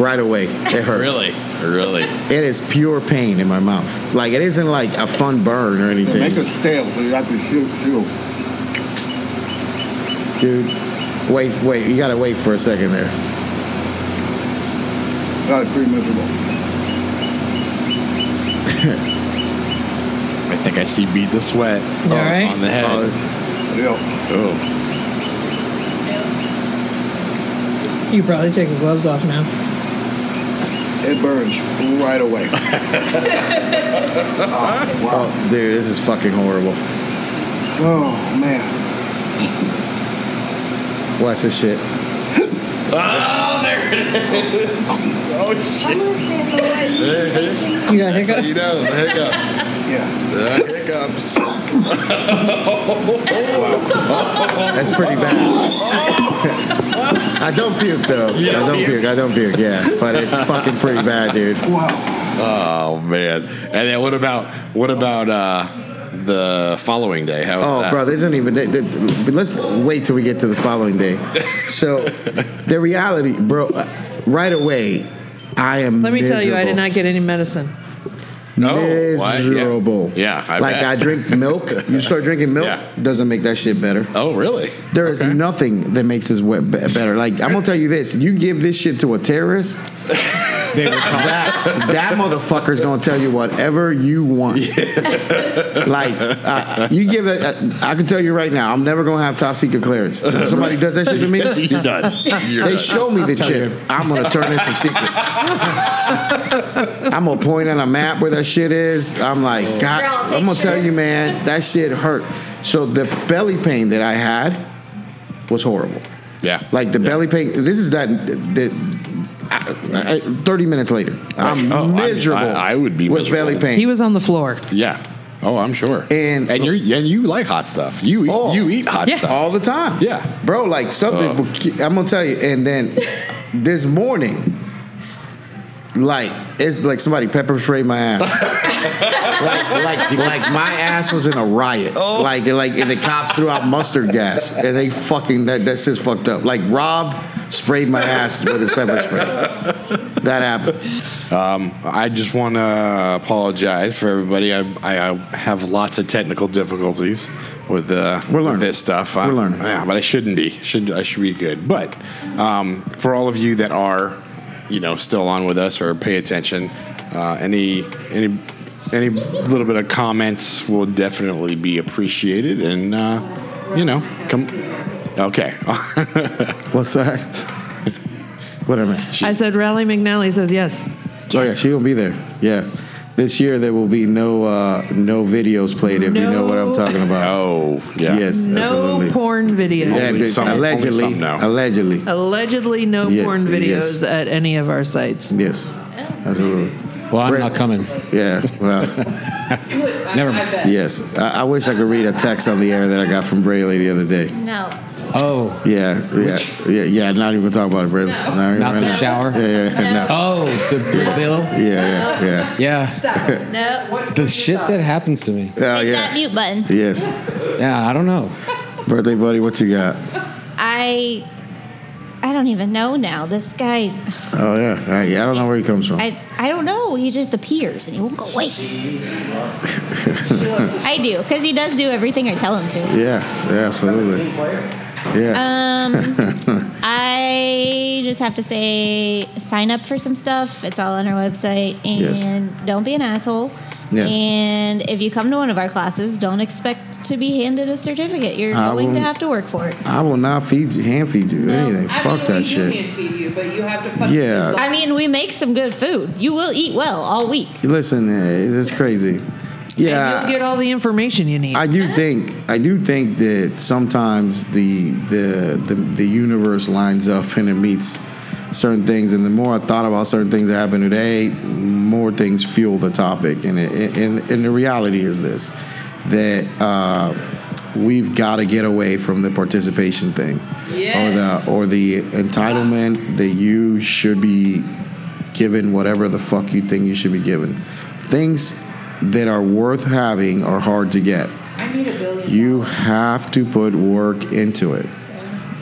Speaker 1: right away. It hurts.
Speaker 4: Really, really.
Speaker 1: It is pure pain in my mouth. Like it isn't like a fun burn or
Speaker 12: They make
Speaker 1: anything,
Speaker 12: it stale so you have to shoot through.
Speaker 1: dude. Wait, wait. You gotta wait for a second there.
Speaker 12: That's pretty miserable.
Speaker 4: I think I see beads of sweat
Speaker 1: Oh,
Speaker 5: All right.
Speaker 4: on the head.
Speaker 1: Uh,
Speaker 12: Yeah.
Speaker 4: oh,
Speaker 5: You probably take your gloves off now.
Speaker 12: It burns right away. Oh, wow.
Speaker 1: oh, dude, this is fucking horrible.
Speaker 12: Oh, man.
Speaker 1: What's this shit?
Speaker 4: Oh,
Speaker 11: I'm gonna stand by you.
Speaker 5: You got hiccup?
Speaker 4: you know, the hiccup,
Speaker 12: Yeah.
Speaker 4: the hiccups.
Speaker 1: That's pretty
Speaker 4: (laughs)
Speaker 1: bad. I don't puke though. I don't puke. I don't puke. Yeah, but it's fucking pretty bad,
Speaker 4: (laughs)
Speaker 1: dude.
Speaker 12: Wow.
Speaker 4: Oh man! And then what about what about uh, the following day? How was
Speaker 1: Oh,
Speaker 4: that?
Speaker 1: bro, they don't even. They, they, but let's wait till we get to the following day. So, the reality, bro, uh, right away, I am.
Speaker 5: Let me tell you, I did
Speaker 1: miserable.
Speaker 5: not get any medicine.
Speaker 4: No, why? Yeah.
Speaker 1: miserable.
Speaker 4: Oh, Yeah, I
Speaker 1: like
Speaker 4: bet.
Speaker 1: I drink milk. You start drinking milk,
Speaker 4: Yeah.
Speaker 1: doesn't make that shit better.
Speaker 4: Oh really?
Speaker 1: There is nothing that makes this wet be- better. Like I'm gonna tell you this: you give this shit to a terrorist,
Speaker 8: They were talking.
Speaker 1: that that motherfucker's gonna tell you whatever you want. like uh, you give it, I can tell you right now, I'm never gonna have top secret clearance. If somebody does that shit to
Speaker 4: (laughs)
Speaker 1: me,
Speaker 6: You're done.
Speaker 1: (laughs)
Speaker 6: You're
Speaker 1: they
Speaker 6: done.
Speaker 1: show me the chip. I'm gonna turn in some secrets. I'm gonna point on a map where that shit is. I'm like, God,
Speaker 11: Draw a
Speaker 1: I'm gonna tell
Speaker 11: picture.
Speaker 1: you, man, that shit hurt. So the belly pain that I had was horrible.
Speaker 4: Yeah.
Speaker 1: Like the belly pain. This is that. The, I, I, Thirty minutes later, I'm
Speaker 4: Oh, I-
Speaker 1: miserable.
Speaker 4: I- I would be
Speaker 1: with
Speaker 4: miserable.
Speaker 1: belly pain.
Speaker 5: He was on the floor.
Speaker 4: yeah. Oh, I'm sure.
Speaker 1: And-
Speaker 4: and you and you like hot stuff. You eat,
Speaker 1: Oh.
Speaker 4: you eat hot
Speaker 5: Yeah.
Speaker 4: stuff.
Speaker 1: all the time.
Speaker 4: Yeah. Uh.
Speaker 1: bro. Like stuff. that will ki- I'm gonna tell you. And then this morning, like it's like somebody pepper sprayed my
Speaker 4: (laughs)
Speaker 1: ass. like, like, like my ass was in a riot.
Speaker 4: Oh.
Speaker 1: Like, like, and the cops threw out mustard gas, and they fucking that that's just fucked up. Like Rob sprayed my ass with his pepper spray. That happened.
Speaker 4: Um, I just want to apologize for everybody. I, I, I have lots of technical difficulties with, uh,
Speaker 1: We're
Speaker 4: with
Speaker 1: learning.
Speaker 4: this stuff.
Speaker 1: We're
Speaker 4: I'm-
Speaker 1: learning.
Speaker 4: Yeah, but I shouldn't be. Should I should be good. But um, for all of you that are, you know, still on with us or pay attention, uh, any any any little bit of comments will definitely be appreciated, and uh, you know, come. Okay. (laughs)
Speaker 1: What's that? What I miss?
Speaker 5: I said, Rally McNally says yes.
Speaker 1: Oh yeah, she gonna be there. Yeah, this year there will be no uh, no videos played if you know what I'm talking about.
Speaker 4: oh yeah.
Speaker 1: Yes,
Speaker 5: No
Speaker 1: absolutely.
Speaker 5: porn videos.
Speaker 1: Yeah,
Speaker 4: Only
Speaker 1: but
Speaker 4: some- only
Speaker 1: allegedly,
Speaker 4: some now.
Speaker 1: allegedly,
Speaker 5: Allegedly, no
Speaker 1: Yeah,
Speaker 5: porn videos
Speaker 1: yes.
Speaker 5: at any of our sites.
Speaker 1: yes, absolutely.
Speaker 8: Well, I'm
Speaker 1: Brett-
Speaker 8: not coming.
Speaker 1: Yeah, well,
Speaker 8: Never mind.
Speaker 1: yes. I, I wish I could read a text on the air that I got from Brayley the other day.
Speaker 11: No.
Speaker 8: Oh,
Speaker 1: Yeah, yeah, yeah, yeah. Not even talk about it, Brayley. Not, even
Speaker 8: Not the
Speaker 1: right now.
Speaker 8: shower?
Speaker 1: Yeah, yeah, yeah, no.
Speaker 8: oh, the Brazil.
Speaker 1: yeah, yeah, yeah.
Speaker 8: Yeah,
Speaker 11: Um, No.
Speaker 8: the shit that happens to
Speaker 1: Oh,
Speaker 8: me.
Speaker 11: Hit that
Speaker 1: yeah.
Speaker 11: mute button.
Speaker 1: Yes,
Speaker 8: Yeah, I don't know.
Speaker 1: birthday buddy, what you got?
Speaker 11: I I don't even know now. This guy,
Speaker 1: Oh yeah, I, I don't know where he comes from.
Speaker 11: I I don't know. He just appears and he won't go away. I do because he does do everything I tell him to.
Speaker 1: Yeah, yeah, absolutely. Yeah.
Speaker 11: Um,
Speaker 1: (laughs)
Speaker 11: I just have to say, sign up for some stuff. It's all on our website, and
Speaker 1: Yes.
Speaker 11: don't be an asshole.
Speaker 1: Yes.
Speaker 11: And if you come to one of our classes, don't expect to be handed a certificate. You're
Speaker 1: I
Speaker 11: going to
Speaker 1: won't-
Speaker 11: have to work for it.
Speaker 1: I will not feed you, hand feed you anything. Fuck that shit.
Speaker 5: feed you, but you have to
Speaker 1: Yeah.
Speaker 11: I mean, we make some good food. You will eat well all week.
Speaker 1: Listen, eh, it's crazy.
Speaker 5: And you'll
Speaker 1: Yeah,
Speaker 5: get all the information you need.
Speaker 1: I do think I do think that sometimes the the the, the universe lines up and it meets certain things. And the more I thought about certain things that happened today, more things fuel the topic. And it, and and the reality is this that. Uh, We've got to get away from the participation thing, or the or the entitlement that you should be given whatever the fuck you think you should be given. Things that are worth having are hard to get.
Speaker 5: I need a billion.
Speaker 1: You have to put work into it.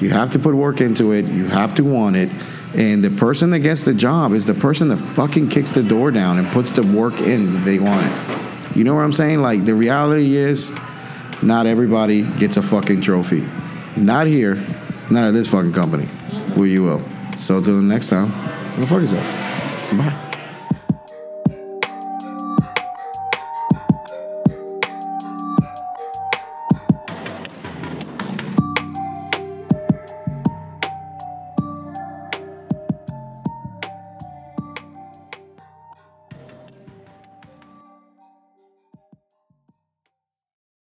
Speaker 1: You have to put work into it. You have to want it. And the person that gets the job is the person that fucking kicks the door down and puts the work in they want it. You know what I'm saying? Like the reality is not everybody gets a fucking trophy. Not here, not at this fucking company. Where you will. So till the next time, go fuck yourself. Bye.